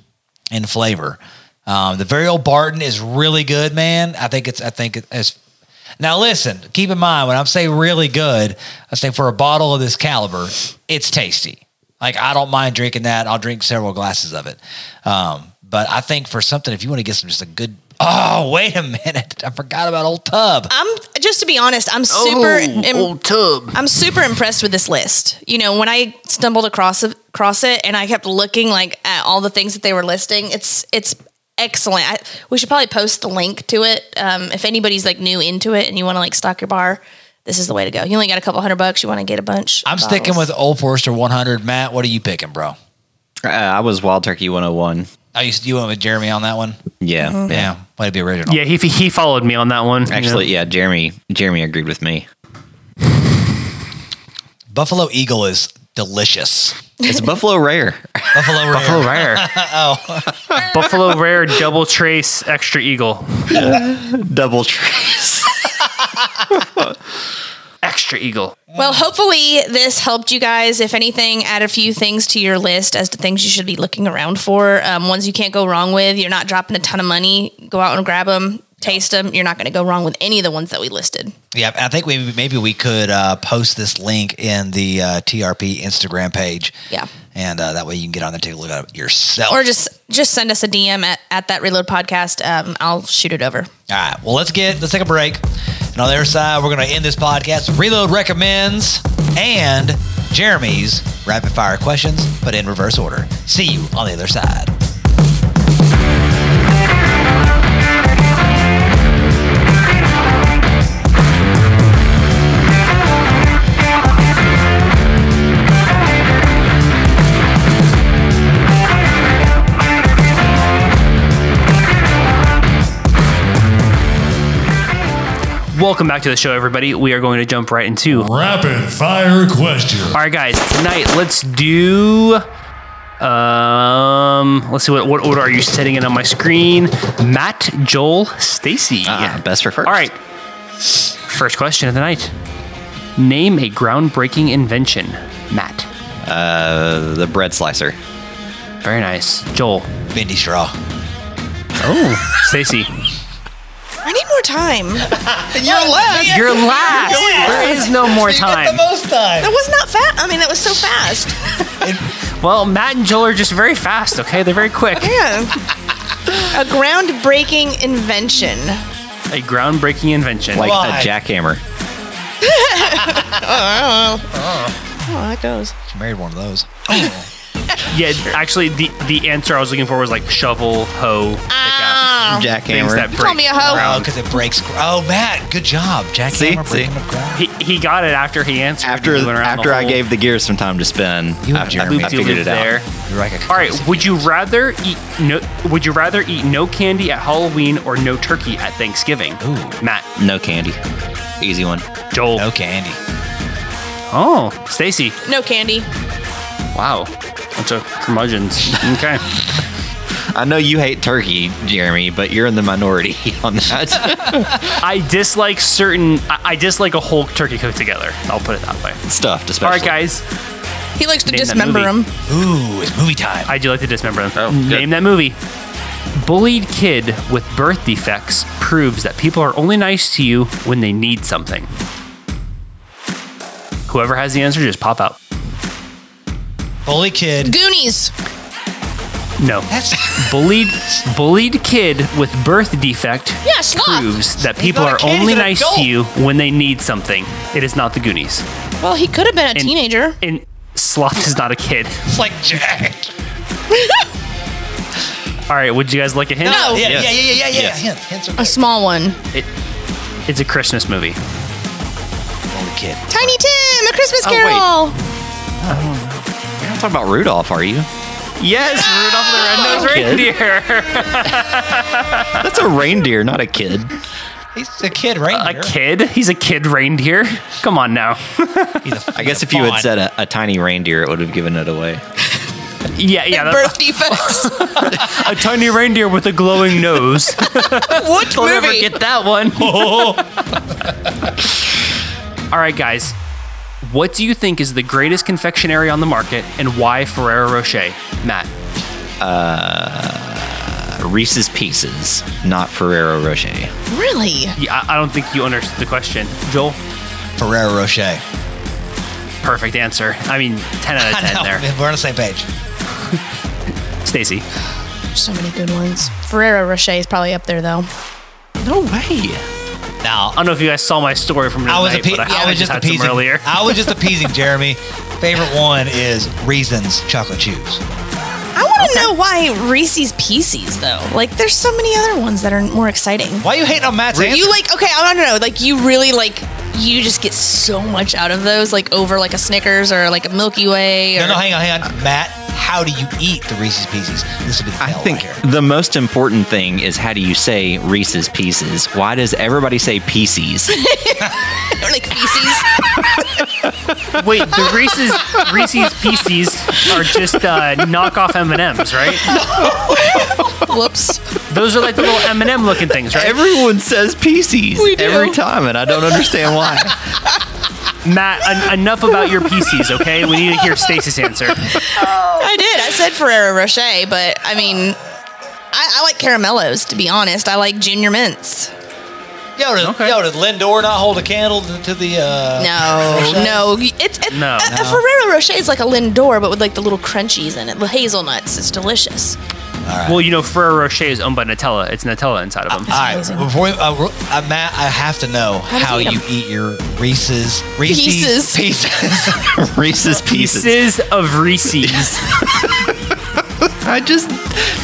S1: and flavor. Um, the very old Barton is really good, man. I think it's. I think it- it's. Now listen, keep in mind when I'm saying really good, I say for a bottle of this caliber, it's tasty. Like I don't mind drinking that. I'll drink several glasses of it. Um, but I think for something, if you want to get some just a good. Oh wait a minute! [LAUGHS] I forgot about Old Tub.
S3: I'm just to be honest. I'm super. im-
S2: tub.
S3: I'm super impressed with this list. You know, when I stumbled across it- across it and I kept looking like at all the things that they were listing, it's it's excellent. I, we should probably post the link to it. Um, if anybody's like new into it and you want to like stock your bar, this is the way to go. You only got a couple hundred bucks. You want to get a bunch.
S1: I'm
S3: of
S1: sticking
S3: bottles.
S1: with Old Forester 100. Matt, what are you picking, bro?
S4: Uh, I was Wild Turkey 101.
S1: Oh, you, you went with Jeremy on that one?
S4: Yeah.
S1: Yeah. Way to be original.
S2: Yeah, he he followed me on that one.
S4: Actually, yeah, Jeremy Jeremy agreed with me.
S1: Buffalo Eagle is delicious.
S4: It's Buffalo Rare.
S1: Buffalo Rare.
S2: Buffalo Rare. Buffalo Rare Double Trace Extra Eagle.
S4: [LAUGHS] Double trace.
S2: Extra Eagle.
S3: Well, hopefully this helped you guys. If anything, add a few things to your list as to things you should be looking around for. Um, ones you can't go wrong with. You're not dropping a ton of money. Go out and grab them, taste them. You're not going to go wrong with any of the ones that we listed.
S1: Yeah, I think we, maybe we could uh, post this link in the uh, TRP Instagram page.
S3: Yeah.
S1: And uh, that way you can get on there and take a look at it yourself.
S3: Or just just send us a DM at, at that Reload Podcast. Um, I'll shoot it over.
S1: All right. Well, let's get, let's take a break. And on the other side, we're going to end this podcast. Reload recommends and Jeremy's rapid fire questions, but in reverse order. See you on the other side.
S2: Welcome back to the show, everybody. We are going to jump right into. All
S5: Rapid fire question.
S2: right, guys. Tonight, let's do. Um, let's see what what order are you setting it on my screen? Matt, Joel, Stacy.
S4: Ah, best for first.
S2: All right. First question of the night. Name a groundbreaking invention, Matt.
S4: Uh, the bread slicer.
S2: Very nice, Joel.
S1: Bendy straw.
S2: Oh, Stacy.
S3: I need more time. That
S1: You're last.
S2: You're last. There is no more time.
S1: most time.
S3: was not fast. I mean, that was so fast.
S2: Well, Matt and Joel are just very fast, okay? They're very quick.
S3: Yeah. a groundbreaking invention.
S2: A groundbreaking invention.
S4: Like
S1: Why?
S4: a jackhammer.
S3: Oh, it goes.
S1: She married one of those. Oh.
S2: Yeah, actually, the the answer I was looking for was like shovel, hoe, pick
S3: Ah.
S2: things that
S4: Jackhammer.
S2: break.
S3: Call me a hoe.
S1: Oh, because it breaks. gr- Oh, Matt, good job, Jack.
S4: See?
S1: Hammer breaking
S4: See?
S1: up ground.
S2: He, he got it after he answered.
S4: After
S2: He went around
S4: after
S2: the
S4: I
S2: whole
S4: gave the gears some time to spin,
S1: You and
S4: I, I,
S1: Jeremy.
S4: I
S2: loop-de-loop
S4: figured it out.
S2: there.
S1: You're like a
S2: All right, would you rather eat no? Would you rather eat no candy at Halloween or no turkey at Thanksgiving?
S1: Ooh.
S2: Matt,
S4: No candy, easy one.
S2: Joel.
S1: No candy.
S2: Oh, Stacy.
S3: No candy.
S2: Wow, bunch of curmudgeons.
S4: [LAUGHS]
S2: Okay.
S4: I know you hate turkey, Jeremy, but you're in the minority [LAUGHS] on that.
S2: I dislike certain. I, I dislike a whole turkey cooked together. I'll put it that way.
S4: it's tough, especially.
S2: All right, guys.
S3: He likes to
S2: Name that
S3: dismember
S2: movie.
S3: him.
S1: Ooh, it's movie time.
S2: I do like to dismember them.
S4: Oh, good.
S2: Name that movie. Bullied kid with birth defects proves that people are only nice to you when they need something. Whoever has the answer, just pop out.
S1: Holy kid.
S3: Goonies.
S2: No.
S1: That's [LAUGHS]
S2: bullied bullied kid with birth defect
S3: Yeah, sloth.
S2: proves that people
S1: not a
S2: are
S1: kid, he's
S2: only
S1: an
S2: nice
S1: adult.
S2: to you when they need something. It is not the Goonies.
S3: Well, he could have been a teenager.
S2: And sloth is not a kid.
S1: it's like Jack.
S2: All right, would you guys like a hint?
S3: No.
S1: Yeah,
S4: Yes.
S1: yeah, yeah, yeah, yeah, yeah.
S4: Yes.
S1: Hint- Hints are
S3: A
S1: good.
S3: small one.
S2: It's a Christmas movie.
S1: Holy kid.
S3: Tiny Tim, A Christmas
S4: Oh, wait.
S3: Carol.
S4: You're not talking about Rudolph, are you?
S2: Yes, Rudolph the Red-Nosed Reindeer.
S4: That's a reindeer, not a kid.
S1: He's a kid right
S2: a kid? He's a kid reindeer. Come on now. [LAUGHS]
S4: I guess if you had said a, a tiny reindeer, it would have given it away. Uh,
S2: Yeah, yeah. that-
S3: Birth defects.
S2: a tiny reindeer with a
S1: [LAUGHS]
S2: glowing nose. Oh.
S3: what
S2: We'll
S3: [LAUGHS]
S2: never
S3: movie?
S2: get that [LAUGHS] one. All right, guys. What do you think is the greatest confectionery on the market and why Ferrero Rocher? Matt.
S4: Reese's Pieces, not Ferrero Rocher.
S3: really?
S2: Yeah, I I don't think you understood the question. Joel,
S1: Ferrero Rocher.
S2: perfect answer. I mean, 10 out of
S1: [LAUGHS] I
S2: 10
S1: know.
S2: there.
S1: We're on the same page.
S2: Stacy.
S3: So many good ones. Ferrero Rocher is probably up there though.
S4: No way.
S1: Now,
S2: I don't know if you guys saw my story from the
S1: I
S2: other
S1: was,
S2: night,
S1: appe-
S2: but I,
S1: I
S2: I
S1: was
S2: just
S1: just
S2: had some
S1: appeasing.
S2: earlier.
S1: I was just appeasing Jeremy. Favorite one is Reasons Chocolate Chews.
S3: I want to know why Reese's Pieces though. Like, there's so many other ones that are more exciting.
S1: Why are you hating on Matt's answer?
S3: You like? Okay, I don't know. Like, you really like. You just get so much out of those, like over like a Snickers or like a Milky Way. Or,
S1: no, no, hang on, hang on. Matt, how do you eat the Reese's Pieces? This would be the
S4: I
S1: bell
S4: think
S1: right here.
S4: the most important thing is how do you say Reese's Pieces? Why does everybody say Pieces?
S3: or [LAUGHS] like feces.
S2: Wait, the Reese's Reese's Pieces are just uh, knockoff M and M's, right?
S3: Whoops.
S2: Those are like the little M and M looking things, right?
S4: Everyone says Pieces
S3: We do.
S4: every time, and I don't
S3: [LAUGHS]
S4: understand why.
S2: Matt, en- enough about your PCs, okay? We need to hear Stacy's answer.
S3: I did. I said Ferrero Rocher, but I mean, I, I like caramellos. To be honest, I like Junior Mints.
S1: Yo, did, yo, did Lindor not hold a candle to, to the. Uh,
S3: No,
S1: Rocher?
S3: no, it's it,
S2: No.
S3: A, a Ferrero Rocher is like a Lindor, but with like the little crunchies in it, the hazelnuts. It's delicious.
S2: Well, you know, Ferrero Rocher is owned by Nutella. It's Nutella inside of them.
S1: All right, before we, uh, ro- uh, Matt, I have to know
S3: do
S1: how
S3: you
S1: you eat
S3: eat
S1: your Reese's Reese's
S3: Pieces. [LAUGHS]
S1: pieces.
S4: Reese's Pieces.
S2: Pieces of Reese's.
S4: I just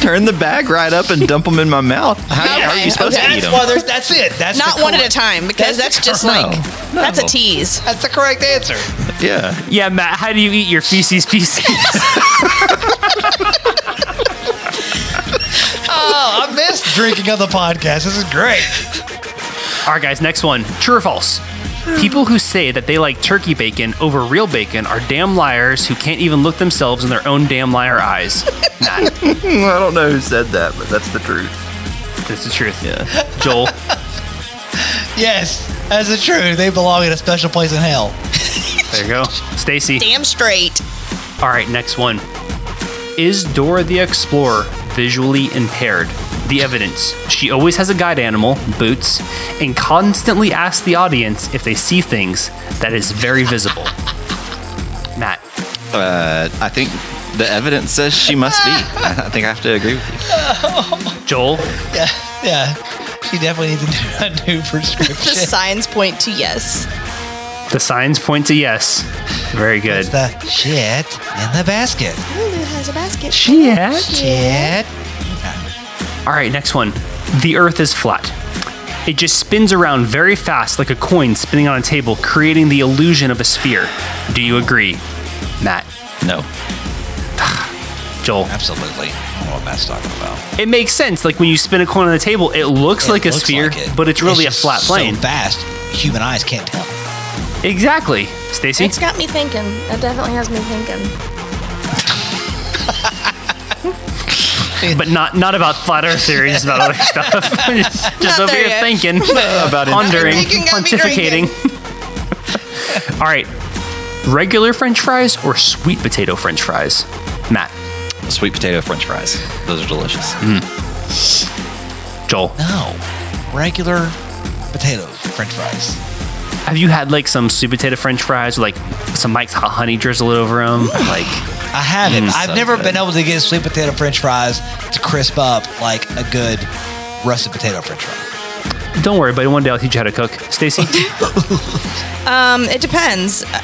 S4: turn the bag right up and dump them in my mouth. How, how are
S3: Okay,
S4: you supposed to
S3: okay.
S4: eat
S1: that's,
S4: them?
S1: why there's, that's it. That's
S3: Not
S1: the
S3: one at
S1: correct-
S3: a time because that's,
S1: That's
S3: just
S4: correct.
S3: like
S4: No,
S3: that's a
S4: no.
S3: tease.
S1: That's the correct answer.
S4: Yeah.
S2: Yeah, Matt, how do you eat your feces pieces?
S1: Oh, I missed drinking on the podcast. This is great.
S2: All right, guys, next one. True or false? People who say that they like turkey bacon over real bacon are damn liars who can't even look themselves in their own damn liar
S4: [LAUGHS]
S2: eyes.
S4: I don't know who said that, but that's the truth.
S2: That's the truth. Joel,
S1: Yes, that's the truth. They belong in a special place in hell.
S2: there you go. Stacy.
S3: Damn straight.
S2: All right, next one. Is Dora the Explorer visually impaired? The evidence. She always has a guide animal, Boots, and constantly asks the audience if they see things that is very
S4: [LAUGHS]
S2: visible. Matt.
S4: Uh, I think the evidence says she must be. I I think I have to agree with you.
S2: Joel,
S1: Yeah, [LAUGHS] yeah. She definitely needs a new- a new
S3: The
S1: prescription.
S3: signs point to yes.
S2: The signs point to yes. Very good.
S1: The shit in the basket.
S3: Lulu has a basket.
S2: Shit.
S1: Shit.
S2: All right, next one. The Earth is flat. It just spins around very fast like a coin spinning on a table, creating the illusion of a sphere. Do you agree, Matt?
S4: No.
S2: Joel.
S1: Absolutely. I don't know what Matt's talking about.
S2: It makes sense. Like when you spin a coin on the table, it looks
S1: It
S2: like a
S1: looks
S2: sphere,
S1: like it.
S2: but it's really
S1: just
S2: a flat plane.
S1: So fast, human eyes can't tell.
S2: exactly. Stacy.
S6: It's got me thinking. It definitely has me thinking.
S2: But not not about flat earth theories, just about other stuff. [LAUGHS] just just
S3: Not
S2: over
S3: there
S2: here
S3: yet. [LAUGHS]
S2: thinking, about pondering,
S3: Thinking got me
S2: pontificating. [LAUGHS] All right. Regular french fries or sweet potato french fries? Matt,
S4: Sweet potato french fries. Those are delicious.
S2: Joel.
S1: No. Regular potato french fries.
S2: Have you had like some sweet potato French fries, with, like some Mike's hot honey drizzled over them?
S3: Mm.
S2: Like,
S1: I haven't.
S2: Mm.
S1: I've
S4: so
S1: never
S4: good.
S1: been able to get sweet potato french fries to crisp up like a good russet potato french fry.
S2: don't worry, buddy. One day I'll teach you how to cook.
S3: [LAUGHS]
S2: Stacy,
S3: Um, it depends. Uh,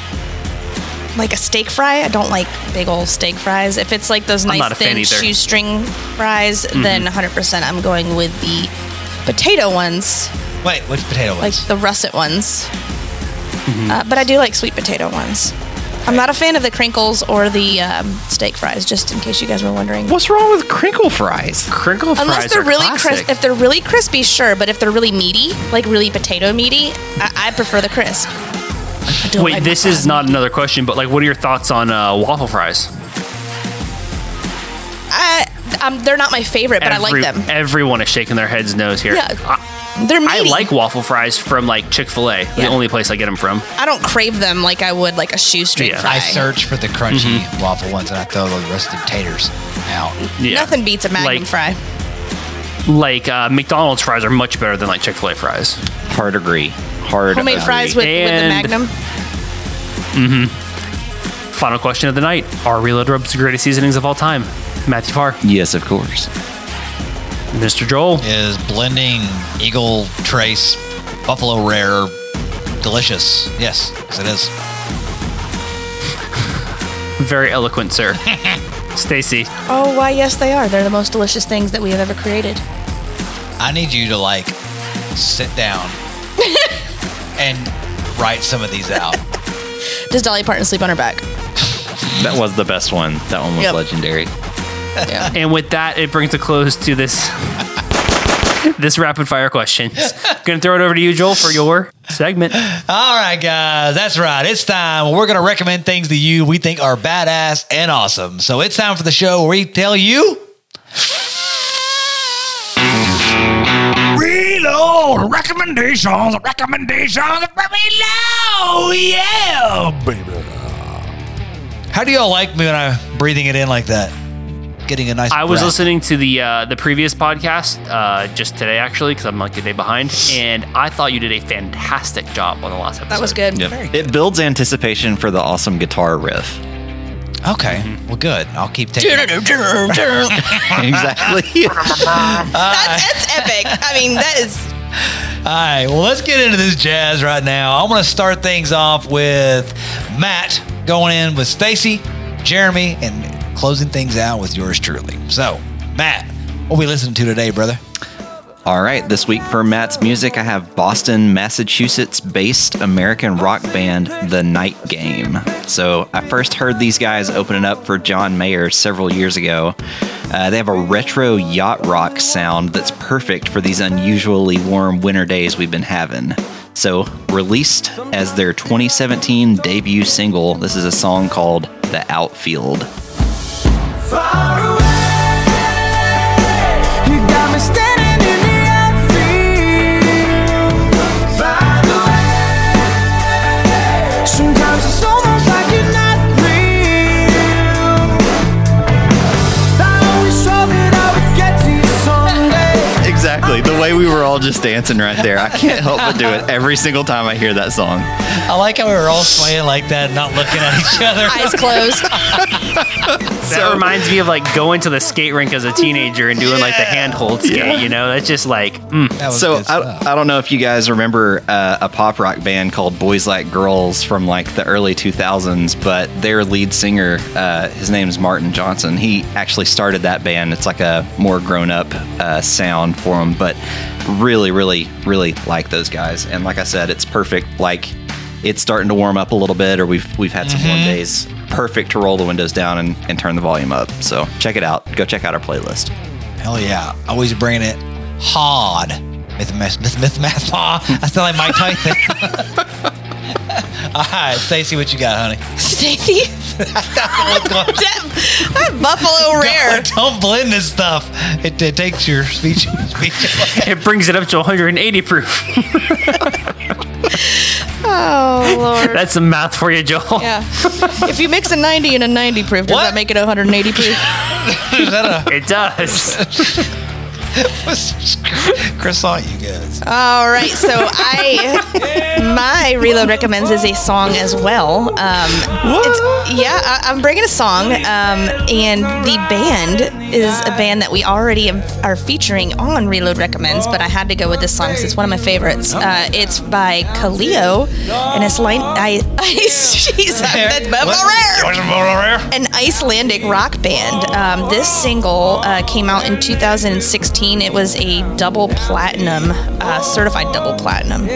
S3: Like a steak fry, I don't like big old steak fries. If it's like those
S2: not
S3: nice
S2: a fan
S3: thin
S2: either. Mm-hmm.
S3: shoestring fries, then 100% I'm going with the potato ones,
S1: Wait, which potato
S3: like
S1: ones?
S3: the russet ones.
S2: Mm-hmm.
S3: Uh, but I do like sweet potato ones. I'm not a fan of the crinkles or the um, steak fries, just in case you guys were wondering.
S4: What's wrong with crinkle fries?
S2: crinkle fries
S3: Unless they're
S2: are
S3: really
S2: classic.
S3: crisp, if they're really crispy, sure. But if they're really meaty, like really potato meaty, I, I prefer the crisp. I don't
S2: Wait,
S3: like my
S2: this is
S3: fries
S2: not another question, but like, what are your thoughts on uh, waffle fries?
S3: I, um, they're not my favorite, but I
S2: Every-
S3: like them.
S2: Everyone is shaking their heads nose here.
S3: Yeah.
S2: I,
S3: They're
S2: I
S3: meaty.
S2: like waffle fries from like Chick Fil A, the
S3: Yeah.
S2: only place I get them from.
S3: I don't crave them like I would like a shoestring
S2: Yeah.
S3: fry.
S1: I search for the crunchy
S2: Mm-hmm.
S1: waffle ones and I throw the rusted taters out.
S2: Yeah.
S3: Nothing beats a Magnum
S2: Like- uh,
S3: fry.
S2: Like uh, McDonald's fries are much better than like Chick Fil A fries.
S4: Hard agree. Hard
S3: Homemade
S4: agree.
S3: fries with, with the
S2: And-
S3: Magnum.
S2: Final question of the night: Are Reload Rubs the greatest seasonings of all time? Matthew Farr,
S4: Yes, of course.
S2: Mr. Joel.
S1: Is blending Eagle Trace Buffalo Rare delicious? Yes, yes it is.
S2: Very eloquent, sir.
S3: [LAUGHS]
S2: Stacy,
S3: Oh, why? Yes, they are. They're the most delicious things that we have ever created.
S1: I need you to like sit down and write some of these out.
S3: Does Dolly Parton sleep on her back?
S4: That was the best one. That one was
S3: Yep.
S4: legendary.
S3: Yeah.
S2: and with that, it brings a close to
S3: [LAUGHS]
S2: this this rapid fire questions. Gonna throw it over to you, Joel, for your segment.
S1: All right, guys, that's right. It's time. We're going to recommend things to you we think are badass and awesome. So it's time for the show where we tell you.
S5: Reload recommendations, recommendations from below. Yeah, baby.
S1: How do y'all like me when I'm breathing it in like that? Getting a nice.
S2: I was
S1: breath.
S2: listening to the uh, the previous podcast uh, just today, actually, because I'm like a day behind, and I thought you did a fantastic job on the last episode.
S3: That was good.
S4: Yep. It builds anticipation for the awesome guitar [LAUGHS] riff.
S1: Okay, well, good. I'll keep taking.
S4: exactly.
S3: That's, that's epic. I mean, that
S2: [LAUGHS]
S3: is.
S1: All right, well, let's get into this jazz right now. I'm going to start things off with Matt going in with Stacy, Jeremy, and closing things out with yours truly. So, Matt, what we listening to today, brother?
S4: All right, this week for Matt's music, I have Boston, Massachusetts based American rock band The Night Game. So I first heard these guys opening up for John Mayer several years ago. Uh, they have a retro yacht rock sound that's perfect for these unusually warm winter days we've been having. So, released as their 2017 debut single, this is a song called The Outfield.
S7: Sometimes it's almost like you're not real. I always hope that I would get to you someday.
S4: Exactly, the way we were all all just dancing right there. I can't help but do it every single time I hear that song.
S1: I like how we were all swaying like that, not looking at each other.
S2: [LAUGHS]
S3: Eyes closed.
S2: That reminds me of like going to the skate rink as a teenager and doing like the handhold skate. You know, that's just like mm.
S1: [LAUGHS] That was
S4: So
S1: good
S4: I,
S1: stuff.
S4: I don't know if you guys remember uh, a pop rock band called Boys Like Girls from like the early 2000s, but their lead singer, uh, his name is Martin Johnson. He actually started that band. It's like a more grown up uh, sound for him, but really, really, really like those guys. And like I said, it's perfect. Like it's starting to warm up a little bit, or we've we've had some
S1: Mm-hmm.
S4: warm days. Perfect to roll the windows down and, and turn the volume up. So check it out. Go check out our playlist.
S1: Hell yeah. Always bringing it hard. Myth, myth, myth, myth, math, ha. I sound like Mike Tyson. [LAUGHS] All right, Stacey, what you got, honey?
S3: Stacy.
S2: Oh,
S3: that, that buffalo
S2: [LAUGHS]
S3: rare.
S1: Don't blend this stuff. It, it takes your speech. speech
S2: [LAUGHS]
S1: away.
S2: it brings it up to
S1: [LAUGHS]
S2: 180 proof.
S3: Oh lord.
S2: That's some math for you, Joel.
S3: yeah. If you mix a 90 and a 90 proof, does
S1: What?
S3: that make it 180 proof?
S2: It does.
S1: Croissant, you guys.
S3: All right, so I my reload recommends is a song as well. Um, it's, yeah, I, I'm bringing a song, um, and the band is a band that we already am- are featuring on Reload Recommends, but I had to go with this song because it's one of my favorites. Uh, it's by Kaleo, and it's like I, [LAUGHS] I she's that's Buffalo Rare an Icelandic rock band. Um, this single uh, came out in 2016. It was a double platinum, uh, certified double platinum.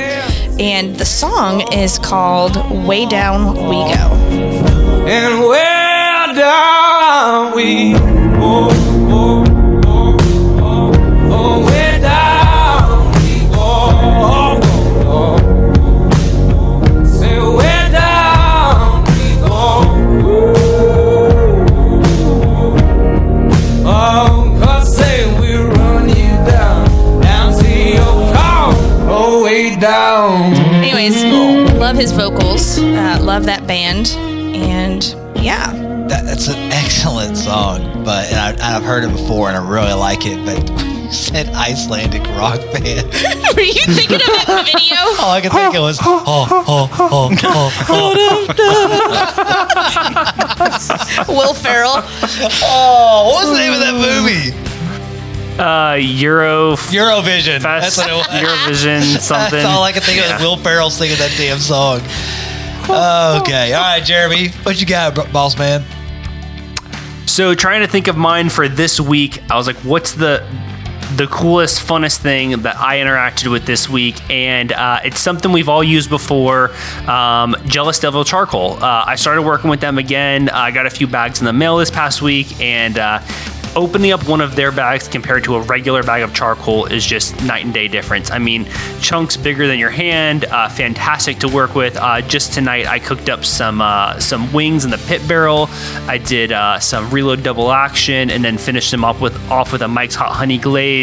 S3: And the song is called Way Down We Go.
S7: And where down we go. Oh, oh, oh, oh, where down we go. Oh, oh, oh. Say where down we go. Oh, 'cause say we run you down, down to your car. Oh, way down.
S3: Anyways, love his vocals, uh, love that band, and yeah. [LAUGHS]
S1: That, that's an excellent song, but and I, and I've heard it before and I really like it. But [LAUGHS] you said Icelandic rock band. [LAUGHS]
S3: Were you thinking of that video?
S2: [LAUGHS]
S1: All I could think of was oh oh oh oh. oh.
S3: Will Ferrell.
S1: oh what was the name of that movie?
S2: Uh, Euro.
S1: Eurovision. That's
S2: Fest,
S1: what it was.
S2: [LAUGHS] Eurovision,
S1: [LAUGHS]
S2: something.
S1: That's all I can think of.
S2: Yeah.
S1: is Will Ferrell singing that damn song. Okay, all right, Jeremy, what you got, bro- boss man?
S2: So trying to think of mine for this week, I was like, what's the the coolest, funnest thing that I interacted with this week, and uh, it's something we've all used before. Um, Jealous Devil Charcoal. Uh, I started working with them again. I got a few bags in the mail this past week, and uh, opening up one of their bags compared to a regular bag of charcoal is just night and day difference. I mean, chunks bigger than your hand, uh, fantastic to work with. Uh, just tonight, I cooked up some uh, some wings in the pit barrel. I did uh, some reload double action, and then finished them up with off with a Mike's hot honey glaze.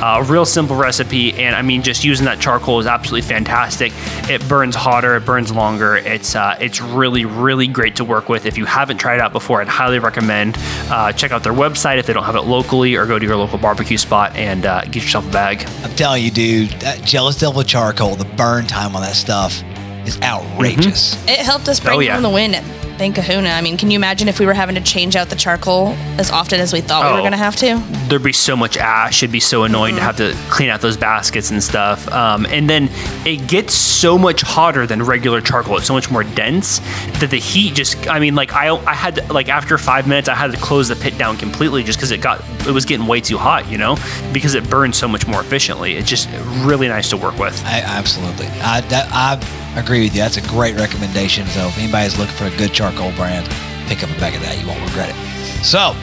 S2: Uh, real simple recipe, and I mean, just using that charcoal is absolutely fantastic. It burns hotter, it burns longer. It's uh, it's really really great to work with. If you haven't tried it out before, I'd highly recommend uh, check out their website if they don't have it locally, or go to your local barbecue spot and uh, get yourself a bag.
S1: I'm telling you, dude, that jealous devil charcoal, the burn time on that stuff is outrageous.
S3: It helped us bring
S2: Oh, yeah.
S3: home the win at Bank Kahuna. I mean, can you imagine if we were having to change out the charcoal as often as we thought we were
S2: Oh.
S3: going to have to?
S2: there'd be so much ash. It'd be so annoying to have to clean out those baskets and stuff. Um, and then it gets so much hotter than regular charcoal. It's so much more dense that the heat just. I mean, like I, I had to, like after five minutes, I had to close the pit down completely just because it got it was getting way too hot. You know, because it burns so much more efficiently. It's just really nice to work with.
S1: I, absolutely. I, that, I agree with you. That's a great recommendation. So if anybody's looking for a good charcoal brand, pick up a bag of that. You won't regret it. So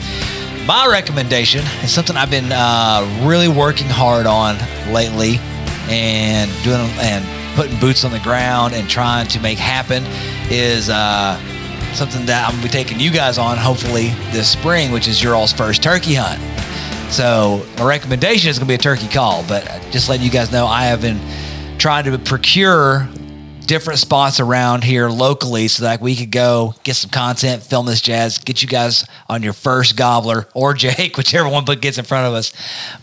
S1: my recommendation is something I've been uh, really working hard on lately, and doing and putting boots on the ground and trying to make happen is. Uh, something that I'm gonna be taking you guys on hopefully this spring, which is your all's first turkey hunt. So my recommendation is gonna be a turkey call, but just letting you guys know I have been trying to procure different spots around here locally so that we could go get some content, film this jazz, get you guys on your first gobbler or [LAUGHS] Jake, whichever one but gets in front of us.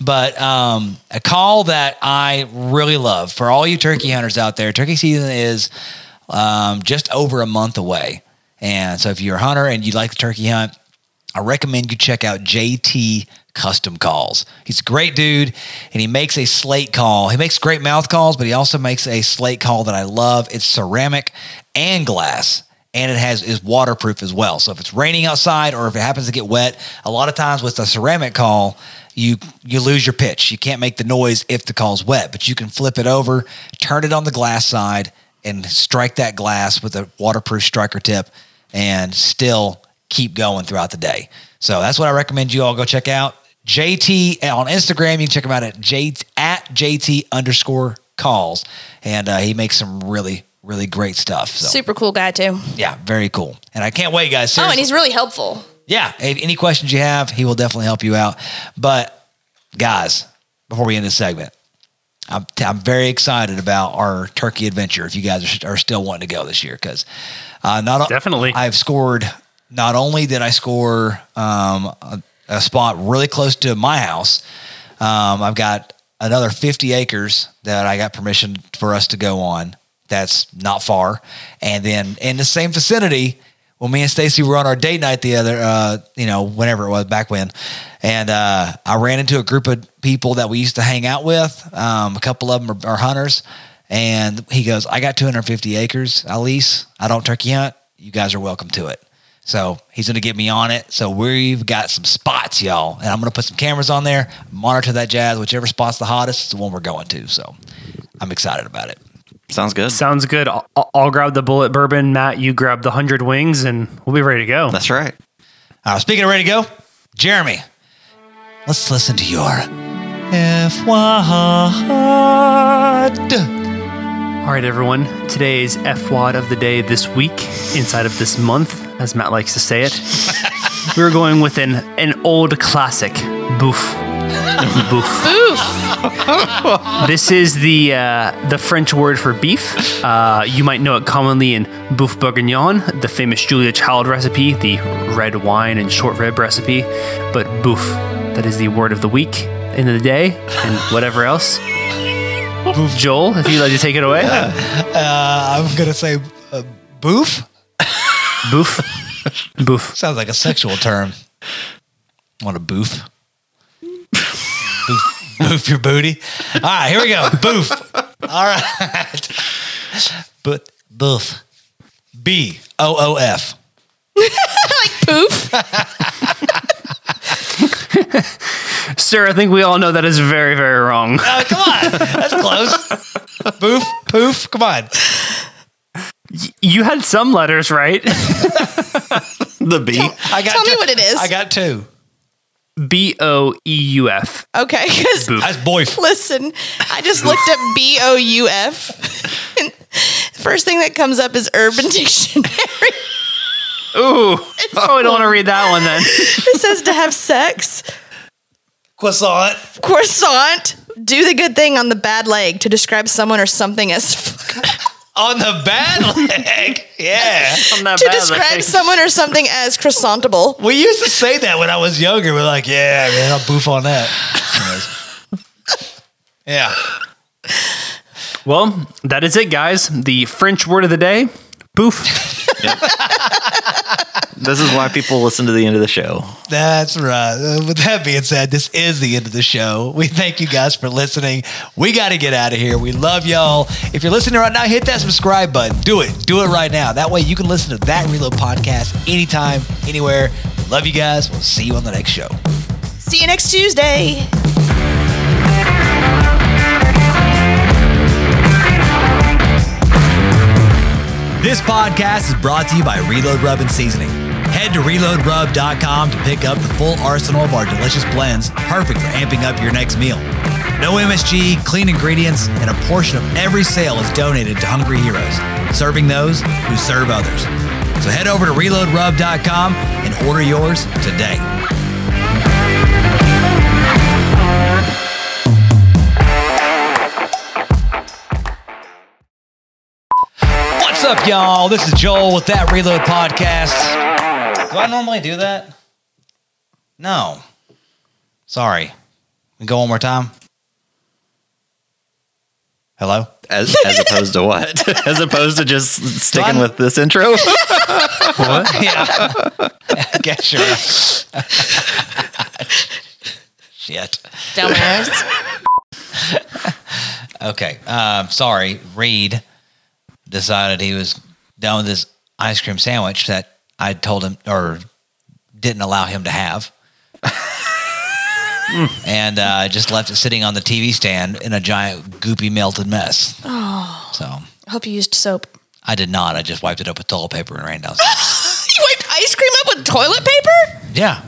S1: But um, a call that I really love for all you turkey hunters out there, turkey season is um, just over a month away. And so if you're a hunter and you like the turkey hunt, I recommend you check out JT Custom Calls. He's a great dude and he makes a slate call. He makes great mouth calls, but he also makes a slate call that I love. It's ceramic and glass. And it has is waterproof as well. So if it's raining outside or if it happens to get wet, a lot of times with a ceramic call, you you lose your pitch. You can't make the noise if the call's wet, but you can flip it over, turn it on the glass side, and strike that glass with a waterproof striker tip and still keep going throughout the day. So that's what I recommend you all go check out. JT on Instagram, you can check him out at J at JT underscore calls. And uh, he makes some really, really great stuff. So
S3: Super cool guy too.
S1: yeah, very cool. And I can't wait, guys.
S3: Oh,
S1: Seriously.
S3: and he's really helpful.
S1: yeah, if any questions you have, he will definitely help you out. But guys, before we end this segment, I'm, I'm very excited about our turkey adventure. If you guys are, are still wanting to go this year, because uh, not
S2: Definitely.
S1: I've scored. Not only did I score um, a, a spot really close to my house, um, I've got another 50 acres that I got permission for us to go on. That's not far, and then in the same vicinity. When me and Stacy were on our date night the other, uh, you know, whenever it was back when, and uh, I ran into a group of people that we used to hang out with. Um, a couple of them are, are hunters, and he goes, I got 250 acres. I lease. I don't turkey hunt. You guys are welcome to it. So he's going to get me on it. So we've got some spots, y'all. And I'm going to put some cameras on there, monitor that jazz. Whichever spot's the hottest is the one we're going to. So I'm excited about it.
S4: Sounds good.
S2: Sounds good. I'll, I'll grab the bullet bourbon, Matt. You grab the hundred wings, and we'll be ready to go.
S4: That's right.
S1: Uh, speaking of ready to go, Jeremy, let's listen to your F1.
S2: All right, everyone. Today's FWAD of the day this week, inside of this month, as Matt likes to say it. we were going with an, an old classic, Boof. Boof. this is the uh, the French word for beef. Uh, you might know it commonly in boeuf bourguignon, the famous Julia Child recipe, the red wine and short rib recipe. But boeuf, that is the word of the week, end of the day, and whatever else. Joel, if you'd like to take it away.
S1: I'm going to say uh, boof.
S2: Boof. Boof.
S1: Sounds like a sexual term. Want a boof? boof? Boof your booty. All right, here we go. Boof. All right. But boof. B O O F.
S3: Poof.
S2: Sir, I think we all know that is very, very wrong. [LAUGHS]
S1: Oh, come on. That's close. Boof, poof. Come on.
S2: You had some letters, right? [LAUGHS]
S4: The beat.
S1: I got
S3: Tell me
S1: two.
S3: what it is.
S1: I got two.
S2: B O E U F.
S3: okay, [LAUGHS] 'cause
S2: Boof.
S1: That's boif.
S3: listen, I just looked up B O U F. [LAUGHS] And First thing that comes up is Urban [LAUGHS] Dictionary.
S2: Ooh. Oh, I don't want to read that one then. [LAUGHS]
S3: it says to have sex,
S1: Croissant.
S3: croissant, do the good thing on the bad leg to describe someone or something as fuck.
S1: On the bad [LAUGHS] leg. Yeah.
S2: I'm not
S3: to
S2: bad at
S3: describe
S2: that.
S3: someone or something as croissantable.
S1: We used to say that when I was younger. We're like, yeah, man, I'll boof on that. yeah.
S2: Well, that is it, guys. The French word of the day. Boof.
S4: This is why people listen to the end of the show.
S1: That's right. Uh, With that being said, this is the end of the show. We thank you guys for listening. We got to get out of here. We love y'all. If you're listening right now, hit that subscribe button. Do it. Do it right now. That way you can listen to that Reload podcast anytime, anywhere. Love you guys. We'll see you on the next show.
S3: See you next Tuesday.
S1: This podcast is brought to you by Reload Rub and Seasoning. Head to reloadrub.com to pick up the full arsenal of our delicious blends, perfect for amping up your next meal. No MSG, clean ingredients, and a portion of every sale is donated to hungry heroes, serving those who serve others. So head over to reloadrub.com and order yours today. What's up, y'all? This is Joel with that Reload podcast. Do I normally do that? No. Sorry. We go one more time. Hello. [LAUGHS]
S4: As, as opposed to what? [LAUGHS] As opposed to just sticking
S1: Done.
S4: with
S1: [LAUGHS]
S4: this intro?
S1: yeah. [LAUGHS] okay, sure. [LAUGHS] Shit.
S3: Dumbass.
S1: Okay. Um, sorry. Reed decided he was done with his ice cream sandwich that I told him or didn't allow him to have. and uh, just left it sitting on the TV stand in a giant goopy melted mess. Oh. So
S3: I [LAUGHS] hope you used soap.
S1: I did not. I just wiped it up with toilet paper and ran downstairs.
S3: You wiped ice cream up with toilet paper?
S1: yeah.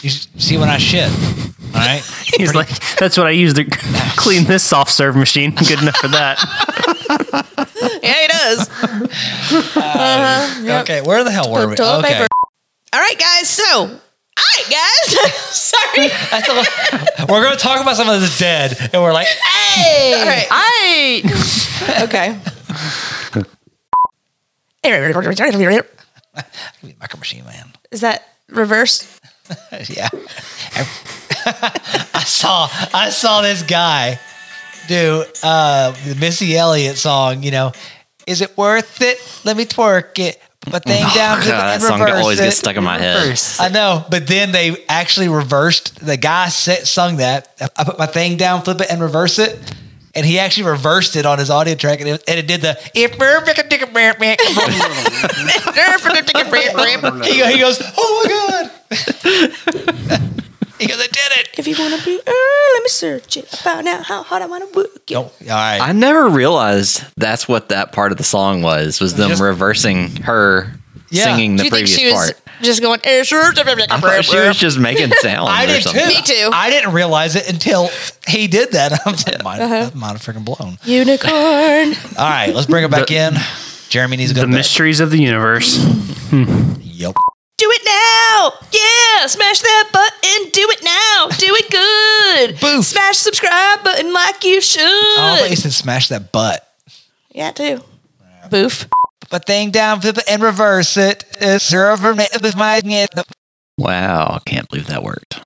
S1: You s- see when I shit. All right.
S2: [LAUGHS] He's like, that's what I use to [LAUGHS] clean this soft serve machine. Good enough for that. [LAUGHS]
S3: Yeah, he does.
S1: Okay. Where the hell were we?
S3: Toilet
S1: okay.
S3: paper. All right, guys. So, all right, guys. [LAUGHS] Sorry.
S1: That's a- we're going to talk about someone that's dead, and
S4: [LAUGHS]
S1: we're like,
S3: Hey. All right.
S2: I
S3: Okay.
S1: Micro Machine
S4: [LAUGHS]
S1: Man.
S3: Is that reverse?
S1: Yeah. [LAUGHS] I saw I saw this guy do uh the Missy Elliott song, you know, is it worth it? Let me twerk it. Put my thing down
S4: Oh, God,
S1: to the
S4: that
S1: and
S4: song
S1: reverse
S4: always gets
S1: it."
S4: stuck in my head.
S1: I know, but then they actually reversed. The guy set, sung that. I put my thing down, flip it, and reverse it. And he actually reversed it on his audio track, and it, and it did the if he, go- he goes, oh my god, [LAUGHS] he goes, I did it.
S6: If you wanna be, uh, let me search it. I found out how hard I wanna work it.
S1: Nope. All right.
S4: I never realized that's what that part of the song was, was them
S1: Just-
S4: reversing her
S1: Yeah.
S4: singing the
S3: Do you think
S4: previous
S3: she was
S4: part.
S3: just going? "Eh, sure, sure, sure, sure,
S4: I thought she
S3: sure."
S4: was just making sounds
S1: [LAUGHS] I
S4: or
S1: did too.
S4: something.
S3: Me too.
S1: I didn't realize it until he did that. [LAUGHS] I'm like, mine, mine are freaking blown.
S3: Unicorn.
S1: All right, let's bring it back in. Jeremy needs to go
S2: the
S1: to bed.
S2: mysteries of the universe.
S1: Yep.
S3: Do it now. Yeah. Smash that button. Do it now. Do it good.
S1: Boo.
S3: Smash subscribe button like you should.
S1: Oh, but he said smash that butt.
S3: yeah, too. Boof.
S1: Put my thing down, flip it, and reverse it. It's over me with my
S4: Wow, can't believe that worked.